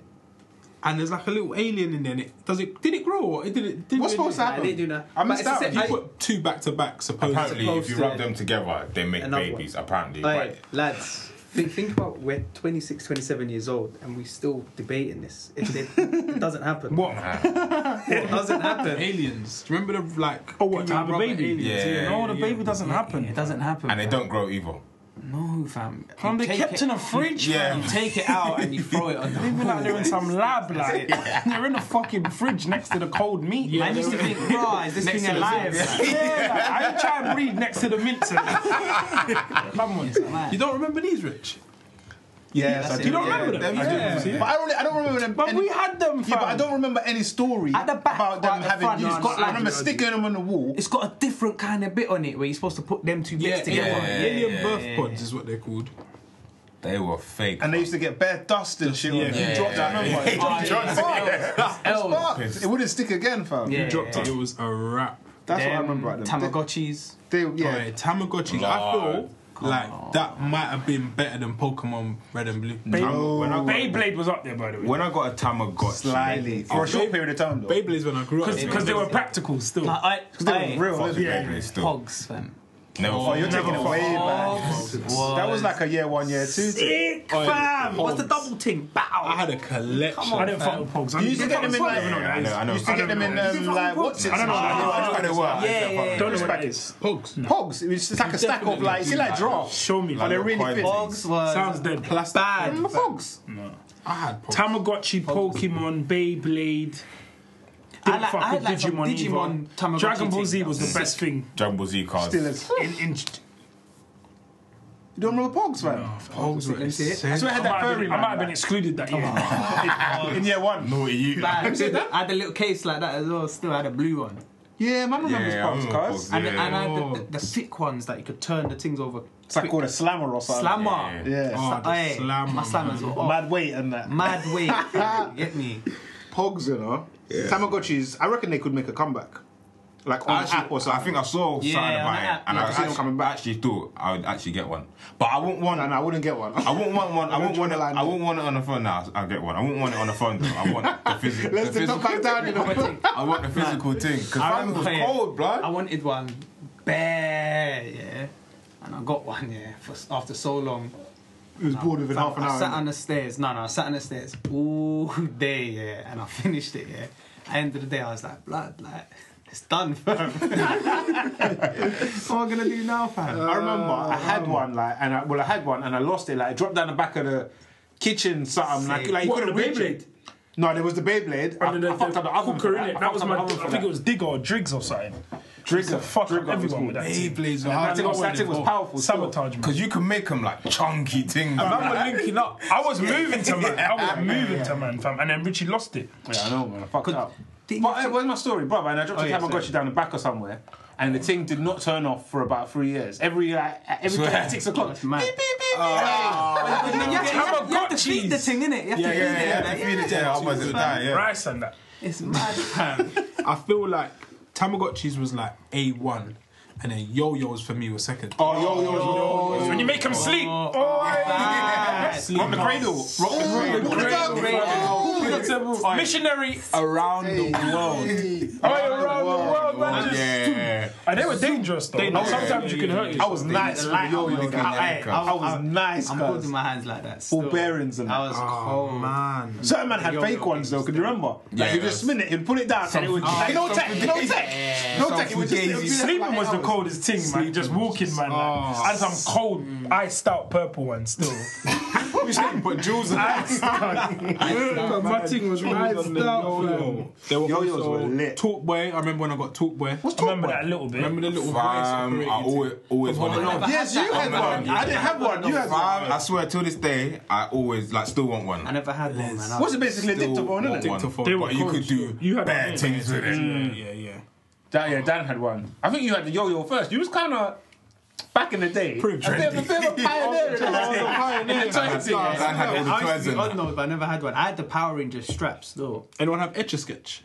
Speaker 7: and there's like a little alien in there. And it does it? Did it grow? Or it did it? Did
Speaker 8: What's
Speaker 7: it,
Speaker 8: supposed to
Speaker 5: I
Speaker 8: happen?
Speaker 5: didn't do that.
Speaker 8: I
Speaker 5: But
Speaker 8: missed
Speaker 5: it's the
Speaker 8: out.
Speaker 5: same-
Speaker 7: You
Speaker 5: I-
Speaker 7: put two back to back, supposedly.
Speaker 2: Apparently, if you
Speaker 5: supposed
Speaker 2: rub
Speaker 5: to-
Speaker 2: them together, they make
Speaker 5: Another
Speaker 2: babies. Apparently,
Speaker 5: Oi,
Speaker 2: but
Speaker 5: lads, think, think about we're 26, 27 years old and we're still debating this. If it, it doesn't happen,
Speaker 7: What?
Speaker 5: *laughs* it doesn't happen.
Speaker 7: aliens? Do you remember the like?
Speaker 9: Oh, what, to
Speaker 7: people
Speaker 9: have a
Speaker 7: rubber
Speaker 9: baby?
Speaker 7: Aliens?
Speaker 2: Yeah.
Speaker 9: No, the baby doesn't happen.
Speaker 5: It doesn't happen.
Speaker 2: and they don't grow evil.
Speaker 5: No, fam.
Speaker 9: Fam,
Speaker 5: You
Speaker 9: they
Speaker 5: take
Speaker 9: kept
Speaker 5: it-
Speaker 9: in a fridge,
Speaker 5: you-
Speaker 9: fam.
Speaker 5: You take it out and you throw it on the
Speaker 9: They feel like they're in some lab, like they're in a fucking fridge next to the cold meat.
Speaker 5: Yeah,
Speaker 9: I
Speaker 5: they
Speaker 9: used to
Speaker 5: were-
Speaker 9: think, raw, is this
Speaker 5: Next
Speaker 9: thing
Speaker 5: to the
Speaker 9: alive?
Speaker 5: zip,
Speaker 9: Like,
Speaker 5: yeah.
Speaker 9: *laughs* yeah, like, I ain't trying to breathe next to the mince.
Speaker 8: *laughs*
Speaker 9: Come on,
Speaker 7: You don't remember these, Rich?
Speaker 8: Yes, I do.
Speaker 9: You don't
Speaker 8: yeah,
Speaker 9: remember them?
Speaker 8: I do.
Speaker 9: Yeah.
Speaker 8: See? But I don't. really- I don't remember them.
Speaker 9: But
Speaker 8: any-
Speaker 9: we had them.
Speaker 8: Yeah, but I don't remember any story
Speaker 5: At the back,
Speaker 8: about them
Speaker 5: at the
Speaker 8: having
Speaker 5: front,
Speaker 8: used.
Speaker 5: it's got
Speaker 8: I
Speaker 5: like-
Speaker 8: remember sticking them on the wall.
Speaker 5: It's got a different kind of bit on it where you're supposed to put them two bits
Speaker 7: yeah,
Speaker 5: together.
Speaker 7: yeah, alien birth pods is what they're called.
Speaker 2: They were fake.
Speaker 8: And they used to get bare dust and shit. Yeah,
Speaker 2: yeah,
Speaker 8: you dropped that
Speaker 2: yeah,
Speaker 8: number.
Speaker 2: yeah.
Speaker 8: You dropped it.
Speaker 2: Oh,
Speaker 8: It's fucked. It's fucked. It wouldn't stick again, fam.
Speaker 7: you dropped it. It was a wrap.
Speaker 8: That's what I remember about them.
Speaker 5: Tamagotchis.
Speaker 8: They, they- yeah.
Speaker 7: Yeah, Tamagotchis. I feel like that might have been better than Pokemon Red and Blue.
Speaker 15: Tam-
Speaker 8: Oh,
Speaker 15: when I got-
Speaker 9: Beyblade was up there, by the way.
Speaker 15: When I got a Tamagotchi,
Speaker 8: Slightly.
Speaker 2: Oh,
Speaker 8: For a short period of time, though.
Speaker 7: Beyblades when I grew up.
Speaker 9: Because they were practical still.
Speaker 5: Like, I, I,
Speaker 8: real,
Speaker 15: fucking
Speaker 8: yeah.
Speaker 15: Beyblade still.
Speaker 5: Pogs, fam.
Speaker 2: Never
Speaker 8: Oh, you're taking it way back. That was like a year one, year two. thing.
Speaker 5: Sick, fam. What's the double ting?
Speaker 7: I
Speaker 5: Bow.
Speaker 7: had a collection.
Speaker 9: I didn't fuck with Pogs. I
Speaker 8: You used to
Speaker 9: didn't
Speaker 8: get them in
Speaker 9: fuck
Speaker 8: like,
Speaker 9: with them.
Speaker 15: I know, I
Speaker 8: you
Speaker 15: know.
Speaker 8: used to
Speaker 15: I
Speaker 8: get
Speaker 15: don't
Speaker 8: them in
Speaker 15: know.
Speaker 8: um, like what's it?
Speaker 9: I don't know.
Speaker 8: Ah,
Speaker 15: I know what they were. I used
Speaker 5: Yeah,
Speaker 15: to
Speaker 5: yeah,
Speaker 15: fuck
Speaker 5: yeah.
Speaker 9: Don't know
Speaker 15: with
Speaker 9: what
Speaker 15: them.
Speaker 9: that is.
Speaker 7: Pogs.
Speaker 8: Pogs. It was just like a stack of like, you see like drafts.
Speaker 9: Show me.
Speaker 8: But they're really
Speaker 15: Like
Speaker 8: big.
Speaker 15: the coins.
Speaker 5: Pogs was
Speaker 9: Sounds dead.
Speaker 7: Plastic.
Speaker 5: bad.
Speaker 8: The Pogs.
Speaker 7: I had Pogs.
Speaker 9: Tamagotchi, Pokemon, Beyblade.
Speaker 5: I
Speaker 9: Didn't
Speaker 5: like-
Speaker 9: fuck
Speaker 5: I
Speaker 9: with
Speaker 5: like some
Speaker 9: Digimon, either.
Speaker 5: Digimon Tamagotchi
Speaker 9: Dragon Ball
Speaker 5: thing.
Speaker 9: Z was the
Speaker 5: Sick.
Speaker 9: best thing.
Speaker 2: Dragon Ball Z cards.
Speaker 8: Still is.
Speaker 9: In, in,
Speaker 8: You don't remember Pogs, man?
Speaker 7: Pogs were
Speaker 8: That's where I
Speaker 7: insane.
Speaker 8: had
Speaker 9: I,
Speaker 8: that
Speaker 9: might have
Speaker 8: furry
Speaker 9: been,
Speaker 8: man.
Speaker 9: I might have been excluded that year.
Speaker 8: in year one.
Speaker 2: Naughty you.
Speaker 5: Bad. I had a little case like that as well. Still had a blue one,
Speaker 8: *laughs* Yeah, man remembers
Speaker 2: Yeah, I
Speaker 8: Pogs,
Speaker 2: remember
Speaker 8: cuz.
Speaker 2: Pogs,
Speaker 5: and,
Speaker 2: yeah.
Speaker 5: and I had the, the, the thick ones that you could turn the things over.
Speaker 8: It's like called a slammer or something.
Speaker 5: Slammer.
Speaker 8: Yeah.
Speaker 7: Oh, the
Speaker 5: Aye,
Speaker 7: slammer,
Speaker 5: my slammers
Speaker 7: man.
Speaker 5: were off.
Speaker 8: Mad weight and that.
Speaker 5: Mad weight. you get me?
Speaker 8: Pogs, you know. Tamagotchis, I reckon they could make a comeback. Like on
Speaker 15: Actually,
Speaker 8: app or
Speaker 15: I
Speaker 8: something.
Speaker 15: think I saw
Speaker 5: Yeah,
Speaker 15: something
Speaker 5: on
Speaker 15: about
Speaker 5: the app,
Speaker 15: it, and
Speaker 5: yeah.
Speaker 15: I
Speaker 5: I've seen
Speaker 15: actually, coming back. actually thought I would actually get one, but I wouldn't want.
Speaker 8: And I wouldn't get one.
Speaker 15: I wouldn't want one. I wouldn't want it. I wouldn't want it on the phone. Now I get one. I wouldn't want it on the phone though. I want the, physi- the
Speaker 8: *laughs* Let's take
Speaker 15: physical.
Speaker 8: that back down, you know.
Speaker 15: I want the physical thing because I was
Speaker 5: Yeah.
Speaker 15: cold,
Speaker 5: I
Speaker 15: blood.
Speaker 5: wanted one bare, yeah, and I got one, yeah, for, after so long.
Speaker 8: He was bored within half an
Speaker 5: I sat
Speaker 8: hour.
Speaker 5: on the stairs. No, no, I sat on the stairs all *laughs* day, yeah, and I finished it, yeah. At the end of the day, I was like, blood, like, it's done, *laughs* fam. what am I gonna do now, fam?
Speaker 8: I remember I had one like and I, well I had one and I lost it like it dropped down the back of the kitchen something like
Speaker 5: Sick.
Speaker 8: like you
Speaker 9: What,
Speaker 8: couldn't
Speaker 9: the
Speaker 8: reach it.
Speaker 9: Beyblade?
Speaker 8: No, there was the Beyblade. I,
Speaker 9: And then
Speaker 8: I fucked
Speaker 9: the,
Speaker 8: up the oven for
Speaker 9: hooker,
Speaker 8: that.
Speaker 9: innit? That was
Speaker 8: fucked
Speaker 9: my.
Speaker 8: up the oven
Speaker 9: I
Speaker 8: for
Speaker 9: think
Speaker 8: that.
Speaker 9: it was Digger or Driggs or something.
Speaker 8: Drigger.
Speaker 9: Fuck up
Speaker 8: Drigger was
Speaker 9: everyone
Speaker 8: called.
Speaker 9: with that team.
Speaker 7: Beyblades.
Speaker 8: That thing was- that thing was powerful. still.
Speaker 9: Sabotage, man.
Speaker 15: Because you can make them like chunky things.
Speaker 9: Man
Speaker 15: man.
Speaker 9: were linking up. I was moving to man. I was moving to man, fam. And then Richie lost it.
Speaker 8: Yeah, I know, man. I fucked up.
Speaker 5: didn't
Speaker 8: But
Speaker 5: you
Speaker 8: hey,
Speaker 5: think-
Speaker 8: where's my story, brother? And I dropped
Speaker 5: Oh,
Speaker 8: the
Speaker 5: yeah,
Speaker 8: Tamagotchi
Speaker 5: sorry.
Speaker 8: down the back or somewhere, and the thing did not turn off for about three years. Every like, every
Speaker 15: Swear.
Speaker 8: like, six o'clock.
Speaker 5: That's mad. Ah.
Speaker 8: Beep, beep, beep, beep. Hey.
Speaker 5: You have, to, you have to- you have to feed the
Speaker 9: Tamagotchis.
Speaker 5: thing, innit? You have
Speaker 15: Yeah, yeah,
Speaker 5: to
Speaker 15: yeah.
Speaker 5: feed
Speaker 15: yeah,
Speaker 5: it. like,
Speaker 15: yeah, yeah, yeah. I wasn't dying. Yeah.
Speaker 9: Rice and that.
Speaker 5: It's mad, fam.
Speaker 7: I feel like Tamagotchis was like A one, and then Yo-Yos for me was second.
Speaker 8: Oh, yo, yo, yo, yo.
Speaker 9: When you make them sleep.
Speaker 8: Oh,
Speaker 5: Bad.
Speaker 8: Rock the cradle. Rock the cradle. Rock the cradle. oh.
Speaker 9: Missionary.
Speaker 7: Around the world,
Speaker 9: Oh, around the world, man. Just-
Speaker 15: Yeah.
Speaker 9: And they were dangerous, though. Like, Sometimes you can hurt
Speaker 8: I
Speaker 9: yourself.
Speaker 8: was nice. Like, yo, yo, I, I, I was nice,
Speaker 5: I'm holding
Speaker 8: cuz.
Speaker 5: my hands like that.
Speaker 8: Full
Speaker 5: still.
Speaker 8: bearings and
Speaker 5: I
Speaker 8: that.
Speaker 5: was cold.
Speaker 7: man.
Speaker 8: Certain man had
Speaker 5: Yo,
Speaker 8: fake
Speaker 5: yo,
Speaker 8: ones though, could you remember?
Speaker 15: Yeah,
Speaker 8: like, you
Speaker 15: that's-
Speaker 8: just spin it, you put it down, and it would just, like, no tech, no tech, no tech. It would just it would be like-
Speaker 9: Sleeping was the
Speaker 8: like,
Speaker 9: coldest thing, man. Just walking, man. like, I had some cold, iced out purple ones still.
Speaker 8: We should put jewels in it.
Speaker 9: *laughs*
Speaker 7: My thing was right
Speaker 8: on the yo-yo.
Speaker 7: They were
Speaker 8: Yo-yos
Speaker 7: also
Speaker 8: were lit.
Speaker 7: Talkboy. I remember when I got Talkboy.
Speaker 8: What's
Speaker 9: I remember that a little bit.
Speaker 7: Remember the little voice
Speaker 15: Fam, I
Speaker 7: operated
Speaker 15: always,
Speaker 7: thing?
Speaker 15: always wanted one.
Speaker 8: Yes, you had one. I didn't have one. You had one.
Speaker 15: Fam, I swear, till this day, I always like still want one.
Speaker 5: I never had one, man. I
Speaker 8: What's it basically a
Speaker 15: Still
Speaker 8: dictaphone,
Speaker 15: want
Speaker 8: isn't it?
Speaker 15: one.
Speaker 7: Dictaphone.
Speaker 9: They were
Speaker 15: But you could
Speaker 9: codes.
Speaker 15: do
Speaker 9: You had
Speaker 15: bad
Speaker 9: one.
Speaker 15: things with it.
Speaker 7: Yeah, yeah, yeah.
Speaker 8: Dan, yeah, Dan had one. I think you had the yo-yo first. You was kind of back in the day.
Speaker 7: Pretty
Speaker 8: a bit, a bit of a *laughs* pioneer. in the- in the toys,
Speaker 15: I
Speaker 8: yeah.
Speaker 15: had all the
Speaker 5: I
Speaker 15: toys
Speaker 5: used to
Speaker 15: in
Speaker 5: be odd
Speaker 15: it.
Speaker 5: nose, but I never had one. I had the Power Ranger straps though.
Speaker 7: Anyone have Etch a Sketch?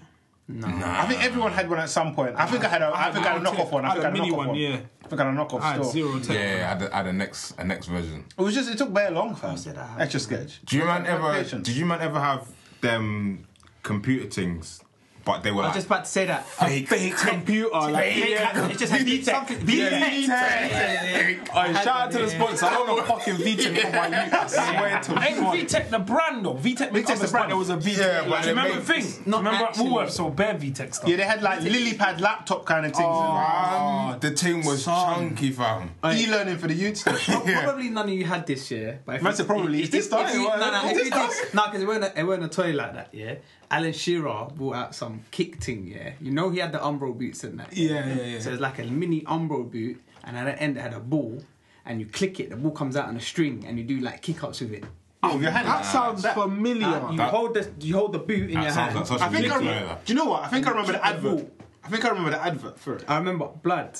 Speaker 8: I think everyone had one at some point. I think I had a, I think I had a
Speaker 7: I had
Speaker 8: knockoff one. I
Speaker 7: a
Speaker 8: think I had a
Speaker 7: mini
Speaker 8: knockoff
Speaker 7: one,
Speaker 8: one.
Speaker 7: yeah.
Speaker 8: I think I had a
Speaker 7: I had
Speaker 8: knockoff store.
Speaker 7: zero tech.
Speaker 15: Yeah, yeah, I had, a- I had a next, a next version.
Speaker 8: It was just it took very long for us.
Speaker 5: said I had
Speaker 8: Extra sketch.
Speaker 15: Do you man
Speaker 8: Like
Speaker 15: ever?
Speaker 8: patience.
Speaker 15: Did you man ever have them computer things
Speaker 2: But they
Speaker 5: I
Speaker 2: were
Speaker 5: was
Speaker 2: like,
Speaker 5: just about to say that fake, a fake computer, like
Speaker 2: Fake-
Speaker 5: yeah, it's just a VTech.
Speaker 2: Something-
Speaker 5: VTech.
Speaker 2: Oi, shout out to the sponsor. I don't know fucking VTech for my youth. I swear to
Speaker 9: Ain't VTech the brand though? VTech
Speaker 2: VTech's the
Speaker 9: VTech the
Speaker 2: brand.
Speaker 9: brand. There was a VTech.
Speaker 2: Yeah, but
Speaker 9: like,
Speaker 2: they
Speaker 9: remember
Speaker 2: make-
Speaker 9: thing? remember at
Speaker 2: actually-
Speaker 9: Woolworths or bare VTech stuff?
Speaker 8: Yeah, they had like lily pad laptop kind of things.
Speaker 2: Oh, the thing was chunky, fam.
Speaker 8: E-learning for the youths.
Speaker 5: Probably none of you had this, yeah. But if
Speaker 8: Man said probably,
Speaker 5: If,
Speaker 8: it's this
Speaker 5: if,
Speaker 8: time,
Speaker 5: if you, no,
Speaker 8: why-
Speaker 5: no,
Speaker 8: it's
Speaker 5: if
Speaker 8: this
Speaker 5: you did, no, because it weren't, a, it weren't a toy like that, yeah. Alan Shearer brought out some kick thing, yeah. You know he had the Umbro boots in that.
Speaker 7: Yeah, yeah, yeah.
Speaker 5: So it's like a mini Umbro boot, and at the end it had a ball, and you click it, the ball comes out on a string, and you do like kick ups with it.
Speaker 8: Oh, your hand. That sounds familiar.
Speaker 5: Uh, you
Speaker 2: That-
Speaker 5: hold the you hold the boot in
Speaker 2: That
Speaker 5: your
Speaker 2: sounds
Speaker 5: hand.
Speaker 2: like such
Speaker 8: I
Speaker 2: a
Speaker 8: think I
Speaker 2: little
Speaker 8: remember, do you know what? I think I remember the advert. I think I remember the advert for it.
Speaker 5: I remember blood.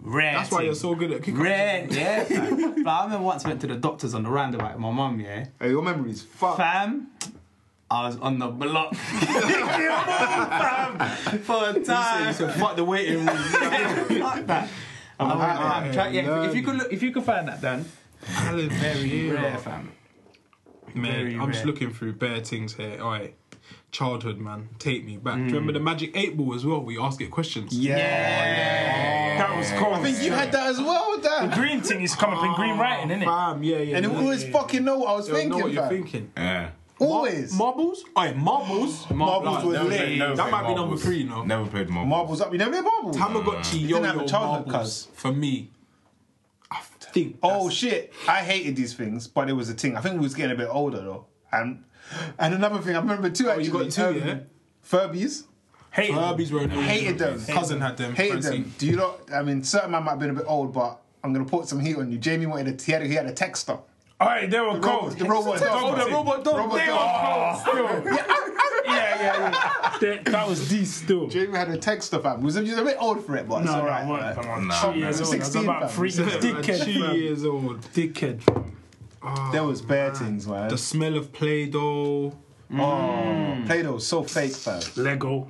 Speaker 5: Rare.
Speaker 7: That's why
Speaker 5: thing.
Speaker 7: you're so good at kick
Speaker 5: Red,
Speaker 7: *laughs*
Speaker 5: yeah. fam. like, I remember once I went to the doctors on the roundabout with my mum, yeah.
Speaker 8: Hey, your memories. Fuck.
Speaker 5: Fam, I was on the block. *laughs* fam, for a time.
Speaker 7: Fuck the waiting room.
Speaker 5: *laughs* Fuck that. I went out, try- yeah, if you could look, if you could find that, Dan.
Speaker 7: Alan
Speaker 5: Very
Speaker 7: Shearer.
Speaker 5: rare, fam.
Speaker 7: Man,
Speaker 5: Very
Speaker 7: I'm just
Speaker 5: rare.
Speaker 7: looking through bare things here. All right. Childhood, man. Take me back. Do you remember the Magic 8 Ball as well? We ask it questions.
Speaker 9: that was cool.
Speaker 8: I think you had that as well, Dan.
Speaker 9: green thing is come up in green writing, isn't it?
Speaker 7: Fam, yeah, yeah.
Speaker 8: And it
Speaker 7: yeah,
Speaker 8: always
Speaker 7: yeah.
Speaker 8: fucking know what I was
Speaker 7: They'll
Speaker 8: thinking.
Speaker 7: know what you're
Speaker 8: fam.
Speaker 7: thinking.
Speaker 2: Yeah.
Speaker 8: Always.
Speaker 7: Marbles? Oi, marbles.
Speaker 8: Marbles were
Speaker 2: Never played-
Speaker 8: lit.
Speaker 2: never
Speaker 7: That
Speaker 2: played
Speaker 7: might be number
Speaker 2: marbles.
Speaker 7: three, you know.
Speaker 2: Never played marbles.
Speaker 8: Marbles up. You never did marbles.
Speaker 7: Tamagotchi,
Speaker 8: didn't have
Speaker 7: yo-yo,
Speaker 8: a childhood
Speaker 7: marbles.
Speaker 8: cuz.
Speaker 7: For me, I think.
Speaker 8: Oh shit! I hated these things, but it was a thing. I think we was getting a bit older though, and and another thing I remember too. Actually,
Speaker 7: Oh,
Speaker 8: um,
Speaker 7: you got two, yeah?
Speaker 8: Furbies.
Speaker 9: Hey,
Speaker 7: Furbies were annoying.
Speaker 8: Hated them.
Speaker 7: Cousin had them.
Speaker 8: Hated
Speaker 7: fancy.
Speaker 8: them. Do you know? I mean, certain man might have been a bit old, but I'm gonna put some heat on you. Jamie wanted a he had a, he had a texter.
Speaker 9: alright, they were cold.
Speaker 8: The robot dog.
Speaker 7: Oh, the robot dog.
Speaker 8: Robot
Speaker 7: They
Speaker 8: dog. Ah. *laughs*
Speaker 9: Still. yeah, yeah, yeah. That, that was D still.
Speaker 8: Jamie had a texter fam. Was a, was a bit old for it, but it's
Speaker 9: No,
Speaker 8: alright.
Speaker 9: no, I
Speaker 8: right?
Speaker 9: weren't. I'm
Speaker 2: Nah,
Speaker 9: two
Speaker 2: man.
Speaker 9: years old. I was
Speaker 8: 16,
Speaker 9: about
Speaker 8: fam.
Speaker 9: three. Dickhead.
Speaker 7: Two
Speaker 9: fam.
Speaker 7: years old.
Speaker 9: Dickhead. fam.
Speaker 8: There was bare things, man.
Speaker 7: The smell of Play-Doh.
Speaker 8: Oh, Play-Doh's so fake, fam.
Speaker 9: Lego.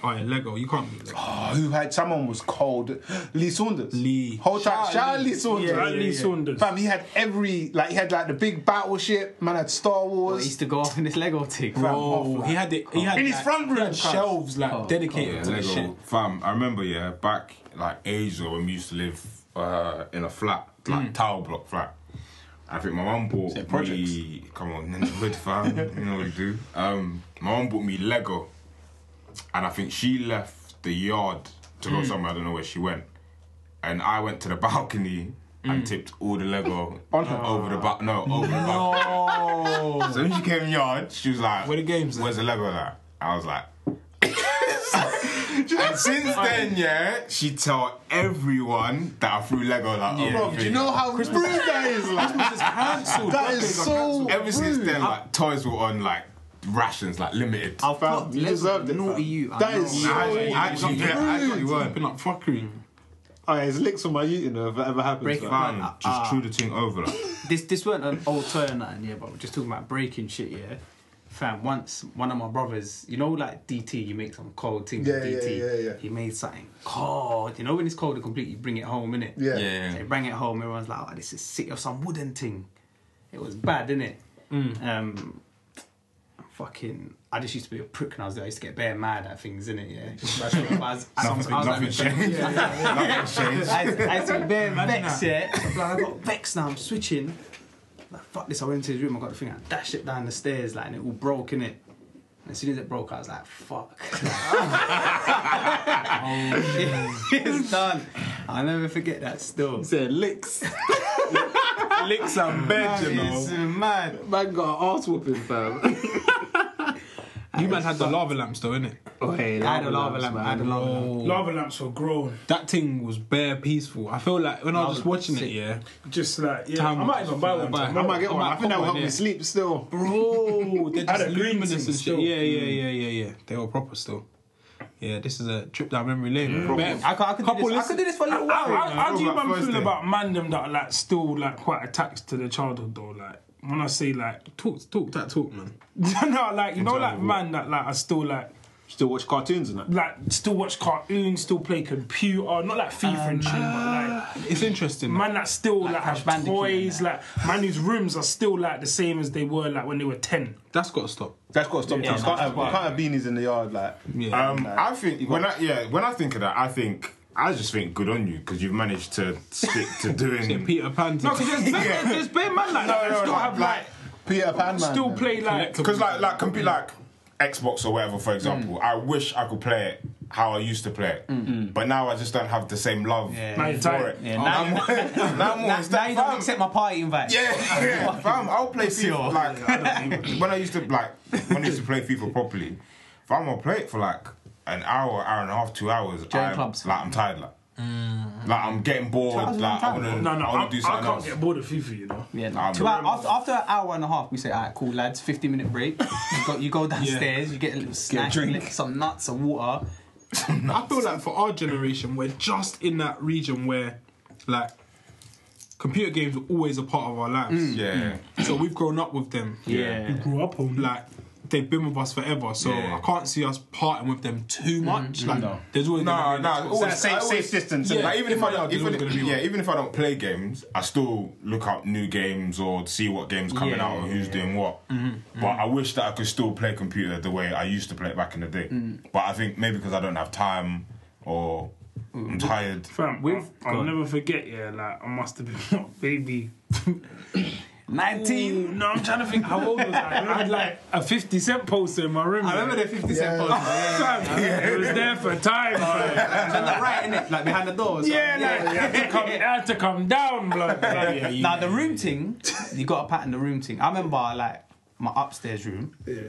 Speaker 7: Oh yeah, Lego. You can't beat Lego.
Speaker 8: Oh, *gasps* who had someone was called Lee Saunders.
Speaker 7: Lee.
Speaker 8: Whole time,
Speaker 7: Shah
Speaker 8: Shah Lee Saunders.
Speaker 9: Yeah, Lee Saunders.
Speaker 8: Fam, he had every like he had like the big battleship. Man had Star
Speaker 5: I
Speaker 8: Wars.
Speaker 5: used to go off in this Lego thing.
Speaker 8: Fam,
Speaker 7: Oh,
Speaker 8: off,
Speaker 7: he
Speaker 8: like-
Speaker 7: had it. He had
Speaker 8: In his
Speaker 7: like,
Speaker 8: front
Speaker 7: he
Speaker 8: room,
Speaker 7: had
Speaker 8: cuz.
Speaker 7: shelves like dedicated to
Speaker 2: Yeah,
Speaker 7: the
Speaker 2: Lego.
Speaker 7: shit.
Speaker 2: Fam, I remember, yeah, back like ages ago when we used to live uh, in a flat,
Speaker 7: Hmm.
Speaker 2: like tower block flat. I think my mum bought me. Come on, Ninja Hood, fam. you know what we do. Um, my mum bought me Lego, and I think she left the yard to go
Speaker 7: Hmm.
Speaker 2: somewhere. I don't know where she went, and I went to the *laughs* balcony.
Speaker 7: Hmm.
Speaker 2: And tipped all the Lego over the back. No, over the back. So when she came in yard, she was like,
Speaker 7: Where the games at?
Speaker 2: Where's the Lego at?" I was
Speaker 8: *laughs*
Speaker 2: like, and since then, yeah, she tell everyone that I threw Lego like yeah.
Speaker 8: Bro, do you know how rude that is? Like,
Speaker 7: It's cancelled.
Speaker 8: that is so.
Speaker 2: Ever since then, like toys were on like rations, like limited.
Speaker 5: I've
Speaker 8: Fam,
Speaker 5: got
Speaker 8: you
Speaker 5: Lego.
Speaker 8: deserved it,
Speaker 5: Naughty
Speaker 8: fam.
Speaker 5: you. I
Speaker 8: That
Speaker 5: know.
Speaker 8: is
Speaker 2: I
Speaker 8: so.
Speaker 2: actually- I actually, yeah, I actually weren't.
Speaker 7: Open up fuckery.
Speaker 8: Oh, yeah, it's licks on my you know if that ever happens.
Speaker 5: Break
Speaker 8: fam.
Speaker 5: it.
Speaker 2: Fam,
Speaker 5: Ah,
Speaker 2: just threw the thing over. *laughs* Like.
Speaker 5: this this weren't an old toy or nothing, yeah, but we're just talking about breaking shit, yeah. Fam, once one of my brothers, you know, like DT, you make some cold things.
Speaker 16: Yeah,
Speaker 5: with DT.
Speaker 16: yeah, yeah, yeah.
Speaker 5: He made something cold. You know, when it's cold and complete, you bring it home, innit?
Speaker 16: Yeah.
Speaker 2: Yeah.
Speaker 5: So you bring it home, everyone's like, oh, this is sick of some wooden thing. It was bad, innit?
Speaker 2: Mm.
Speaker 5: Um, fucking, I just used to be a prick when I was there. I used to get bare mad at things, innit? Yeah. But *laughs* I was- I was-
Speaker 2: Nothing,
Speaker 5: I was like-
Speaker 2: nothing changed. Nothing changed.
Speaker 5: I, I used to be bare vexed, yeah. But I got vexed now, I'm switching. Like, fuck this, I went into his room, I got the thing, I dashed it down the stairs, like, and it all broke, innit? And as soon as it broke, I was like, fuck.
Speaker 7: Oh,
Speaker 5: *laughs* it's done. I'll never forget that still.
Speaker 7: Said licks. *laughs* licks and bed, you know.
Speaker 5: It's mad.
Speaker 17: Man got an ass whooping, fam.
Speaker 7: You man had the lava lamps though, innit?
Speaker 17: oh, hey,
Speaker 5: I had a lava lamp, I had a lava lamp.
Speaker 9: Lava lamps were grown.
Speaker 7: That thing was bare peaceful. I feel like when I was just watching it, yeah,
Speaker 9: Just like, yeah.
Speaker 7: Time
Speaker 9: I might even buy one.
Speaker 7: flies by.
Speaker 9: tomorrow.
Speaker 8: I might get
Speaker 7: I
Speaker 8: one.
Speaker 7: might
Speaker 8: I think
Speaker 7: put
Speaker 8: that will
Speaker 7: one,
Speaker 8: help me
Speaker 7: yeah.
Speaker 8: sleep still.
Speaker 7: bro, *laughs* they're
Speaker 9: Had
Speaker 7: just
Speaker 9: a green
Speaker 7: luminous
Speaker 9: thing
Speaker 7: and shit.
Speaker 9: still.
Speaker 7: Yeah, yeah, yeah, yeah, yeah. They were proper still. Yeah, this is a trip down memory lane. Bare-
Speaker 5: I could, I, could do
Speaker 7: Couple
Speaker 5: this, I could do this for a little
Speaker 9: How,
Speaker 5: while.
Speaker 9: how, how do you
Speaker 2: Throwback
Speaker 9: man feel
Speaker 2: Thursday.
Speaker 9: about man them that are like still like quite attached to their childhood though? Like when I say like
Speaker 7: Talk, talk that talk, man.
Speaker 9: *laughs* no, like you know
Speaker 2: terms
Speaker 9: like
Speaker 2: of
Speaker 9: man that like are still like
Speaker 8: Still watch cartoons and that.
Speaker 9: Like, still watch cartoons, still play computer, not like FIFA and
Speaker 7: Um,
Speaker 9: shit,
Speaker 7: uh,
Speaker 9: but like.
Speaker 5: It's interesting.
Speaker 9: Man, that still like, have toys, like, man whose rooms are still like the same as they were like when they were 10.
Speaker 7: That's got to stop.
Speaker 8: That's got to stop.
Speaker 9: Yeah,
Speaker 8: you can't,
Speaker 9: that's
Speaker 8: have, you
Speaker 9: why.
Speaker 8: can't have beanies in the yard, like.
Speaker 2: Um, I think when I yeah when I think of that, I think I just think good on you because you've managed to *laughs* stick to doing
Speaker 7: Peter Pan.
Speaker 9: No, because *laughs* there's,
Speaker 2: Yeah.
Speaker 9: bare there's bare man like
Speaker 2: No,
Speaker 9: that that
Speaker 2: no,
Speaker 9: still
Speaker 2: no,
Speaker 9: have
Speaker 2: like-
Speaker 9: like.
Speaker 8: Peter Pan man.
Speaker 9: Still play like.
Speaker 2: because like like compu- like Xbox or whatever, for example. I wish I could play it how I used to play it, but now I just don't have the same love
Speaker 9: Now you're
Speaker 2: for
Speaker 9: tired.
Speaker 2: it.
Speaker 5: Mm. Yeah, now,
Speaker 2: I'm- now *laughs* I'm
Speaker 5: *laughs* now-
Speaker 2: always
Speaker 5: now you
Speaker 2: fam.
Speaker 5: don't accept my party invite.
Speaker 2: *laughs* Yeah, yeah, fam. I'll play
Speaker 5: Pussy
Speaker 2: FIFA
Speaker 5: off. *laughs*
Speaker 2: like I don't even- when I used to like when I used to play FIFA properly. Fam, I'll play it for like an hour, hour and a half, two hours.
Speaker 5: Join
Speaker 2: I-
Speaker 5: clubs. Mm.
Speaker 2: Like I'm tired. Like, like I'm getting bored.
Speaker 5: Hours is a
Speaker 2: Like
Speaker 5: long
Speaker 2: I want to. I
Speaker 9: No, no, I,
Speaker 2: want
Speaker 9: I
Speaker 2: to do
Speaker 9: can't
Speaker 2: something else.
Speaker 9: get bored of FIFA, you know.
Speaker 5: Yeah,
Speaker 2: Nah,
Speaker 5: two
Speaker 2: bro.
Speaker 5: hour, after, after an hour and a half, we say, all right, cool, lads, 15 minute break. you, go, you go downstairs, you get a little snack,
Speaker 2: drink.
Speaker 5: li- some nuts, some water.
Speaker 7: I feel like for our generation, we're just in that region where, like, computer games were always a part of our lives. Mm.
Speaker 2: Yeah.
Speaker 7: So we've grown up with them.
Speaker 5: Yeah.
Speaker 9: Grew up on
Speaker 7: Like, they've been with us forever. So
Speaker 2: Yeah.
Speaker 7: I can't see us parting with them too much. Like,
Speaker 5: No.
Speaker 7: there's always
Speaker 2: No,
Speaker 7: gonna be-
Speaker 2: no.
Speaker 8: Like,
Speaker 2: always- I
Speaker 8: safe,
Speaker 2: always-
Speaker 8: safe distance.
Speaker 7: Yeah.
Speaker 8: and
Speaker 2: Like
Speaker 8: Like,
Speaker 2: even if
Speaker 7: Yeah,
Speaker 2: I don't,
Speaker 7: there's always gonna
Speaker 2: even,
Speaker 7: be
Speaker 2: yeah,
Speaker 7: one.
Speaker 2: even if I don't play games, I still look up new games or see what games coming
Speaker 5: Yeah,
Speaker 2: out or who's doing what. But I wish that I could still play computer the way I used to play it back in the day. But I think maybe because I don't have time or I'm tired.
Speaker 9: Fam,
Speaker 5: We've
Speaker 9: I'll, I'll
Speaker 5: gone.
Speaker 9: never forget, yeah, like, I must have been *laughs* what, baby.
Speaker 5: 19.
Speaker 9: Ooh, no, I'm trying to think how old was I? I had like a 50 cent poster in my room.
Speaker 7: I remember the 50 cent
Speaker 9: *laughs*
Speaker 7: poster. Oh,
Speaker 9: Fam, It was there for
Speaker 7: *laughs*
Speaker 9: time, bro.
Speaker 5: And that right, innit? Like behind the door. or something.
Speaker 9: Yeah, like, it had to come, it had to come down, blood. Like,
Speaker 5: Now the room thing, you got to pattern the room thing. I remember like my upstairs room. Yeah.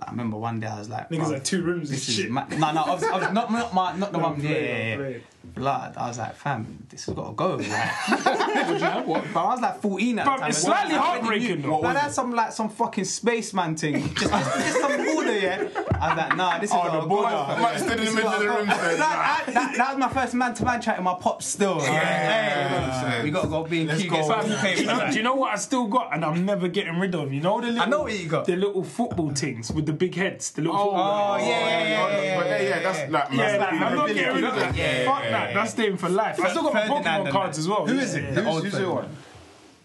Speaker 5: I remember one day I was like,
Speaker 9: Niggas
Speaker 5: bruv,
Speaker 9: had two rooms and
Speaker 5: This is
Speaker 9: shit.
Speaker 5: ma- no, no, I was, I was not, not my, not the one. Yeah,
Speaker 9: play,
Speaker 5: yeah,
Speaker 9: no,
Speaker 5: yeah.
Speaker 9: play.
Speaker 5: Blood. I was like, fam, this has got to go. *laughs* Like, But I was like 14 at
Speaker 9: Bruv,
Speaker 5: the time.
Speaker 9: it's
Speaker 5: What-
Speaker 9: slightly
Speaker 5: what-
Speaker 9: heartbreaking, though.
Speaker 5: What was that's some like some fucking spaceman thing. Just, just, just some border, yeah. I was like, nah, this is
Speaker 2: the
Speaker 5: oh,
Speaker 2: border. Man stood *laughs* in the middle of the room saying,
Speaker 5: that, that, that was my first man to man chat with my pop still. Yeah,
Speaker 2: Yeah.
Speaker 5: we gotta go B and Q.
Speaker 9: Fam, do, you know, do you know what I still got and I'm never getting rid of? You know the little,
Speaker 5: know what you got.
Speaker 9: The little football things with the big heads. The little oh,
Speaker 5: Oh yeah, yeah, yeah, yeah.
Speaker 2: but yeah, yeah, that's like
Speaker 9: Yeah, like, I'm not
Speaker 2: memorabilia.
Speaker 9: getting rid of that.
Speaker 5: Yeah,
Speaker 9: Fuck
Speaker 2: yeah,
Speaker 9: that.
Speaker 2: yeah.
Speaker 9: That's staying for life. I still got my
Speaker 5: Ferdinand
Speaker 9: Pokemon
Speaker 5: and
Speaker 9: cards
Speaker 5: that.
Speaker 9: as well. Who is
Speaker 8: Who's, who's your one?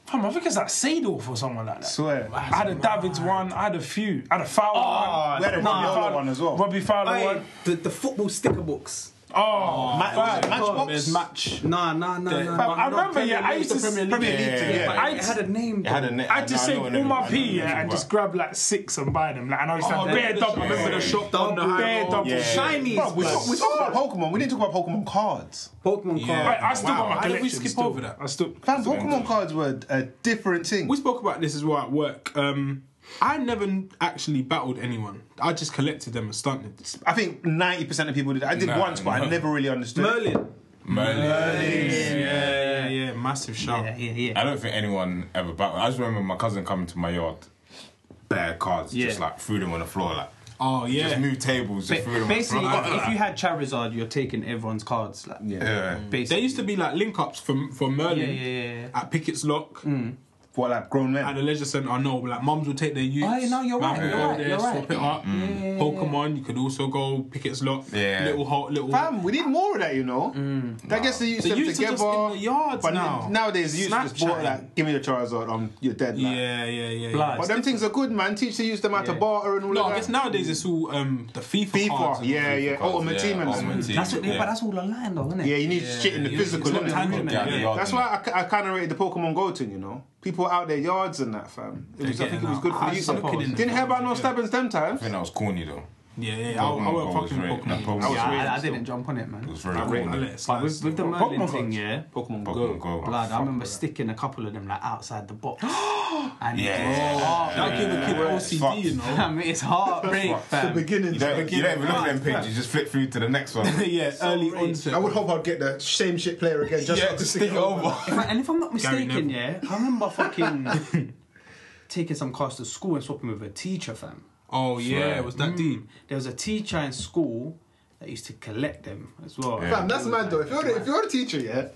Speaker 9: Fam, I think it's like Sadorf or someone like that.
Speaker 8: Swear.
Speaker 9: I had a Davids one, I had a few. I had a Fowler one.
Speaker 8: We had a
Speaker 9: Robbie
Speaker 8: Robbie Fowler
Speaker 9: Fowler-
Speaker 8: one as well.
Speaker 9: Robbie Fowler
Speaker 5: Hey,
Speaker 9: one.
Speaker 5: the, the football sticker books.
Speaker 9: Oh,
Speaker 8: Match- Matchbox.
Speaker 7: Match.
Speaker 5: Nah, nah, nah, nah. nah.
Speaker 9: I remember, yeah, I used to
Speaker 5: Premier
Speaker 9: Premier
Speaker 5: League.
Speaker 2: Yeah, yeah,
Speaker 5: But
Speaker 2: yeah.
Speaker 5: it had a name.
Speaker 2: It had a
Speaker 5: though.
Speaker 2: net.
Speaker 9: I just
Speaker 2: no,
Speaker 9: say
Speaker 2: I
Speaker 9: all
Speaker 2: know
Speaker 9: my
Speaker 2: what it
Speaker 9: P,
Speaker 2: is,
Speaker 9: yeah, and
Speaker 2: but-
Speaker 9: just grab like six and buy them. Like, and I used to
Speaker 7: Oh,
Speaker 9: have bare double.
Speaker 7: Remember the shop on the high
Speaker 9: Bare
Speaker 7: road?
Speaker 9: double.
Speaker 2: Yeah.
Speaker 5: Shinies.
Speaker 8: Bro, we
Speaker 5: bruv.
Speaker 8: talk, we talk about Pokemon. We need to talk about Pokemon cards.
Speaker 5: Pokemon card.
Speaker 7: Yeah.
Speaker 9: Right, I still got
Speaker 7: Wow.
Speaker 9: my
Speaker 7: How did we
Speaker 9: collection.
Speaker 7: skip
Speaker 9: still.
Speaker 7: over that?
Speaker 9: I still.
Speaker 8: Fam, Pokemon cards were a different thing.
Speaker 7: We spoke about this as well at work. Um, I never actually battled anyone. I just collected them and stunted.
Speaker 8: I think ninety percent of people did. I did
Speaker 2: Nah,
Speaker 8: once, but
Speaker 2: no.
Speaker 8: I never really understood.
Speaker 7: Merlin.
Speaker 2: Merlin.
Speaker 7: Yeah, yeah, massive shout.
Speaker 5: Yeah, yeah, yeah.
Speaker 2: I don't think anyone ever battled. I just remember my cousin coming to my yard, bare cards, just
Speaker 5: Yeah.
Speaker 2: like threw them on the floor, like
Speaker 7: Oh yeah.
Speaker 2: just moved tables, just threw them
Speaker 5: Basically,
Speaker 2: on the floor.
Speaker 5: if you had Charizard, you're taking everyone's cards. Like,
Speaker 2: yeah.
Speaker 5: basically.
Speaker 7: There used to be like link ups from from Merlin
Speaker 5: Yeah, yeah, yeah. Mm.
Speaker 7: at Pickett's Lock
Speaker 8: What like grown
Speaker 7: at
Speaker 8: men?
Speaker 7: the leisure centre. I know, like mums would take their youth.
Speaker 5: Oh, yeah, no, you're right, you're right, you're
Speaker 7: swap
Speaker 5: right.
Speaker 7: it up. Pokemon, you could also go Pickett's Lock.
Speaker 2: Yeah.
Speaker 7: Little hot, little.
Speaker 8: Fam, we need more of that, you know.
Speaker 2: Mm.
Speaker 8: that gets the youth
Speaker 7: The
Speaker 8: them
Speaker 7: youths are
Speaker 8: together.
Speaker 7: just in the yards
Speaker 8: but
Speaker 7: now.
Speaker 8: n- nowadays, the youth just
Speaker 7: Snapchat.
Speaker 8: bought like, give me your Charizard, um, you're dead. Like.
Speaker 7: Yeah, yeah, yeah.
Speaker 5: Blood.
Speaker 7: yeah.
Speaker 8: But them things are good, man. Teach the youth them how to
Speaker 5: Yeah.
Speaker 8: barter and all
Speaker 7: No, I
Speaker 8: of
Speaker 7: guess
Speaker 8: that.
Speaker 7: nowadays it's all um, the FIFA. cards
Speaker 8: FIFA,
Speaker 7: and
Speaker 8: yeah, yeah,
Speaker 2: Cards,
Speaker 8: Ultimate Team and
Speaker 2: Ultimate
Speaker 8: that.
Speaker 2: Team,
Speaker 5: That's what, yeah,
Speaker 2: yeah.
Speaker 5: but that's all online though, isn't it?
Speaker 8: Yeah, you need shit in the physical.
Speaker 5: it's not
Speaker 8: innit?
Speaker 5: tangible,
Speaker 2: Yeah,
Speaker 5: man.
Speaker 2: yeah.
Speaker 8: That's why I, I kind of rated the Pokemon Go thing, you know. People out their yards and that, fam. It was, I think it
Speaker 7: getting
Speaker 8: was
Speaker 7: out.
Speaker 8: good for
Speaker 7: I
Speaker 8: you.
Speaker 7: suppose.
Speaker 8: Didn't hear about no stabbings them times.
Speaker 2: I think that was corny though.
Speaker 7: Yeah, yeah, yeah. I, I
Speaker 2: Pokemon Go
Speaker 7: won't
Speaker 2: was
Speaker 7: fucking
Speaker 2: great.
Speaker 7: Pokemon.
Speaker 2: That Pokemon
Speaker 7: Go.
Speaker 2: was
Speaker 5: Yeah,
Speaker 2: great.
Speaker 5: I, I didn't jump on it,
Speaker 2: It
Speaker 5: man.
Speaker 2: was very
Speaker 7: I
Speaker 2: corny.
Speaker 7: let it slide.
Speaker 5: But with, with the
Speaker 7: Pokemon
Speaker 5: Merlin
Speaker 7: cards.
Speaker 5: thing, yeah,
Speaker 8: Pokemon
Speaker 2: Pokemon Go.
Speaker 5: blood. I remember sticking a couple of them like outside the box. and
Speaker 2: Yeah.
Speaker 5: it
Speaker 7: That gave a kid
Speaker 5: *laughs*
Speaker 2: Fuck.
Speaker 7: OCD, you know.
Speaker 5: was, fam, it's heartbreak, fam.
Speaker 2: You don't, you don't even look at them pages, you just flip through to the
Speaker 7: *laughs*
Speaker 2: next one.
Speaker 7: yeah, early onset.
Speaker 18: I would hope I'd get the same shit player again just
Speaker 2: yeah,
Speaker 18: not to
Speaker 2: just
Speaker 18: stick it over.
Speaker 5: Right, and if I'm not
Speaker 7: Gary
Speaker 5: mistaken,
Speaker 7: Neville.
Speaker 5: yeah, I remember fucking taking some class to school and swapping with a teacher, fam.
Speaker 7: Oh yeah, it was that deep?
Speaker 5: There was a teacher in school that used to collect them as well.
Speaker 2: Yeah.
Speaker 18: Fam, that's mad though. If you're, the, if you're the teacher, yeah,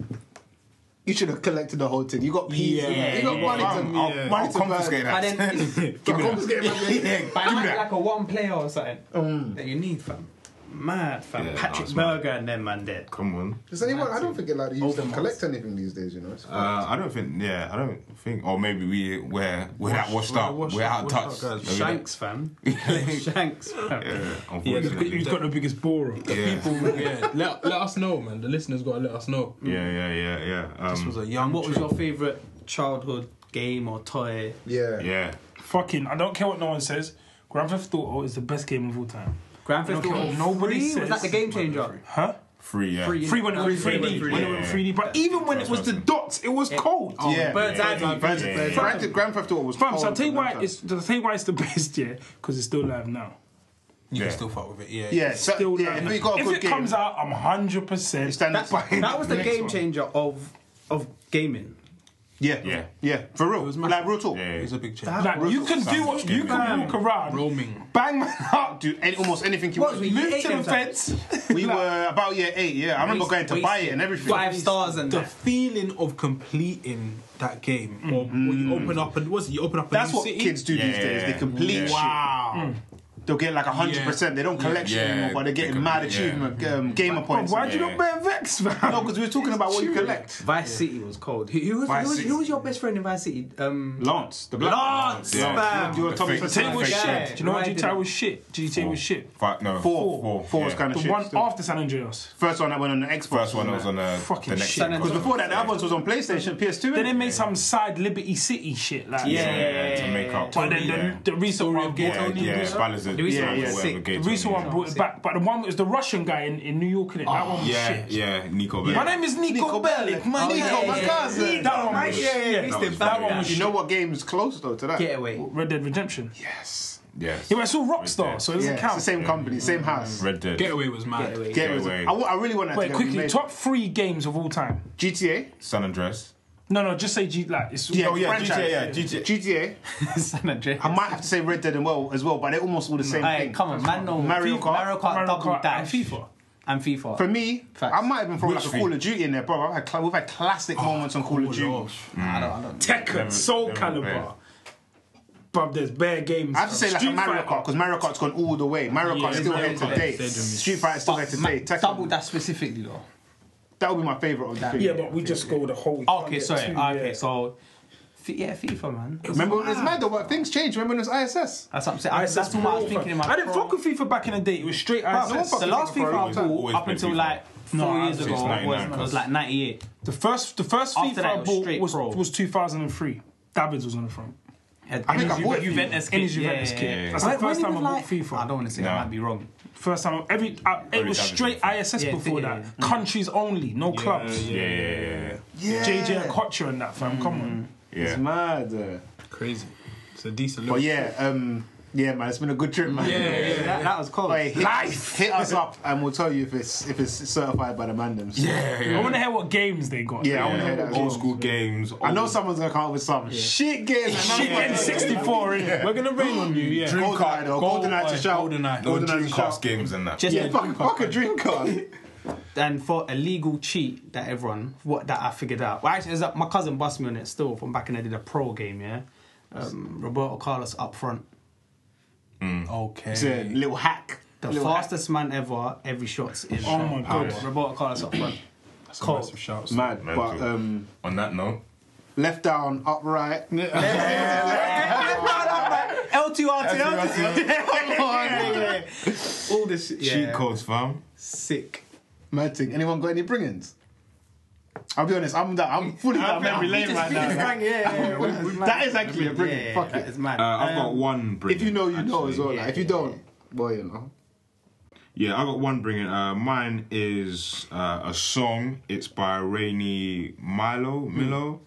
Speaker 8: You should have collected the whole thing. You got peas.
Speaker 5: Yeah,
Speaker 8: in there. you got
Speaker 5: yeah,
Speaker 8: money
Speaker 5: yeah.
Speaker 8: to
Speaker 5: I'll- I'll-
Speaker 8: money
Speaker 5: I'll
Speaker 8: to
Speaker 5: confiscate
Speaker 8: burn.
Speaker 5: that. But then it's- Give me that.
Speaker 8: confiscate my money.
Speaker 5: but it
Speaker 8: Give
Speaker 5: might
Speaker 8: me
Speaker 5: be
Speaker 8: that.
Speaker 5: like a one player or something that you need, fam. Mad, fam.
Speaker 2: Yeah,
Speaker 5: Patrick
Speaker 2: nah,
Speaker 5: Berger and them, man, there.
Speaker 2: Come on.
Speaker 11: Does anyone? I don't think allowed to use them
Speaker 5: Open
Speaker 11: collect anything these days. You know. It's
Speaker 2: Uh, I don't think. Yeah, I don't think. Or maybe we we're we're that washed up.
Speaker 7: washed
Speaker 2: we're
Speaker 7: up,
Speaker 2: out of
Speaker 7: washed
Speaker 2: touch.
Speaker 7: up, guys.
Speaker 2: Maybe that-
Speaker 5: Shanks, fam. Shanks, fam.
Speaker 2: Yeah,
Speaker 7: Yeah, the,
Speaker 2: unfortunately.
Speaker 7: he's got the biggest bore of the
Speaker 2: Yeah.
Speaker 7: people. Yeah, let, let us know, man. The listeners got to let us know.
Speaker 2: yeah, yeah, yeah, yeah. Um,
Speaker 7: This was a young.
Speaker 5: What was your favourite childhood game or toy?
Speaker 11: Yeah.
Speaker 2: yeah.
Speaker 9: Fucking, I don't care what no one says. Grand Theft Auto is the best game of all time.
Speaker 5: Grand Theft
Speaker 9: Okay,
Speaker 5: Auto.
Speaker 9: nobody
Speaker 5: Three? Was that
Speaker 9: says-
Speaker 5: the game changer?
Speaker 9: Huh?
Speaker 2: Free, yeah.
Speaker 5: Free,
Speaker 9: Free when it was
Speaker 5: Free
Speaker 9: 3D.
Speaker 5: when it
Speaker 9: When it
Speaker 2: was
Speaker 9: went
Speaker 2: 3D.
Speaker 9: 3D. But even when it was the dots, it was cold.
Speaker 7: Oh,
Speaker 8: Yeah.
Speaker 5: Bird's eye view.
Speaker 8: Grand-
Speaker 2: Yeah.
Speaker 8: Grand- Grand- Grand Theft Auto was.
Speaker 9: Fam, so I'll
Speaker 8: cold
Speaker 9: tell you
Speaker 8: for a long
Speaker 9: why
Speaker 8: time.
Speaker 9: it's I'll tell you why it's the best, yeah, because it's still live now.
Speaker 7: You
Speaker 2: Yeah.
Speaker 7: can still fuck with it. Yeah.
Speaker 8: Yeah, so,
Speaker 9: Still
Speaker 8: yeah.
Speaker 9: live
Speaker 8: If
Speaker 9: now.
Speaker 8: you got a
Speaker 9: If
Speaker 8: good
Speaker 9: it
Speaker 8: game,
Speaker 9: comes out, I'm hundred percent
Speaker 8: stand
Speaker 5: That,
Speaker 8: by it.
Speaker 5: that was the
Speaker 8: Next
Speaker 5: game
Speaker 8: one.
Speaker 5: changer of of gaming.
Speaker 8: Yeah,
Speaker 2: Yeah.
Speaker 8: yeah. For real,
Speaker 7: It was
Speaker 8: like
Speaker 7: massive.
Speaker 8: real talk.
Speaker 2: Yeah.
Speaker 7: It's a big change.
Speaker 9: Like you can do what you can walk around,
Speaker 7: Roaming.
Speaker 9: bang man up,
Speaker 8: Do any, almost anything you
Speaker 5: What,
Speaker 8: want.
Speaker 5: we-
Speaker 8: We,
Speaker 9: move
Speaker 5: Eight
Speaker 9: to the
Speaker 5: of them.
Speaker 9: fence.
Speaker 8: were about year eight. Yeah, I remember going to buy it and everything.
Speaker 5: Five stars and
Speaker 7: The
Speaker 5: that.
Speaker 7: feeling of completing that game, or when you open up and what's it? You open up. A
Speaker 8: That's
Speaker 7: new
Speaker 8: what
Speaker 7: city?
Speaker 8: kids do these
Speaker 2: Yeah.
Speaker 8: days. They complete
Speaker 2: Yeah.
Speaker 8: shit. Wow. They'll get like hundred percent. They don't collect shit
Speaker 2: Yeah.
Speaker 8: anymore, but they're
Speaker 2: They
Speaker 8: getting
Speaker 2: complete-
Speaker 8: mad
Speaker 2: yeah.
Speaker 8: achievement um, gamer
Speaker 9: Bro,
Speaker 8: points.
Speaker 9: why'd you
Speaker 2: Yeah.
Speaker 9: not bear vex, man?
Speaker 8: No, because we were talking about what you collect.
Speaker 5: Vice City was cold. Who, who was,
Speaker 8: Vice
Speaker 5: who, was,
Speaker 8: City.
Speaker 5: who was your best friend in Vice City? Um,
Speaker 8: Lance, the black
Speaker 5: Lance,
Speaker 2: Yeah.
Speaker 5: fam.
Speaker 8: You were
Speaker 2: The
Speaker 8: Thomas
Speaker 2: fake-
Speaker 9: GTA was
Speaker 5: Yeah.
Speaker 2: fake
Speaker 9: shit. Do you know what
Speaker 5: Riding
Speaker 9: GTA
Speaker 5: it.
Speaker 9: was shit? GTA was shit.
Speaker 2: Five, no,
Speaker 8: Four.
Speaker 2: four,
Speaker 8: Four was
Speaker 2: yeah.
Speaker 8: kind of
Speaker 9: The
Speaker 8: shit.
Speaker 9: one
Speaker 8: still.
Speaker 9: after San Andreas.
Speaker 8: First one that went on the Xbox.
Speaker 2: First one that was on uh,
Speaker 9: Fucking
Speaker 2: the next
Speaker 9: shit.
Speaker 2: year.
Speaker 5: Because
Speaker 8: Because before that, the other ones was on PlayStation, PS2.
Speaker 9: Then they
Speaker 8: innit?
Speaker 9: made some side Liberty City shit, like
Speaker 5: Yeah.
Speaker 2: to make up.
Speaker 9: But then
Speaker 2: yeah.
Speaker 9: the, the recent one, brought-
Speaker 2: yeah, yeah, Spallers are-
Speaker 5: The recent
Speaker 2: yeah,
Speaker 5: one was
Speaker 2: yeah,
Speaker 5: sick.
Speaker 2: whatever Gates
Speaker 9: the recent
Speaker 2: on,
Speaker 9: one brought it back. But the one that was the Russian guy in, in New York, in it, that one was
Speaker 2: Yeah,
Speaker 9: shit.
Speaker 2: yeah, Nico.
Speaker 9: My
Speaker 2: Bellic.
Speaker 9: name is Nico,
Speaker 8: Nico
Speaker 9: Bellic. My
Speaker 8: Oh,
Speaker 9: Nico,
Speaker 8: yeah,
Speaker 9: my
Speaker 8: yeah,
Speaker 9: cousin.
Speaker 8: yeah.
Speaker 9: That one was shit.
Speaker 5: yeah,
Speaker 2: That
Speaker 5: yeah.
Speaker 2: was
Speaker 5: That
Speaker 2: bad.
Speaker 5: one was
Speaker 8: You know what game's close though to that?
Speaker 5: get away. *laughs*
Speaker 9: Red Dead Redemption. Yeah,
Speaker 2: Yes, yes.
Speaker 9: but it's all Rockstar,
Speaker 2: Dead.
Speaker 9: so it
Speaker 8: Yeah,
Speaker 9: doesn't
Speaker 8: it's
Speaker 9: count.
Speaker 8: the same company, same house.
Speaker 2: Red Dead.
Speaker 7: Getaway was mad.
Speaker 5: Get away.
Speaker 8: Get
Speaker 2: Getaway.
Speaker 8: away. I, wa- I really want that.
Speaker 9: Wait,
Speaker 8: to get
Speaker 9: quickly,
Speaker 8: remade.
Speaker 9: top three games of all time.
Speaker 8: GTA.
Speaker 2: San Andreas.
Speaker 9: No, no, just say G. Like it's
Speaker 8: Yeah,
Speaker 9: no,
Speaker 8: Oh, yeah,
Speaker 9: franchise.
Speaker 8: GTA,
Speaker 2: GTA.
Speaker 8: GTA.
Speaker 5: San Andreas.
Speaker 8: I might have to say Red Dead and well as well, but they're almost
Speaker 9: Mm,
Speaker 8: all the same
Speaker 5: Aye,
Speaker 8: thing.
Speaker 5: come on, man. No,
Speaker 8: Mario
Speaker 5: FIFA-
Speaker 8: Kart.
Speaker 5: Mario Kart,
Speaker 9: Mario
Speaker 5: Double
Speaker 9: Kart
Speaker 5: Dash,
Speaker 9: and FIFA.
Speaker 5: and FIFA.
Speaker 8: For me,
Speaker 5: Facts.
Speaker 8: I might even throw like a
Speaker 2: Which
Speaker 8: Call of Duty in there, bro. I've had cl- we've had classic moments on Call of Duty.
Speaker 5: I don't, I don't.
Speaker 9: Tekken, Soul
Speaker 2: Never- never
Speaker 9: Calibur. But there's bare games.
Speaker 8: I have to say like a
Speaker 9: Street
Speaker 8: Mario
Speaker 9: Fighter.
Speaker 8: Kart because Mario Kart's gone all the way. Mario
Speaker 7: Yeah,
Speaker 8: Kart's still
Speaker 7: Mario
Speaker 8: here
Speaker 7: Kart
Speaker 8: today.
Speaker 7: is legendary.
Speaker 8: Street Fighter's still here today.
Speaker 5: Ma-
Speaker 8: Tekken,
Speaker 5: double Dash specifically though.
Speaker 8: That would be my favorite of the three.
Speaker 9: Yeah, but we just scored a whole.
Speaker 5: Okay, sorry.
Speaker 9: Two,
Speaker 5: Okay,
Speaker 9: yeah.
Speaker 5: so fi- yeah, FIFA man.
Speaker 8: remember when it's mad though, but things changed. Remember when it was ISS?
Speaker 5: That's what I'm saying. I, that's what I was thinking in my.
Speaker 9: I didn't
Speaker 5: pro-
Speaker 9: fuck with FIFA back in the day. It was straight
Speaker 8: Bruh, no one
Speaker 9: ISS.
Speaker 8: fuck
Speaker 5: The
Speaker 8: with
Speaker 5: last
Speaker 8: FIFA for a long
Speaker 5: FIFA I
Speaker 8: time.
Speaker 5: bought
Speaker 2: Always
Speaker 5: up
Speaker 2: been
Speaker 5: until
Speaker 2: FIFA.
Speaker 5: like four
Speaker 9: No,
Speaker 5: years
Speaker 9: since
Speaker 5: ago was,
Speaker 2: 99
Speaker 5: was like 98.
Speaker 9: The first, the first
Speaker 5: After
Speaker 9: FIFA
Speaker 5: that, it
Speaker 9: I
Speaker 5: was
Speaker 9: bought
Speaker 5: straight
Speaker 9: was,
Speaker 5: pro.
Speaker 9: was 2003. Davids was on the front.
Speaker 8: I think I bought it.
Speaker 5: Juventus.
Speaker 9: In his Juventus kit. That's the
Speaker 5: When-
Speaker 9: first
Speaker 5: when
Speaker 9: time I
Speaker 5: he was
Speaker 9: bought
Speaker 5: like-
Speaker 9: FIFA.
Speaker 5: I don't want to say.
Speaker 2: No.
Speaker 5: I might be wrong.
Speaker 9: First time every uh, it
Speaker 2: Only
Speaker 9: was
Speaker 2: Davids
Speaker 9: straight
Speaker 2: was
Speaker 9: ISS
Speaker 5: Yeah,
Speaker 9: before
Speaker 5: yeah, Mm.
Speaker 9: that. Countries only, no clubs.
Speaker 2: Yeah, yeah, yeah, yeah.
Speaker 8: Yeah.
Speaker 9: JJ Kocher and that fam. Come
Speaker 5: Mm.
Speaker 9: on.
Speaker 8: It's
Speaker 2: yeah.
Speaker 8: mad. uh,
Speaker 7: Crazy. It's a decent.
Speaker 8: But
Speaker 7: look.
Speaker 8: yeah, um, yeah, man, it's been a good trip, man.
Speaker 7: yeah, yeah.
Speaker 5: That, that was cold.
Speaker 8: Like, hit, Life. Hit us up and we'll tell you if it's if it's certified by the mandems.
Speaker 2: Yeah, yeah.
Speaker 9: I want to hear what games they got.
Speaker 8: Yeah, I want to hear that. as well.
Speaker 2: Old school games.
Speaker 8: I know
Speaker 2: old-
Speaker 8: someone's gonna come up with some shit game.
Speaker 9: Shit, N64 in
Speaker 7: We're gonna rain on you. Yeah.
Speaker 8: GoldenEye though. GoldenEye to shout.
Speaker 7: GoldenEye.
Speaker 2: No
Speaker 8: GoldenEye to
Speaker 2: Dreamcast
Speaker 8: shout.
Speaker 2: games and that.
Speaker 5: Just
Speaker 8: Yeah, fuck, fuck a drink *laughs* card.
Speaker 5: and for a legal cheat that everyone what that I figured out. Well, actually, it's like my cousin bust me on it still from back in the day, the pro game. Yeah, um, Roberto Carlos up front,
Speaker 7: Okay.
Speaker 8: It's a little hack.
Speaker 5: the
Speaker 8: Little hack.
Speaker 5: fastest man ever. Every shot's in.
Speaker 9: Oh my God.
Speaker 5: Roberto Carlos up
Speaker 9: *laughs*
Speaker 5: front.
Speaker 7: That's
Speaker 5: Cold.
Speaker 7: massive shouts.
Speaker 8: Mad, but
Speaker 2: Mental.
Speaker 8: um,
Speaker 2: On that note,
Speaker 8: left down, upright.
Speaker 5: L two R two L two.
Speaker 9: *laughs*
Speaker 5: *laughs* All this shit.
Speaker 2: cheat
Speaker 5: Yeah.
Speaker 2: codes, fam.
Speaker 5: Sick.
Speaker 8: Mad thing. Anyone got any bringings? I'll be honest. I'm that. I'm fully down memory lane *laughs* right now. like. That is actually a bringing.
Speaker 5: Yeah,
Speaker 8: Fuck
Speaker 5: that
Speaker 8: it.
Speaker 5: is mad.
Speaker 2: Uh, I've got one. Brilliant,
Speaker 8: Um, If you know, you know as
Speaker 2: actually.
Speaker 8: well. like, if you don't, well, you know.
Speaker 2: Yeah, I got one bringing. Uh, mine is uh, a song. It's by Rainy Milo Milo,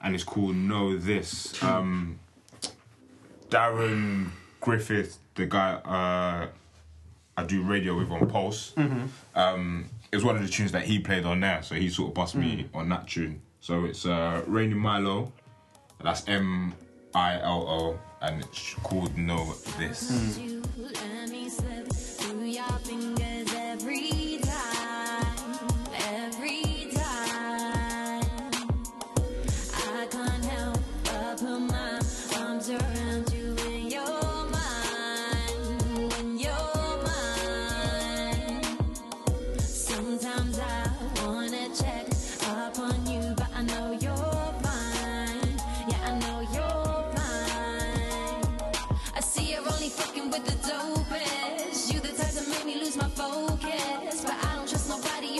Speaker 2: and it's called "Know This." Um, Darren Griffith, the guy uh, I do radio with on Pulse, um, it was one of the tunes that he played on there. So he sort of bust me on that tune. So it's uh, Rainy Milo. That's M I L O, and it's called "Know This."
Speaker 19: You let me slip through your fingers every time, every time.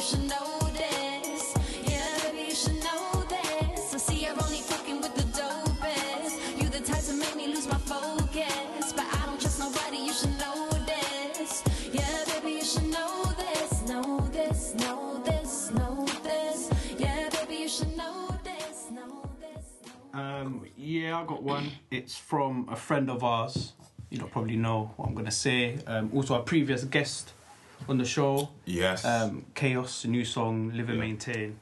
Speaker 19: should know this. Yeah, baby, you should know this. I see you're only fucking with the dopest. You the type to make me lose my focus, but I don't trust nobody. You should know this. Yeah, baby, you should know this. Know this, know this, know this. Yeah, baby, you should know this. Know this.
Speaker 5: Um, yeah, I got one. It's from a friend of ours. You don't probably know what I'm gonna say. Um, also, our previous guest on the show.
Speaker 2: Yes.
Speaker 5: Um, Chaos, new song, Live and Maintain.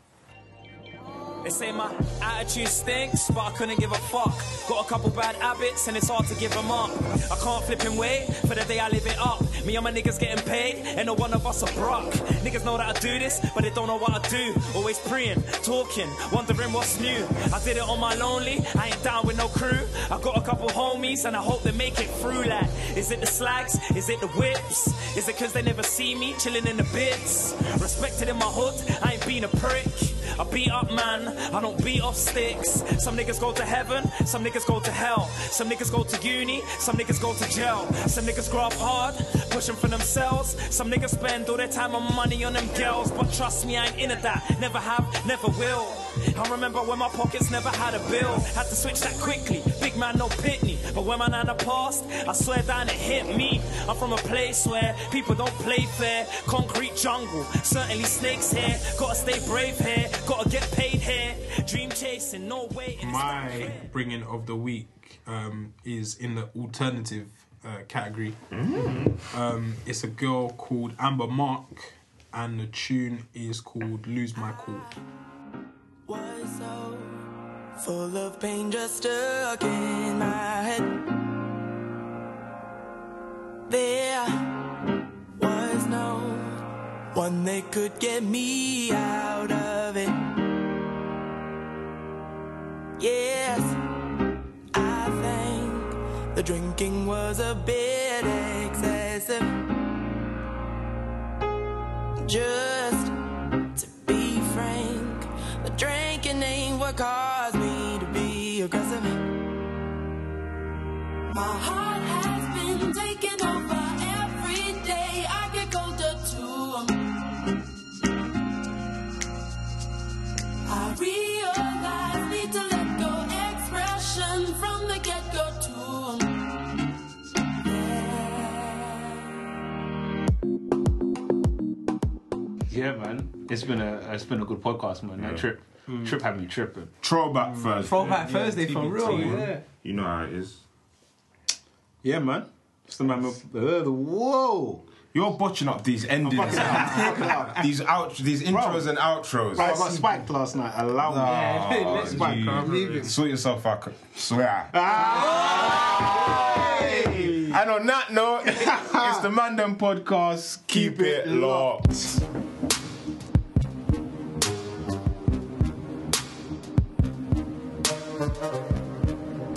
Speaker 20: They say my attitude stinks, but I couldn't give a fuck. Got a couple bad habits and it's hard to give them up. I can't flip and wait for the day I live it up. Me and my niggas getting paid, and no one of us are broke. Niggas know that I do this, but they don't know what I do. Always praying, talking, wondering what's new. I did it on my lonely, I ain't down with no crew. I got a couple homies and I hope they make it through. Like, is it the slags? Is it the whips? Is it cause they never see me chilling in the bits? Respected in my hood, I ain't been a prick. I beat up man, I don't beat off sticks. Some niggas go to heaven, some niggas go to hell. Some niggas go to uni, some niggas go to jail. Some niggas grow up hard, pushing for themselves. Some niggas spend all their time and money on them girls. But trust me, I ain't into that. Never have, never will. I remember when my pockets never had a bill. Had to switch that quickly. Big man, no pitney. But when my nana passed, I swear down it hit me. I'm from a place where people don't play fair. Concrete jungle, certainly snakes here. Gotta stay brave here, gotta get paid here. Dream chasing, no way.
Speaker 7: My bringing of the week um, is in the alternative uh, category.
Speaker 8: Mm.
Speaker 7: Um, it's a girl called Amber Mark, and the tune is called "Lose My Cool."
Speaker 21: was so full of pain just stuck in my head there was no one that could get me out of it yes i think the drinking was a bit excessive just to be frank the drinking ain't what caused me to be aggressive.
Speaker 19: My heart has been taken over every day. I get colder too. I realize need to let go expression from the get go too.
Speaker 8: Yeah, man. It's been a it's been a good podcast, man. That
Speaker 15: Yeah.
Speaker 8: trip trip had me tripping.
Speaker 15: Throwback Thursday.
Speaker 8: Throwback Yeah, Thursday for TBT, real, man. yeah.
Speaker 15: You know how it is.
Speaker 8: Yeah, man. It's the man. Of, uh, the whoa.
Speaker 15: You're botching up these endings. *laughs* these out these intros and outros.
Speaker 8: Bro, I got spiked last night. Allow me.
Speaker 15: Oh, you- Sort yourself out. c- Swear. Ah. *laughs* And on that note, it's the Mandem Podcast. Keep, it locked.